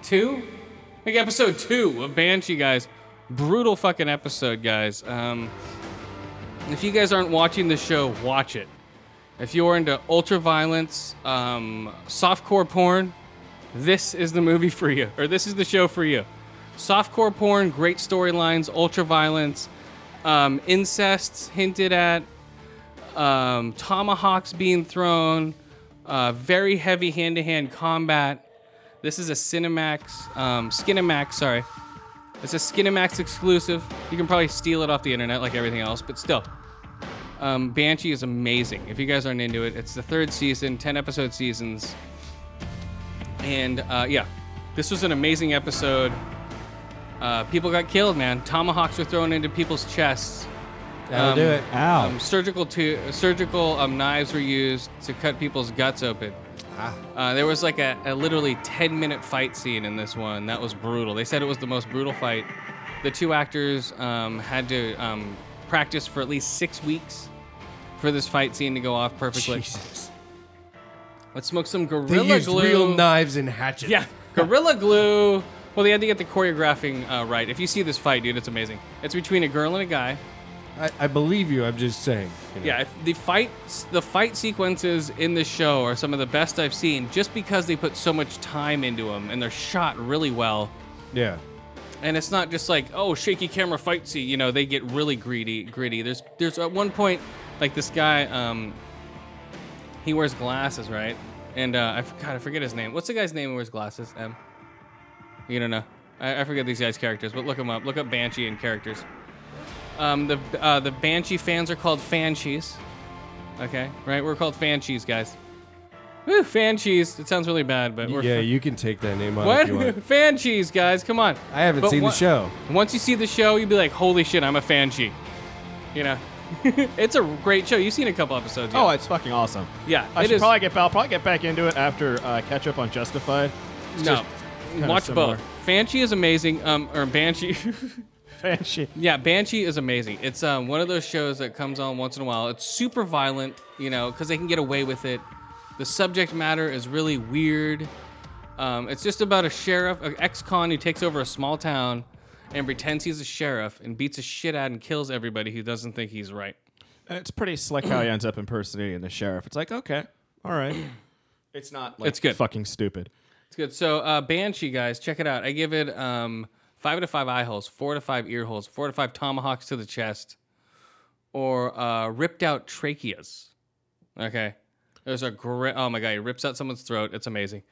2? I think episode 2 of Banshee, guys. Brutal fucking episode, guys. Um, if you guys aren't watching the show, watch it. If you're into ultra violence, um, softcore porn, this is the movie for you, or this is the show for you. Softcore porn, great storylines, ultra violence, um, incests hinted at, um, tomahawks being thrown, uh, very heavy hand to hand combat. This is a Cinemax, um, Skinemax, sorry. It's a Skinemax exclusive. You can probably steal it off the internet like everything else, but still. Um, Banshee is amazing. If you guys aren't into it, it's the third season, 10 episode seasons. And uh, yeah, this was an amazing episode. Uh, people got killed, man. Tomahawks were thrown into people's chests. That'll Um, do it. Ow. Um, surgical to, surgical um, knives were used to cut people's guts open. Ah. Uh, there was like a, a literally 10 minute fight scene in this one that was brutal. They said it was the most brutal fight. The two actors um, had to um, practice for at least six weeks for this fight scene to go off perfectly. Jesus. Let's smoke some They gorilla used glue. real knives and hatchets. Yeah, Gorilla Glue. Well, they had to get the choreographing uh, right. If you see this fight, dude, it's amazing. It's between a girl and a guy. I, I believe you. I'm just saying. you know. Yeah, if the fight the fight sequences in this show are some of the best I've seen, just because they put so much time into them and they're shot really well. Yeah. And it's not just like oh shaky camera fight scene. You know, they get really greedy, gritty. There's there's at one point like this guy, um, he wears glasses, right? And uh, I forgot I forget his name. What's the guy's name who wears glasses? M. You don't know. I, I forget these guys' characters, but look them up. Look up Banshee and characters. Um, the uh, the Banshee fans are called Fanchies. Okay, right? We're called Fanchies, guys. Woo, Fanchies. It sounds really bad, but we're Yeah, you can take that name off what? if you want. fan cheese, guys. Come on. I haven't seen the on- show. Once you see the show, you'll be like, holy shit, I'm a fan cheese. You know? it's a great show. You've seen a couple episodes. Oh, yeah. it's fucking awesome. Yeah, I it should is- probably get I'll probably get back into it after uh, catch up on Justified. It's no. just kinda Watch similar. both. Banshee is amazing. Um, or Banshee. Banshee. yeah, Banshee is amazing. It's um, one of those shows that comes on once in a while. It's super violent, you know, because they can get away with it. The subject matter is really weird. Um, it's just about a sheriff, an ex-con who takes over a small town and pretends he's a sheriff and beats a shit out and kills everybody who doesn't think he's right. And it's pretty slick how he ends up impersonating the sheriff. It's like, okay, all right. It's not like It's good. fucking stupid. It's good. So uh, Banshee, guys, check it out. I give it um, five out of five eye holes, four out of five ear holes, four out of five tomahawks to the chest, or uh, ripped out tracheas. Okay, there's a great. Oh my god, he rips out someone's throat. It's amazing.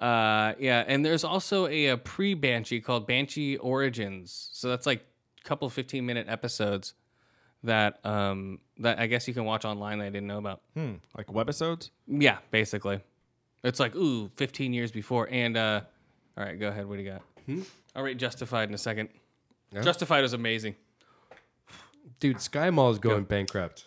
Uh, yeah, and there's also a, a pre Banshee called Banshee Origins. So that's like a couple 15 minute episodes that um that I guess you can watch online that I didn't know about. Hmm. Like webisodes? Yeah, basically. It's like, ooh, 15 years before. And, uh, all right, go ahead. What do you got? Hmm? I'll rate Justified in a second. Justified is amazing. Dude, Sky Mall is going bankrupt.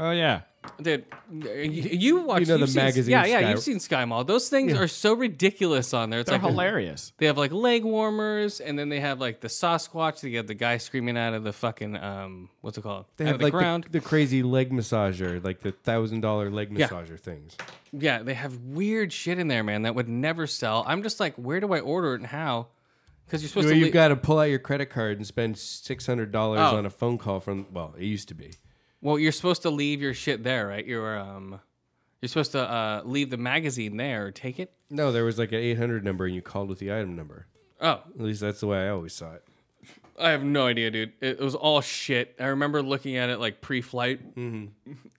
Oh yeah. Dude, you, you watch know the you've seen- magazine Yeah, yeah, Sky- you've seen Sky Mall. Those things are so ridiculous on there. It's They're like hilarious. They have like leg warmers, and then they have like the Sasquatch. They have the guy screaming out of the fucking um, what's it called? They out have of the like ground. The, the crazy leg massager, like the thousand dollar leg Yeah. massager things. Yeah, they have weird shit in there, man. That would never sell. I'm just like, where do I order it and how? Because you're supposed Where to. you've lea- got to pull out your credit card and spend six hundred dollars Oh. on a phone call from. Well, it used to be. Well, you're supposed to leave your shit there, right? You're um, you're supposed to uh, leave the magazine there or take it. No, there was like an eight hundred number, and you called with the item number. Oh, At least that's the way I always saw it. I have no idea, dude. It, it was all shit. I remember looking at it like pre-flight and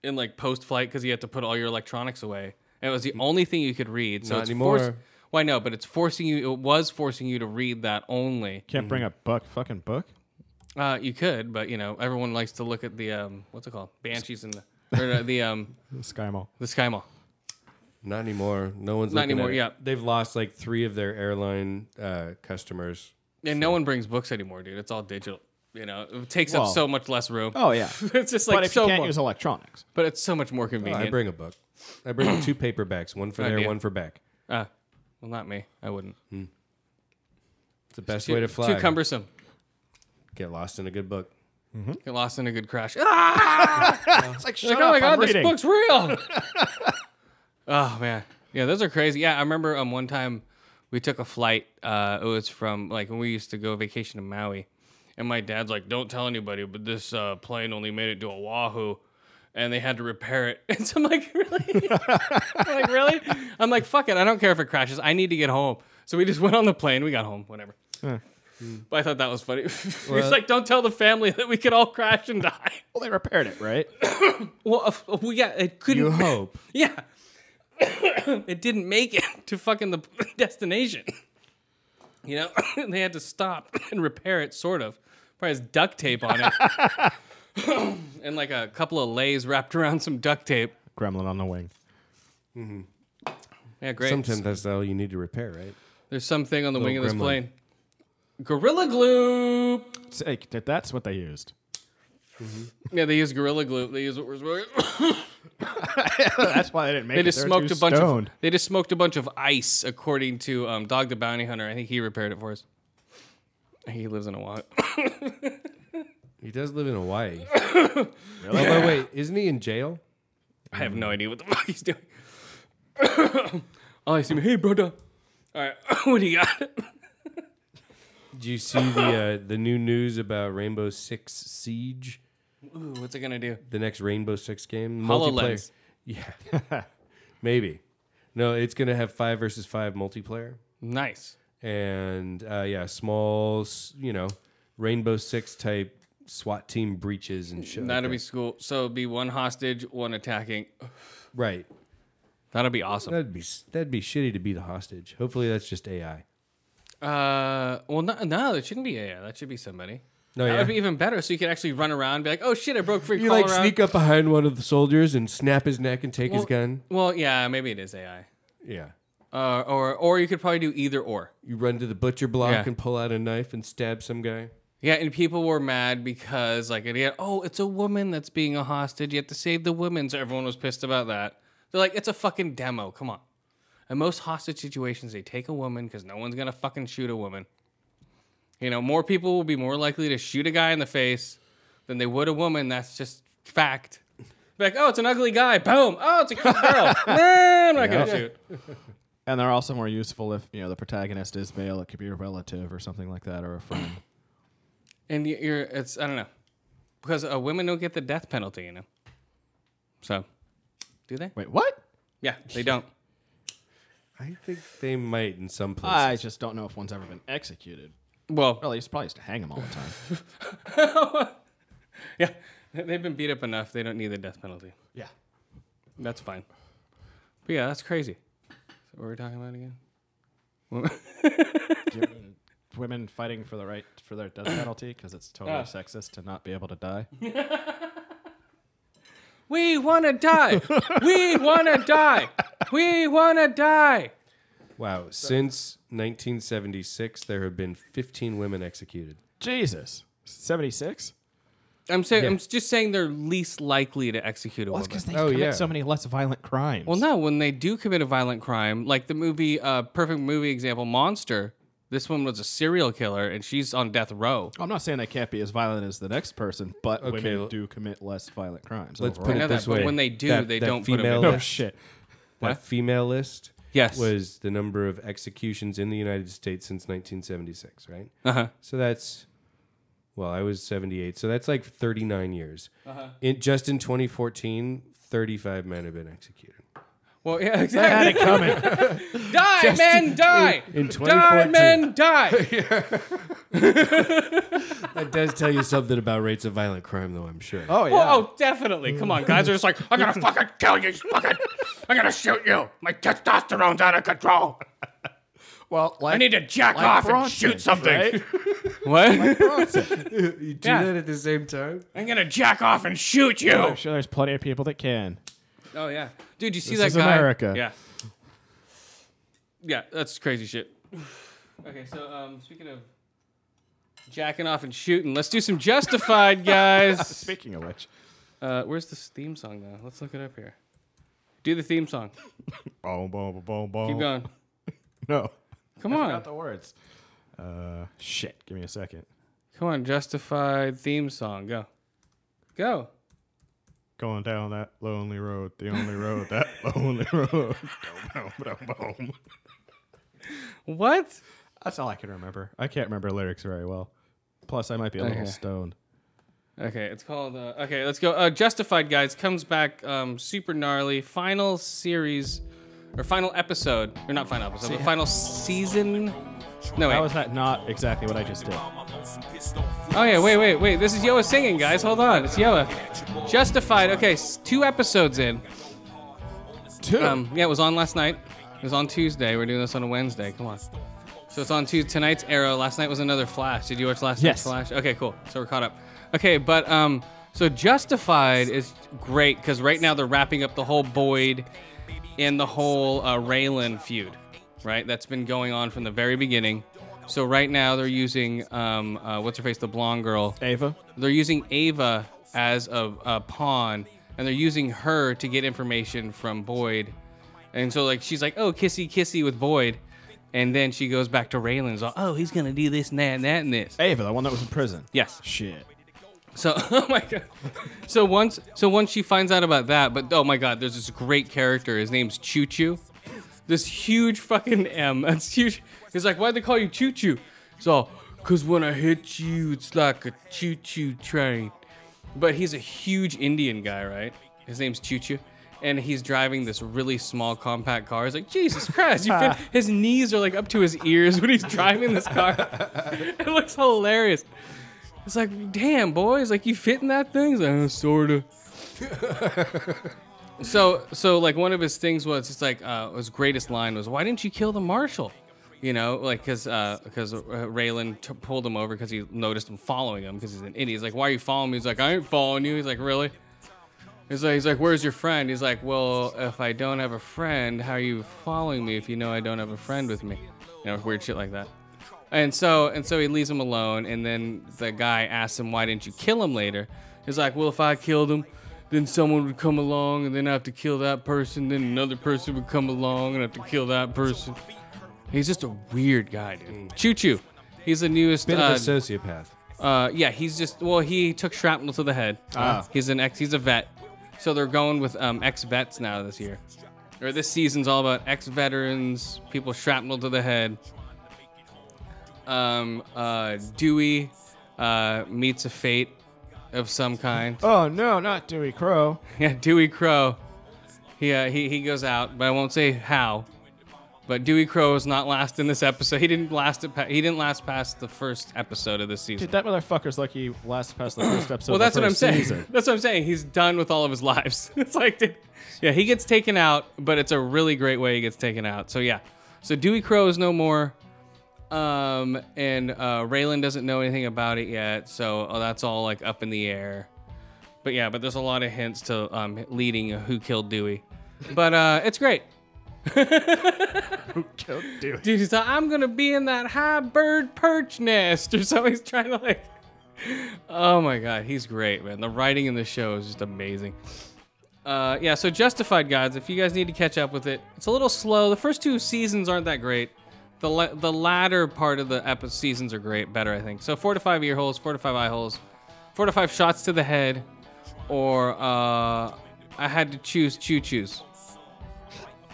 like post-flight because you had to put all your electronics away. And it was the only thing you could read. So Not it's anymore. Force- well, I know, but it's forcing you. It was forcing you to read that only. Can't bring a buck fucking book. Uh, you could, but you know, everyone likes to look at the um, what's it called, banshees and the, or, uh, the um, Sky Mall. the sky mall. Not anymore. No one's Not looking anymore, At it. yeah. they've lost like three of their airline uh, customers. And no one brings books anymore, dude. It's all digital. You know, it takes up Well- so much less room. Oh yeah. it's just but like if so you can't more, use electronics, but it's so much more Oh, convenient. I bring a book. I bring two paperbacks, one for Oh, there, dear. one for back. Ah, well, not me. I wouldn't. Mm. It's the best Too, way to fly. too cumbersome. Get lost in a good book. Get lost in a good crash. Ah! it's like, Like, shut oh my up, god, I'm this reading. book's real. oh man, yeah, those are crazy. Yeah, I remember um one time we took a flight. Uh, it was from like when we used to go vacation to Maui, and my dad's like, "Don't tell anybody, but this uh, plane only made it to Oahu." And they had to repair it. And so I'm like, really? I'm like, really? I'm like, fuck it. I don't care if it crashes. I need to get home. So we just went on the plane. We got home, whatever. But I thought that was funny. He's Well- like, don't tell the family that we could all crash and die. Well, they repaired it, right? Well, of- of- well, yeah, it couldn't. You hope. Yeah, it didn't make it to fucking the destination. You know, they had to stop and repair it, sort of. Probably has duct tape on it, and like a couple of lays wrapped around some duct tape. Gremlin on the wing. Yeah, great. Sometimes that's all you need to repair, right? There's something on the wing of this gremlin. plane. Gorilla glue. It's like, that- that's what they used. Yeah, they use gorilla glue. They use what we're smoking. that's why they didn't make They it. just They were smoked too a bunch stoned. of. They just smoked a bunch of ice, according to um, Dog the Bounty Hunter. I think he repaired it for us. He lives in Oahu. He does live in Hawaii. Although, wait, isn't he in jail? I have no idea what the fuck he's doing. All I see, hey brother. All right, what do you got? Did you see the uh, the new news about Rainbow Six Siege? Ooh, what's it gonna do? The next Rainbow Six game, HoloLens. multiplayer. Yeah, maybe. No, it's gonna have five versus five multiplayer, Nice. and uh, yeah, small, s- you know, Rainbow Six type SWAT team breaches and shit. like That'll that. be cool. So it'd be one hostage, one attacking. right. That'll be awesome. That'd be s- that'd be shitty to be the hostage. Hopefully, that's just AI. Uh, well, no, no, it shouldn't be AI. That should be somebody. No, That yeah. would be even better. So you could actually run around, and be like, "Oh shit, I broke free." You crawl like around. sneak up behind one of the soldiers and snap his neck and take well, his gun. Well, yeah, maybe it is AI. Yeah. Uh, or or you could probably do either or. You run to the butcher block Yeah. and pull out a knife and stab some guy. Yeah, and people were mad because like it had, oh, it's a woman that's being a hostage. You have to save the woman. So everyone was pissed about that. They're like, it's a fucking demo. Come on. In most hostage situations, they take a woman because no one's gonna fucking shoot a woman. You know, more people will be more likely to shoot a guy in the face than they would a woman. That's just fact. Be like, oh, it's an ugly guy. Boom. Oh, it's a cute girl. nah, I'm not gonna shoot. and they're also more useful if you know the protagonist is male. It could be a relative or something like that, or a friend. And y- you're, it's, I don't know. Because uh, women don't get the death penalty, you know? So, do they? Wait, what? Yeah, they don't. I think they might in some places. I just don't know if one's ever been executed. Well, Well, they used- probably used to hang them all the time. Oh. yeah, they've been beat up enough. They don't need the death penalty. yeah. That's fine. But yeah, that's crazy. What were we talking about again? Women fighting for the right for their death penalty because it's totally Ah. sexist to not be able to die. We want to die. we want to die. We want to die. wow. Since 1976, there have been 15 women executed. Jesus, seventy six. I'm saying, I'm just saying they're least likely to execute a Well, that's woman. because they Oh, commit yeah. so many less violent crimes. Well, no, when they do commit a violent crime, like the movie, uh, perfect movie example, Monster. This one was a serial killer, and she's on death row. I'm not saying they can't be as violent as the next person, but l- women do commit less violent crimes. Let's overall. put know it that, this but way. when they do, That- they that don't put 'em female in. Oh list- shit! That female list Yes. was the number of executions in the United States since 1976, right? Uh huh. So that's well, I was 78. So that's like 39 years. In, just in 2014, 35 men have been executed. Well, yeah, exactly. die, men, die. die, in 2014. men, die. That does tell you something about rates of violent crime, though, I'm sure. Oh yeah. Oh, definitely. Come on, guys. They're just like, I'm gonna I'm gonna fucking kill you, fucking. I'm gonna shoot you. My testosterone's out of control. well, like, I need to jack like off and Bronson, shoot something. what? right? oh, you do yeah. that at the same time? I'm gonna jack off and shoot you. I'm sure there's plenty of people that can. Oh yeah, dude. You see This that is guy? America. Yeah. Yeah, that's crazy shit. Okay, so um, speaking of jacking off and shooting, let's do some Justified, guys. Speaking of which, Uh, where's this theme song though? Let's look it up here. Do the theme song. boom, boom, boom, boom. Keep going. No, Come I on. forgot the words. Uh, shit. Give me a second. Come on, Justified theme song. Go. Go. Going down that lonely road, the only road, that lonely road. Boom, boom, boom, boom. What? That's all I can remember. I can't remember lyrics very well. Plus, I might be a little Okay. stoned. Okay, it's called. Uh, okay, let's go. Uh, Justified, guys, comes back um, super gnarly. Final series, or final episode, or not final episode, but final season. No, wait. How is that not exactly what I just did? oh yeah, wait, wait, wait. This is Yoa singing, guys. Hold on, it's Yoa. Justified. Okay, s- two episodes in. Two. Um, yeah, it was on last night. It was on Tuesday. We're doing this on a Wednesday. Come on. So it's on to tonight's Arrow. Last night was another Flash. Did you watch last Yes. night's Flash? Okay, cool. So we're caught up. Okay, but um, so Justified is great because right now they're wrapping up the whole Boyd and the whole uh, Raylan feud, right? That's been going on from the very beginning. So right now they're using um, uh, what's her face, the blonde girl Ava. they're using Ava as a, a pawn, and they're using her to get information from Boyd. And so, like, she's like, "Oh, kissy, kissy" with Boyd, and then she goes back to Raylan's. All, "Oh, he's gonna do this, and that, and that, and this." Ava, the one that was in prison. Yes. Shit. So, oh my god. So once, so once she finds out about that, but oh my god, there's this great character. His name's Choo Choo. This huge fucking M. That's huge. He's like, "Why'd they call you Choo Choo?" It's all, "Cause when I hit you, it's like a choo choo train." But he's a huge Indian guy, right? His name's Choo Choo. And he's driving this really small compact car. He's like, Jesus Christ. You fit, his knees are like up to his ears when he's driving this car. it looks hilarious. It's like, damn, boys, like you fit in that thing? He's like, "Uh, sort of. so, so like one of his things was, it's like uh, his greatest line was, "Why didn't you kill the marshal?" You know, like because because uh, Raylan t- pulled him over because he noticed him following him because he's an idiot. He's like, "Why are you following me?" He's like, "I ain't following you." He's like, "Really?" He's like, he's like, "Where's your friend?" He's like, "Well, if I don't have a friend, how are you following me if you know I don't have a friend with me?" You know, weird shit like that. And so and so he leaves him alone, and then the guy asks him, "Why didn't you kill him later?" He's like, "Well, if I killed him, then someone would come along, and then I have to kill that person, then another person would come along, and I have to kill that person." He's just a weird guy, dude. Choo Choo, he's the newest. Bit uh, of a sociopath. uh, yeah, he's just well, he took shrapnel to the head. He's an ex. He's a vet, so they're going with um, ex vets now this year. or this season's all about ex-veterans, people shrapnel to the head. Um, uh, Dewey uh, meets a fate of some kind. Oh no, not Dewey Crow. Yeah, Dewey Crow. He, uh, he he goes out, but I won't say how. But Dewey Crow is not last in this episode. He didn't last it. Pa- he didn't last past the first episode of this season. Dude, that motherfucker's lucky last past the first episode. well, of the that's what I'm first saying. season. That's what I'm saying. He's done with all of his lives. it's like, dude, yeah, he gets taken out, but it's a really great way he gets taken out. So yeah, so Dewey Crow is no more. Um, and uh, Raylan doesn't know anything about it yet, so oh, that's all like up in the air. But yeah, but there's a lot of hints to um, leading who killed Dewey. But uh, it's great. Don't do it. Dude, he's like, I'm gonna be in that high bird perch nest, or something. He's trying to like. Oh my god, he's great, man. The writing in the show is just amazing. Uh, yeah, so Justified Gods, if you guys need to catch up with it, it's a little slow. The first two seasons aren't that great. The la- the latter part of the epi- seasons are great, better I think. So four to five ear holes, four to five eye holes, four to five shots to the head, or uh, I had to choose choo choos.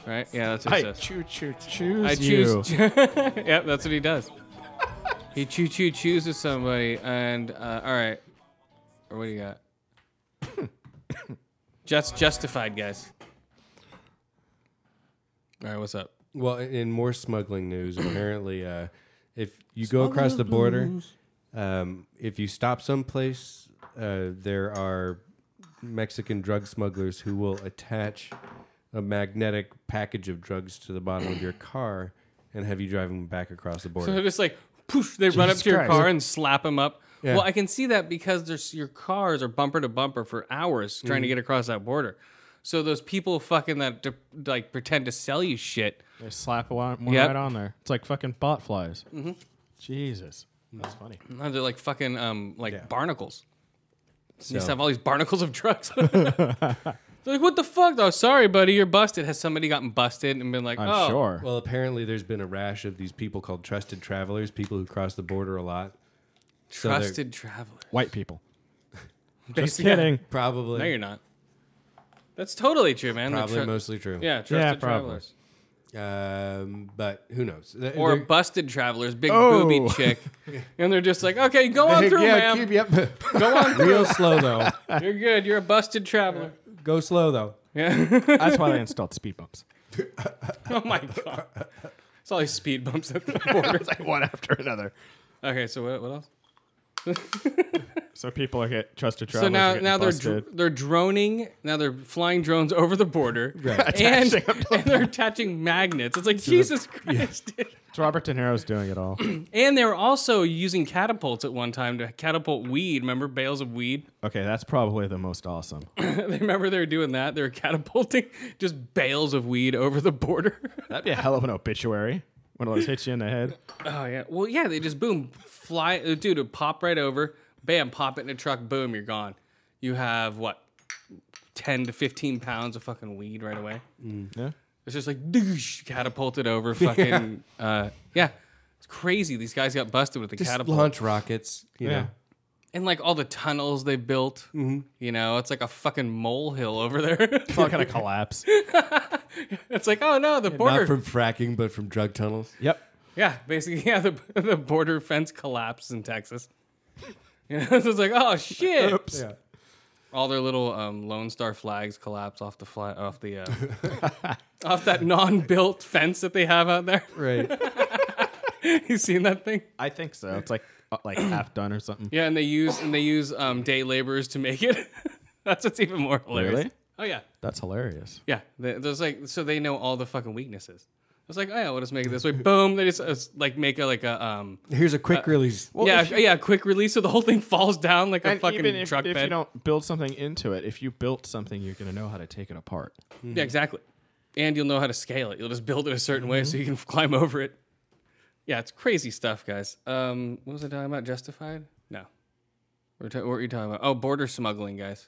Right? Yeah, that's what it I says. choo choo choose I you. choose. yep, that's what he does. He choo choo chooses somebody, and uh, all right, or what do you got? Just justified, guys. All right, what's up? Well, in in more smuggling news, apparently, uh, if you go across the border, um, if you stop someplace, uh, there are Mexican drug smugglers who will attach a magnetic package of drugs to the bottom of your car and have you driving back across So the border. they're just like, poof, they run up Jesus to your Christ. car and slap him up. Yeah. Well, I can see that because there's your cars are bumper to bumper for hours trying Mm. to get across that border. So those people fucking that de- like pretend to sell you shit. They slap one, one Yep. right on there. It's like fucking bot flies. Mm-hmm. Jesus, that's funny. No, they're like fucking um like barnacles. You just So- have all these barnacles of drugs. they're like, what the fuck? Oh, sorry, buddy, you're busted. Has somebody gotten busted and been like, I'm oh, sure. Well, apparently, there's been a rash of these people called trusted travelers, people who cross the border a lot. So they're- trusted traveler? White people. Just Basically- kidding. Probably. No, you're not. That's totally true, man. The Probably tru- mostly true. Yeah, trusted probably. travelers. Um, but who knows? Th- Or they're- busted travelers, big Oh. booby chick. and they're just like, okay, go on through, yeah, ma'am. keep- yep. Go on Real slow though. You're good. You're a busted traveler. Go slow though. Yeah. That's why they installed speed bumps. oh, my God. It's all these speed bumps at the border. It's like one after another. okay, so what, what else? So people are get trusted So travelers. now, are now they're getting dr- they're droning. Now they're flying drones over the border, and, Attaching them to and they're attaching magnets. It's like Jesus Christ! dude. It's Robert De Niro's doing it all. And they were also using catapults at one time to catapult weed. Remember bales of weed? okay, that's probably the most awesome. They remember they were doing that. They were catapulting just bales of weed over the border. That'd be a hell of an obituary. One of those hits you in the head. oh yeah. Well, yeah. They just boom fly, uh, dude. It pop right over. Bam. Pop it in a truck. Boom. You're gone. You have what? Ten to fifteen pounds of fucking weed right away. Yeah. It's just like doosh, catapulted over fucking yeah. uh yeah. It's crazy. These guys got busted with the Just catapult. launch rockets. You know. And like all the tunnels they built. Mm-hmm. You know, it's like a fucking molehill over there. It's all gonna collapse. it's like, oh no, the border Not from fracking, but from drug tunnels. Yep. Yeah, basically, yeah, the the border fence collapsed in Texas. You know, so it's like, oh shit. Oops. Yeah. All their little um, Lone Star flags collapse off the fly off the uh, off that non-built fence that they have out there. Right. you seen that thing? I think so. It's like uh, like half done or something. Yeah, and they use and they use um, day laborers to make it. That's what's even more hilarious. Really? Oh yeah, That's hilarious. yeah. They- There's like so they know all the fucking weaknesses. It's like oh yeah, we'll just make it this way. Boom! They just uh, s- like make a like a um Here's a quick release. yeah if you- yeah quick release so the whole thing falls down like a And fucking even if, truck if bed. you don't build something into it, if you built something, you're gonna know how to take it apart. Yeah, exactly. And you'll know how to scale it. You'll just build it a certain way Mm-hmm. so you can climb over it. Yeah, it's crazy stuff, guys. Um, what was I talking about? Justified? No. We're ta- what were you talking about? Oh, border smuggling, guys.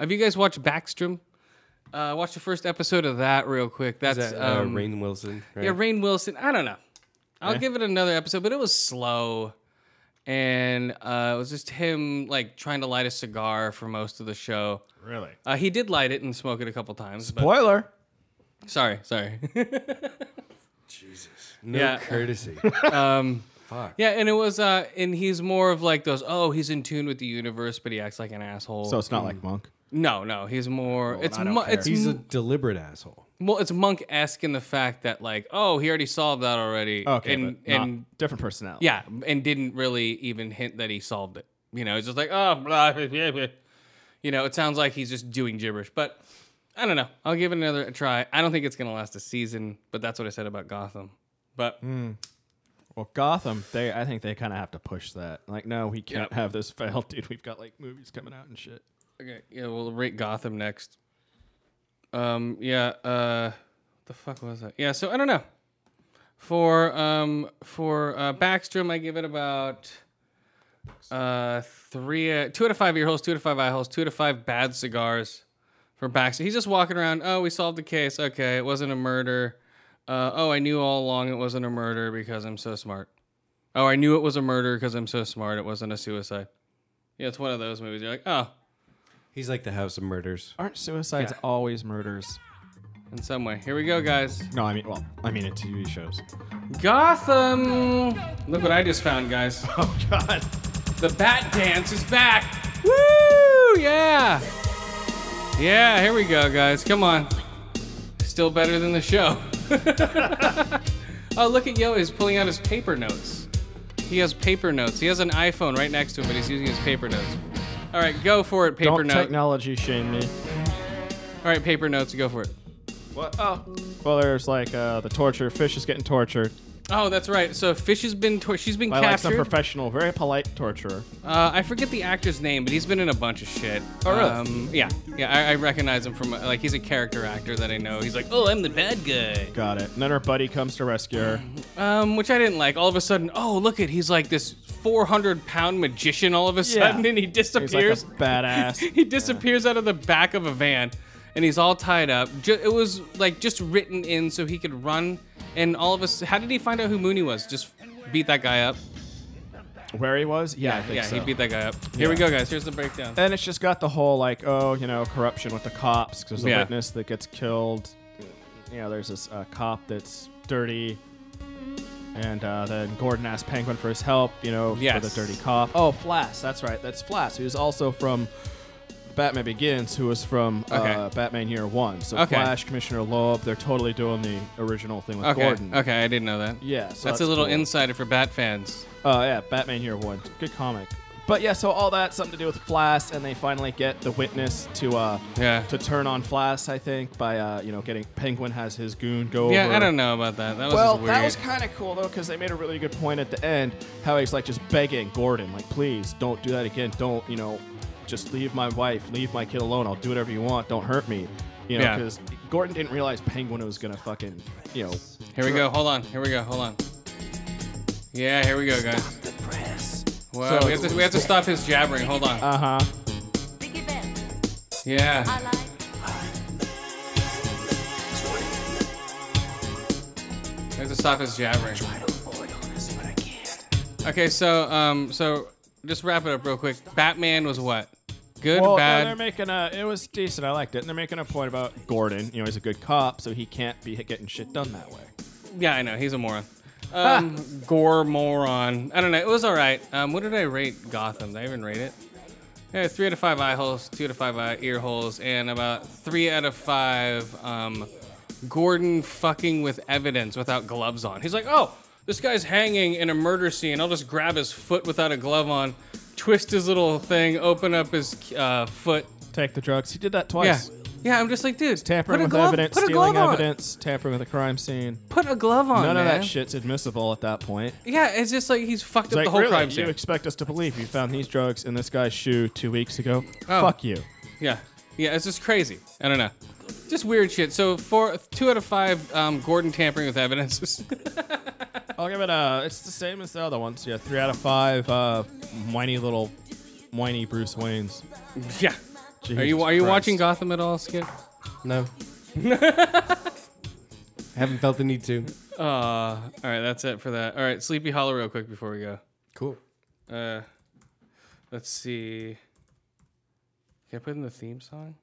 Have you guys watched Backstrom? Uh, watch the first episode of that real quick. That's Is that, uh, um, Rain Eh. Wilson. Right? yeah, Rain Wilson. I don't know. I'll give it another episode, but it was slow, and uh, it was just him like trying to light a cigar for most of the show. Really? Uh, he did light it and smoke it a couple times. but- Boiler. Sorry, sorry. No Yeah. Um, courtesy. yeah, and it was, uh, and he's more of like those. Oh, he's in tune with the universe, but he acts like an asshole. So it's not like Monk. no, no, he's more. it's mo- it's He's a m- deliberate asshole. well, it's monk esque in the fact that like, oh, he already solved that already. Okay, and but not- and different personality. yeah, and didn't really even hint that he solved it. You know, it's just like oh, blah, blah, blah, blah. you know, it sounds like he's just doing gibberish. But I don't know. I'll give it another try. I don't think it's gonna last a season, but that's what I said about Gotham. But Well, Gotham, they I think they kind of have to push that. Like, no, we can't have this fail, dude. We've got like movies coming out and shit. Okay, yeah, we'll rate Gotham next. Um, yeah, uh, the fuck was that? Yeah, so I don't know. For um, for uh, Backstrom, I give it about uh three, uh, two out of five ear holes, two out of five eye holes, two out of five bad cigars. For Backstrom, he's just walking around. Oh, we solved the case. Okay, it wasn't a murder. Uh, oh, I knew all along it wasn't a murder because I'm so smart. Oh, I knew it was a murder because I'm so smart. It wasn't a suicide. Yeah, it's one of those movies. You're like, oh, He's like the House of Murders. Aren't suicides always murders? in some way. Here we go, guys. No, I mean, well, I mean in TV shows. Gotham. Look what I just found, guys. Oh God. The bat dance is back. Woo! Yeah. Yeah, here we go, guys. Come on. Still better than the show. oh, look at Yo. He's pulling out his paper notes. He has paper notes. He has an iPhone right next to him, but he's using his paper notes. All right, go for it, paper Don't note. technology shame me. All right, paper notes, go for it. What? Oh. Well, there's like uh, the torture. Fish is getting tortured Oh, that's right. So Fish has been tor- she's been by like some captured. professional, very polite torturer. Uh, I forget the actor's name, but he's been in a bunch of shit. Oh, really? Um, yeah, yeah. I, I recognize him from like he's a character actor that I know. He's like, oh, I'm the bad guy. Got it. And then her buddy comes to rescue her. Um, which I didn't like. All of a sudden, oh look at he's like this 400 pound magician. All of a Yeah. sudden, and he He's like a disappears. badass. he disappears out of the back of a van, and he's all tied up. Ju- it was like just written in so he could run. And all of us, how did he find out who Mooney was? Just beat that guy up. Where he was? Yeah, I think yeah, so. he beat that guy up. Here we go, guys. Here's the breakdown. And it's just got the whole like, oh, you know, corruption with the cops. 'cause There's a Yeah. witness that gets killed. You know, there's this uh, cop that's dirty. And uh, then Gordon asked Penguin for his help, you know, for the Yes. dirty cop. Oh, Flash, that's right, that's Flash, who's also from Batman Begins, who was from uh, Okay. Batman Year One. So Okay. Flash, Commissioner Loeb, they're totally doing the original thing with Okay. Gordon. Okay, I didn't know that. Yeah, so that's, that's a little cool. insider for Bat fans. Oh yeah, Batman Year One, good comic. But yeah, so all that something to do with Flash, and they finally get the witness to uh Yeah. to turn on Flash, I think, by uh you know getting Penguin has his goon go Yeah, over. I don't know about that. That was Well, just weird. that was kind of cool though, because they made a really good point at the end how he's like just begging Gordon, like, please don't do that again. Don't you know, just leave my wife, leave my kid alone. I'll do whatever you want. Don't hurt me. You know, Yeah. because Gordon didn't realize Penguin was gonna fucking you know. here we go. Hold on. Here we go. Hold on. Yeah, here we go, guys. Wow, So- we, have to, we have to stop his jabbering. Hold on. Uh huh. yeah. We have to stop his jabbering. Okay, so um, so just wrap it up real quick. Batman was what? Good, Well, bad? and they're making a. It was decent. I liked it. And they're making a point about Gordon. You know, he's a good cop, so he can't be getting shit done that way. Yeah, I know. He's a moron. Um, gore moron. I don't know. It was all right. Um, what did I rate Gotham? Did I even rate it? Yeah, three out of five eye holes, two out of five eye ear holes, and about three out of five um, Gordon fucking with evidence without gloves on. He's like, oh, this guy's hanging in a murder scene. I'll just grab his foot without a glove on, twist his little thing, open up his uh, foot. Take the drugs. He did that Yeah. twice. Yeah, I'm just like, dude, Tampering put a with glove, evidence, put a stealing glove evidence, tampering with a crime scene. on. Put a glove on. None of man. that shit's admissible at that point. Yeah, it's just like he's fucked It's up like, the whole really? crime you scene. expect us to believe you found these drugs in this guy's shoe two weeks ago? Oh. Fuck you. yeah, yeah, it's just crazy. I don't know, just weird shit. So four, two out of five, um, Gordon tampering with evidence. I'll give it a. It's the same as the other ones. Yeah, three out of five. Uh, whiny little, whiny Bruce Wayne's. yeah. Are you Jesus are you Christ. watching Gotham at all, Skip? No. Haven't felt the need to. Uh, all right, that's it for that. All right, Sleepy Hollow, real quick before we go. Cool. Uh, let's see. Can I put in the theme song?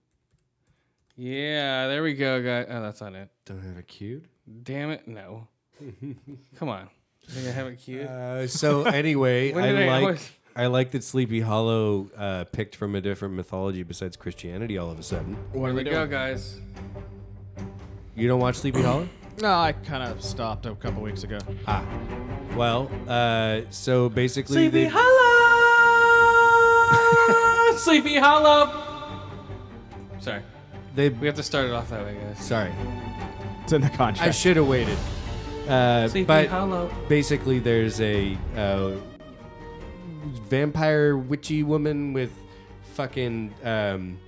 Yeah, there we go, guys. Oh, that's not it. Don't have a cute. Damn it, no. Come on. You think I have it cute? Uh, so anyway, When I did I like always- I like that Sleepy Hollow uh, picked from a different mythology besides Christianity. All of a sudden, there we go, guys. you don't watch Sleepy Hollow? No, I kind of stopped a couple weeks ago. Well, uh, so basically, they- Hollow! Sleepy Hollow! Sorry. they We have to start it off that way, guys. sorry, It's in the contract. I should have waited. Uh, Sleepy but Hollow. basically there's a uh, vampire witchy woman with fucking um,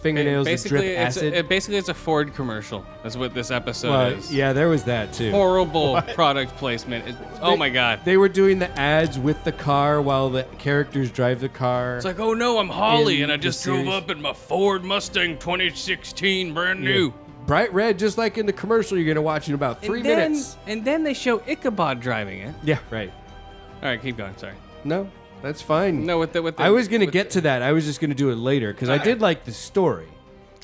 fingernails that drip basically, it's acid. a, it- basically it's a Ford commercial. That's what this episode Well, is. yeah, there was that too. Horrible product placement. It- oh They- my god. They were doing the ads with the car while the characters drive the car. It's like, oh no, I'm Holly, In and I the just drove series. up in my Ford Mustang 2016, brand new. Bright red, just like in the commercial you're gonna watch in about three minutes. and then they show Ichabod driving it. Yeah, right. All right, keep going. Sorry. No, that's fine. No, with the with the, I was gonna with get to that. I was just gonna do it later because I did like the story.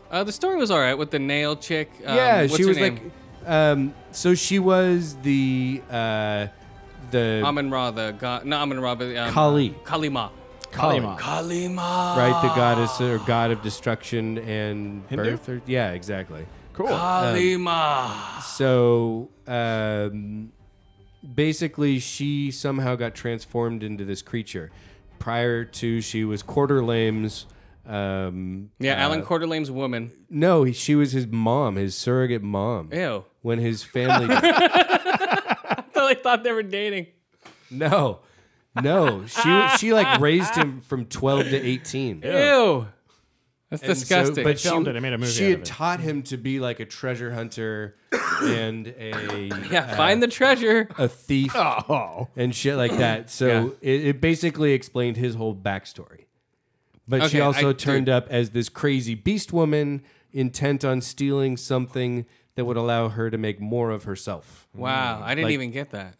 the- Uh, the story was all right with the nail chick. Um, yeah, what's she her was name? like, um, so she was the uh, the Amin Ra, the god. Not Amin Ra, but um, Kali. Kalima. Kali, Kalima. Kalima. right? The goddess or god of destruction and Hindu? birth. Or, yeah, exactly. cool. Kalima. So um, basically, she somehow got transformed into this creature. Prior to, she was Quarter Lame's. Um, yeah, uh, Alan Quarterlame's woman. No, he- she was his mom, his surrogate mom. Ew. When his family. I thought they were dating. No, no. She she like raised him from twelve to eighteen. Ew. That's And so- disgusting. but filmed she, it. I made a movie She out had of it. taught him to be like a treasure hunter and a yeah, find the treasure. a thief Oh. and shit like that. So it, it basically explained his whole backstory. But Okay, she also I- turned dude. up as this crazy beast woman intent on stealing something that would allow her to make more of herself. Wow, I didn't Like- even get that.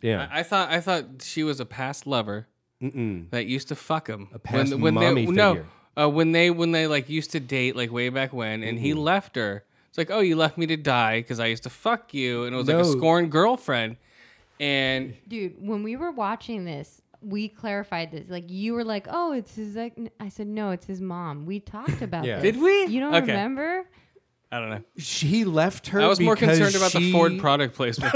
Yeah. I thought I thought she was a past lover that used to fuck him. A past mommy they, no, figure. uh, when they when they like used to date like way back when, and he left her. It's like, oh, you left me to die because I used to fuck you, and it was like a No. scorned girlfriend. And Dude, when we were watching this, we clarified this. Like you were like, "Oh, it's his." Like I said, "No, it's his mom." We talked about Yeah. this. Did we? You don't Okay. remember? I don't know. she left her I was more because concerned about the she- Ford product placement.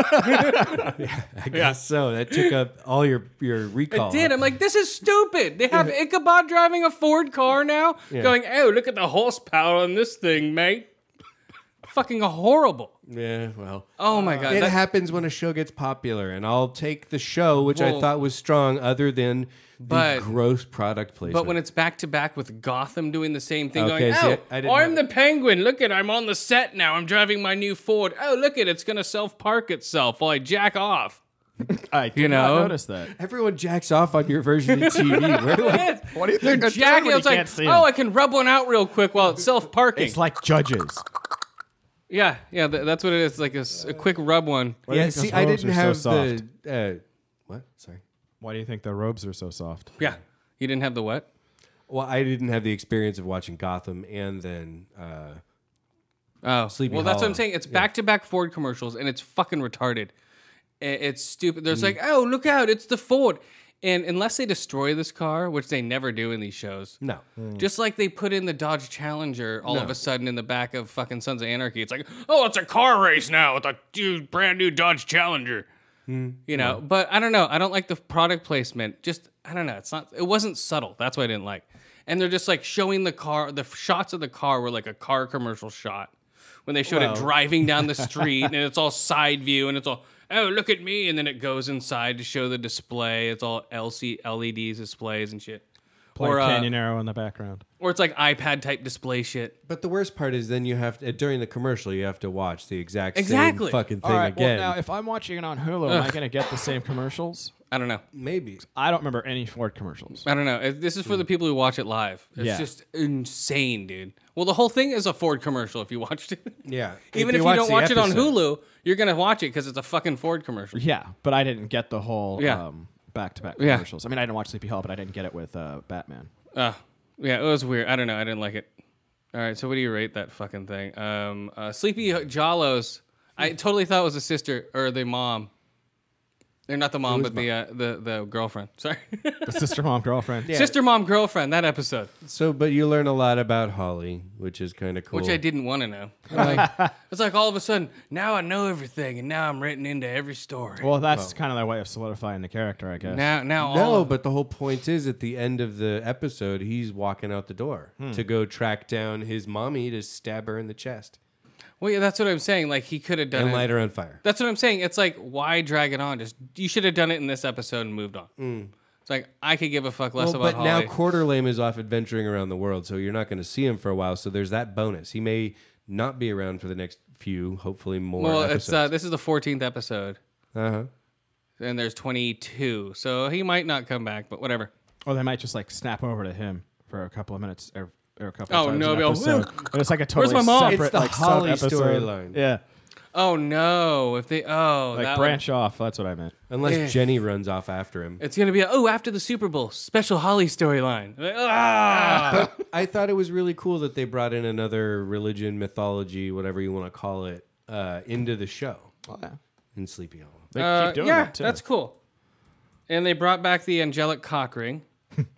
I guess so. That took up all your your recall. I did. I'm like, this is stupid. They have Ichabod driving a Ford car now, Yeah. going, oh, look at the horsepower on this thing, mate. Fucking horrible. Yeah, well, Oh my god. it that- happens when a show gets popular, and I'll take the show, which I Well- thought was strong, other than But- the gross product placement. But when it's back to back with Gotham doing the same thing, Okay, going, see, oh, I didn't I'm know the Penguin. Look at, I'm on the set now. I'm driving my new Ford. Oh, look at, it's gonna self park itself while I jack off. I did You not know? notice that. everyone jacks off on your version of TV, we're like, What do you think? Jack, it's like, oh, I can rub one out real quick while it's self parking. it's like judges. yeah, yeah, th- that's what it is. Like a, s- a quick rub one. yeah. think See, those I robes didn't are have so the uh, what? Sorry. Why do you think their robes are so soft? Yeah, you didn't have the what? Well, I didn't have the experience of watching Gotham and then uh, Oh, Sleepy well, that's what Hollow. I'm saying. It's back to back Ford commercials, and it's fucking retarded. I- It's stupid. Mm. There's like, oh, look out, it's the Ford. And unless they destroy this car, which they never do in these shows, no. just like they put in the Dodge Challenger all of a sudden in the back of fucking Sons of Anarchy, it's like, oh, it's a car race now with a new- brand new Dodge Challenger. You know, but I don't know. I don't like the product placement. Just I don't know. It's not. It wasn't subtle. That's what I didn't like. And they're just like showing the car. The shots of the car were like a car commercial shot when they showed it driving down the street and it's all side view and it's all oh look at me and then it goes inside to show the display. It's all LC LEDs E displays and shit. Play Or, uh, Canyon Arrow in the background. Or it's like iPad type display shit. But the worst part is then you have to, during the commercial you have to watch the exact Exactly. same fucking thing All right. again. Well, now if I'm watching it on Hulu, am I going to get the same commercials? I don't know. Maybe. I don't remember any Ford commercials. I don't know. It- This is for the people who watch it live. It's Yeah. just insane, dude. Well, the whole thing is a Ford commercial if you watched it. Yeah. Even if you, watch don't the watch it on episode. Hulu, you're gonna watch it because it's a fucking Ford commercial. Yeah, but I didn't get the whole Yeah. um, back-to-back Yeah. commercials. I mean, I didn't watch Sleepy Hollow, but I didn't get it with uh, Batman. Uh, yeah, it was weird. I don't know. I didn't like it. All right, so what do you rate that fucking thing? Um, uh, Sleepy Jollos. I totally thought it was a sister or the mom. They're not the mom, but the, uh, the the girlfriend. Sorry, The sister, mom, girlfriend. Yeah. sister, mom, girlfriend. That episode, So, but you learn a lot about Holly, which is kind of cool. which I didn't want to know. Like, it's like all of a sudden now I know everything, and now I'm written into every story. Well, that's kind of their way of solidifying the character, I guess. now, now all No, of- but the whole point is at the end of the episode, he's walking out the door to go track down his mommy to stab her in the chest well, yeah, that's what I'm saying. Like he could have done and it. light her on fire. That's what I'm saying. It's like, why drag it on? Just you should have done it in this episode and moved on. It's like I could give a fuck less Mm. Well, about but now Holly. Quarter Lame is off adventuring around the world, so you're not going to see him for a while. So there's that bonus. He may not be around for the next few, hopefully more. well, episodes. it's uh, this is the 14th episode, uh-huh. and there's 22, so he might not come back. But whatever. Or they might just like snap over to him for a couple of minutes or, or a couple. Oh, of times no, an they'll- episode. But it's like a totally my mom? separate It's the like Holly sub-episode. storyline. Yeah, Oh no! If they oh like that branch off. That's what I meant. Unless Eh. Jenny runs off after him. one- it's gonna be a, oh after the Super Bowl special Holly storyline. Like, ah! I thought it was really cool that they brought in another religion, mythology, whatever you want to call it, uh, into the show in Sleepy Hollow. They Uh, keep doing yeah, that too. that's cool. And they brought back the angelic cock ring.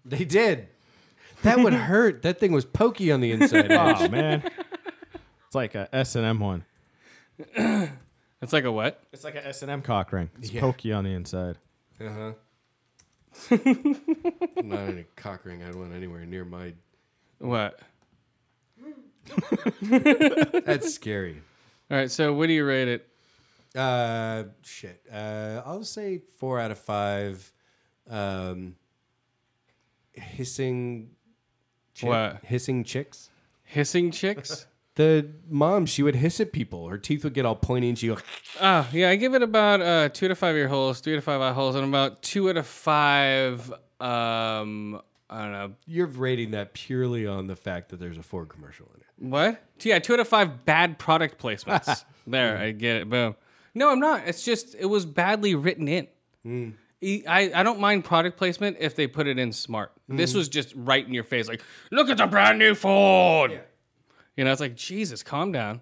They did. That would hurt. That thing was pokey on the inside. edge. oh man, it's like a S and M one. It's like a what? It's like an S and M cock ring. It's pokey on the inside. Uh-huh. Not in a cock ring I'd want anywhere near my. What? That's scary. All right. So what do you rate it? Uh, shit. Uh, I'll say four out of five. Um, hissing. Chick, What? Hissing chicks. Hissing chicks. The mom, she would hiss at people. Her teeth would get all pointy, and she would Ah, yeah, I give it about uh, two to five ear holes, three to five eye holes, and about two out of five. Um, I don't know You're rating that purely on the fact that there's a Ford commercial in it. what. Yeah, two out of five bad product placements. there, I get it. Boom. No, I'm not. It's just it was badly written in. E- I, I don't mind product placement if they put it in smart. This was just right in your face, like look at the brand new Ford. You know, it's like Jesus, calm down.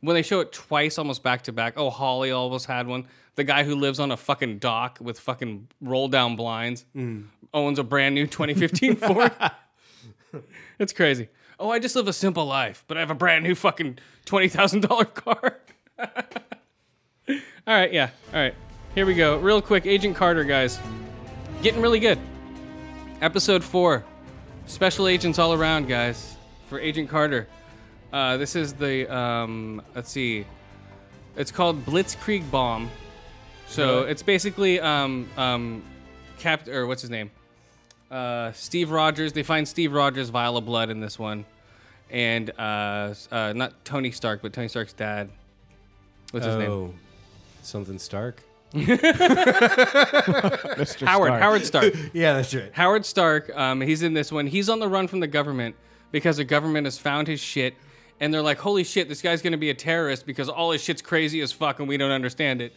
when they show it twice almost back to back oh holly almost had one the guy who lives on a fucking dock with fucking roll down blinds owns a brand new 2015 ford it's crazy oh i just live a simple life but i have a brand new fucking $20000 car all right yeah all right here we go real quick agent carter guys getting really good episode 4 special agents all around guys for agent carter uh, this is the um, let's see, it's called Blitzkrieg Bomb. So it's basically um, um, Cap or what's his name, uh, Steve Rogers. They find Steve Rogers' vial of blood in this one, and uh, s- uh, not Tony Stark, but Tony Stark's dad. What's Oh, his name? something Stark. Mr. Howard. Stark. Howard Stark. Yeah, that's right. Howard Stark, um, he's in this one. He's on the run from the government because the government has found his shit. And they're like, holy shit, this guy's going to be a terrorist because all his shit's crazy as fuck and we don't understand it.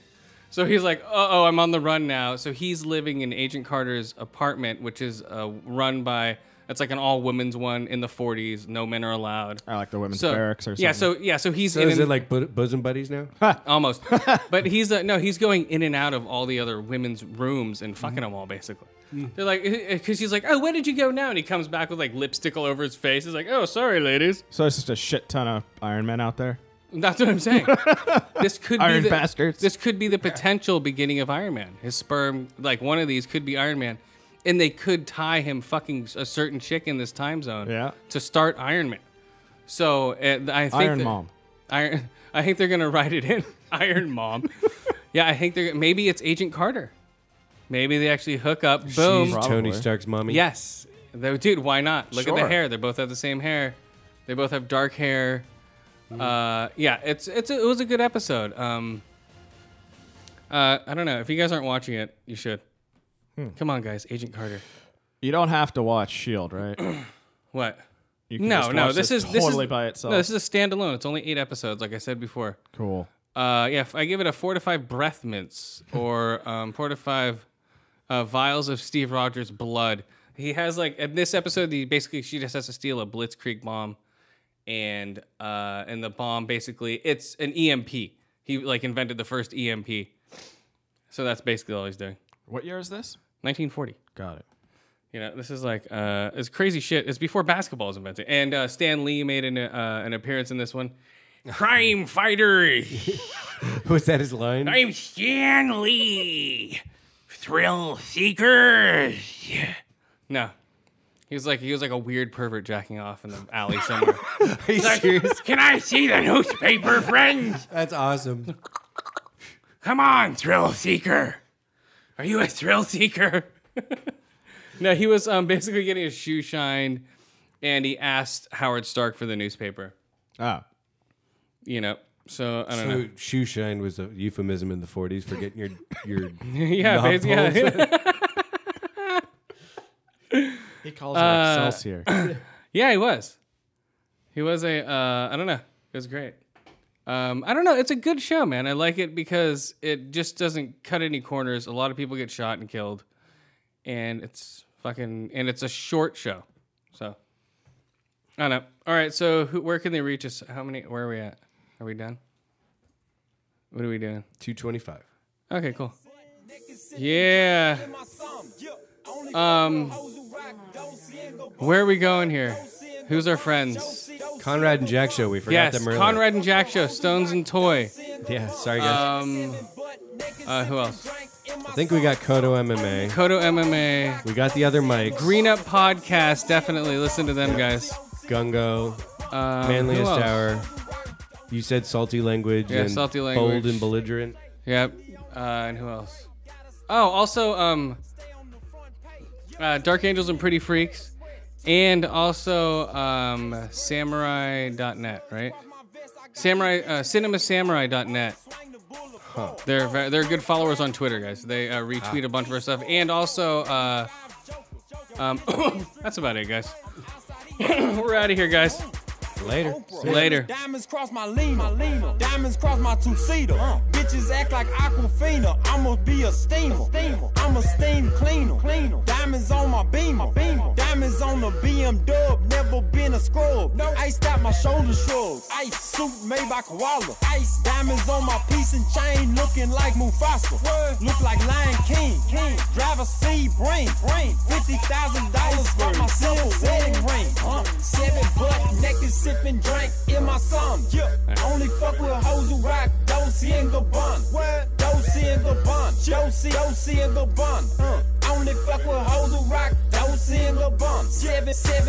So he's like, uh oh, I'm on the run now. So he's living in Agent Carter's apartment, which is uh, run by, it's like an all women's one in the 40s. No men are allowed. I like the women's So, barracks or something. yeah, so yeah, so he's So in is an- it like bo- bosom buddies now? almost. but he's uh, no, he's going in and out of all the other women's rooms and Mm-hmm. fucking them all basically. Mm. They're like, because he's like, oh, where did you go now? And he comes back with like lipstick all over his face. He's like, oh, sorry, ladies. so it's just a shit ton of Iron Men out there. That's what I'm saying. this could Iron be the, bastards. This could be the potential beginning of Iron Man. His sperm, like one of these, could be Iron Man, and they could tie him fucking a certain chick in this time zone. Yeah. To start Iron Man. So uh, I think Iron that- Mom. Iron. I think they're gonna write it in Iron Mom. yeah, I think they're maybe it's Agent Carter. Maybe they actually hook up. Boom. She's Tony Probably. Stark's mommy. Yes. Though, dude, why not? Look at the Sure. hair. They both have the same hair. They both have dark hair. Mm-hmm. Uh, yeah, it's it's a, it was a good episode. Um, uh, I don't know if you guys aren't watching it, you should. Hmm. Come on, guys, Agent Carter. You don't have to watch Shield, E right? What? You can No, just no, watch this is this totally is, by itself. No, this is a standalone. It's only eight episodes, like I said before. cool. Uh, yeah, if I give it a four to five breath mints or um, four to five uh, vials of Steve Rogers' blood. He has like in this episode, he basically she just has to steal a Blitzkrieg bomb, and uh, and the bomb basically it's an EMP. He like invented the first EMP. So that's basically all he's doing. What year is this? 1940. Got it. You know, this is like uh, it's crazy shit. It's before basketball was invented. And uh, Stan Lee made an uh, an appearance in this one. Crime fighter. Was that his line? I'm Stan Lee, thrill seekers. No. He was like he was like a weird pervert jacking off in the alley somewhere. Are you serious? Can I see the newspaper, friends? That's awesome. Come on, thrill seeker. Are you a thrill seeker? no, he was um, basically getting his shoe shined, and he asked Howard Stark for the newspaper. Ah, You know, so I don't know. So shoe shine was a euphemism in the 40s for getting your your Yeah, knob basically. yeah. holes. he calls it Uh, Excelsior. Yeah, he was. He was a. Uh, I don't know. It was great. Um, I don't know. It's a good show, man. I like it because it just doesn't cut any corners. A lot of people get shot and killed, and it's fucking. And it's a short show, so I don't know. All right, so who, where can they reach us? How many? Where are we at? Are we done? What are we doing? 225. Okay, cool. Yeah. Um, where are we going here? Who's our friends? Conrad and Jack show. We forgot Yes, them earlier. Conrad and Jack show, Stones and Toy. Yeah, sorry guys. Um, uh, who else? Uh, I think we got Kodo MMA. Kodo MMA, We got the other mics. Green Up Podcast. Definitely listen to them guys. Gungo. Um, who Manliest else? Hour. You said salty language. Yeah, and salty Bold language. and belligerent. Yep. Uh, and who else? Oh, also um, uh, Dark Angels and Pretty Freaks, and also um, Samurai.net, right? Samurai uh, CinemaSamurai.net. They're ve- they're good followers on Twitter, guys. They uh, retweet a bunch of our stuff, and also uh, um, that's about it, guys. We're out of here, guys. Later. Later. Diamonds cross my Lima. Diamonds cross my two-seater. Bitches act like Aquafina. I'ma be a steamer. I'm a steam cleaner. Diamonds on my beamer. Diamonds on the BM dub. Never been a scrub. Ice out my shoulder shrugs. Ice suit made by koala. Ice diamonds on my piece and chain. Looking like Mufasa. Look like Lion King. Drive a C brain. $50,000 for my silver wedding ring. Huh? Seven butt naked sipping drink in my sum. Yeah. Only fuck with hoes who rock Dosey and Gabon. What? Dosey and Gabon. Dosey, Uh. Dosey and Gabon. Only fuck with hoes who rock Dosey and Gabon. Seven, seven.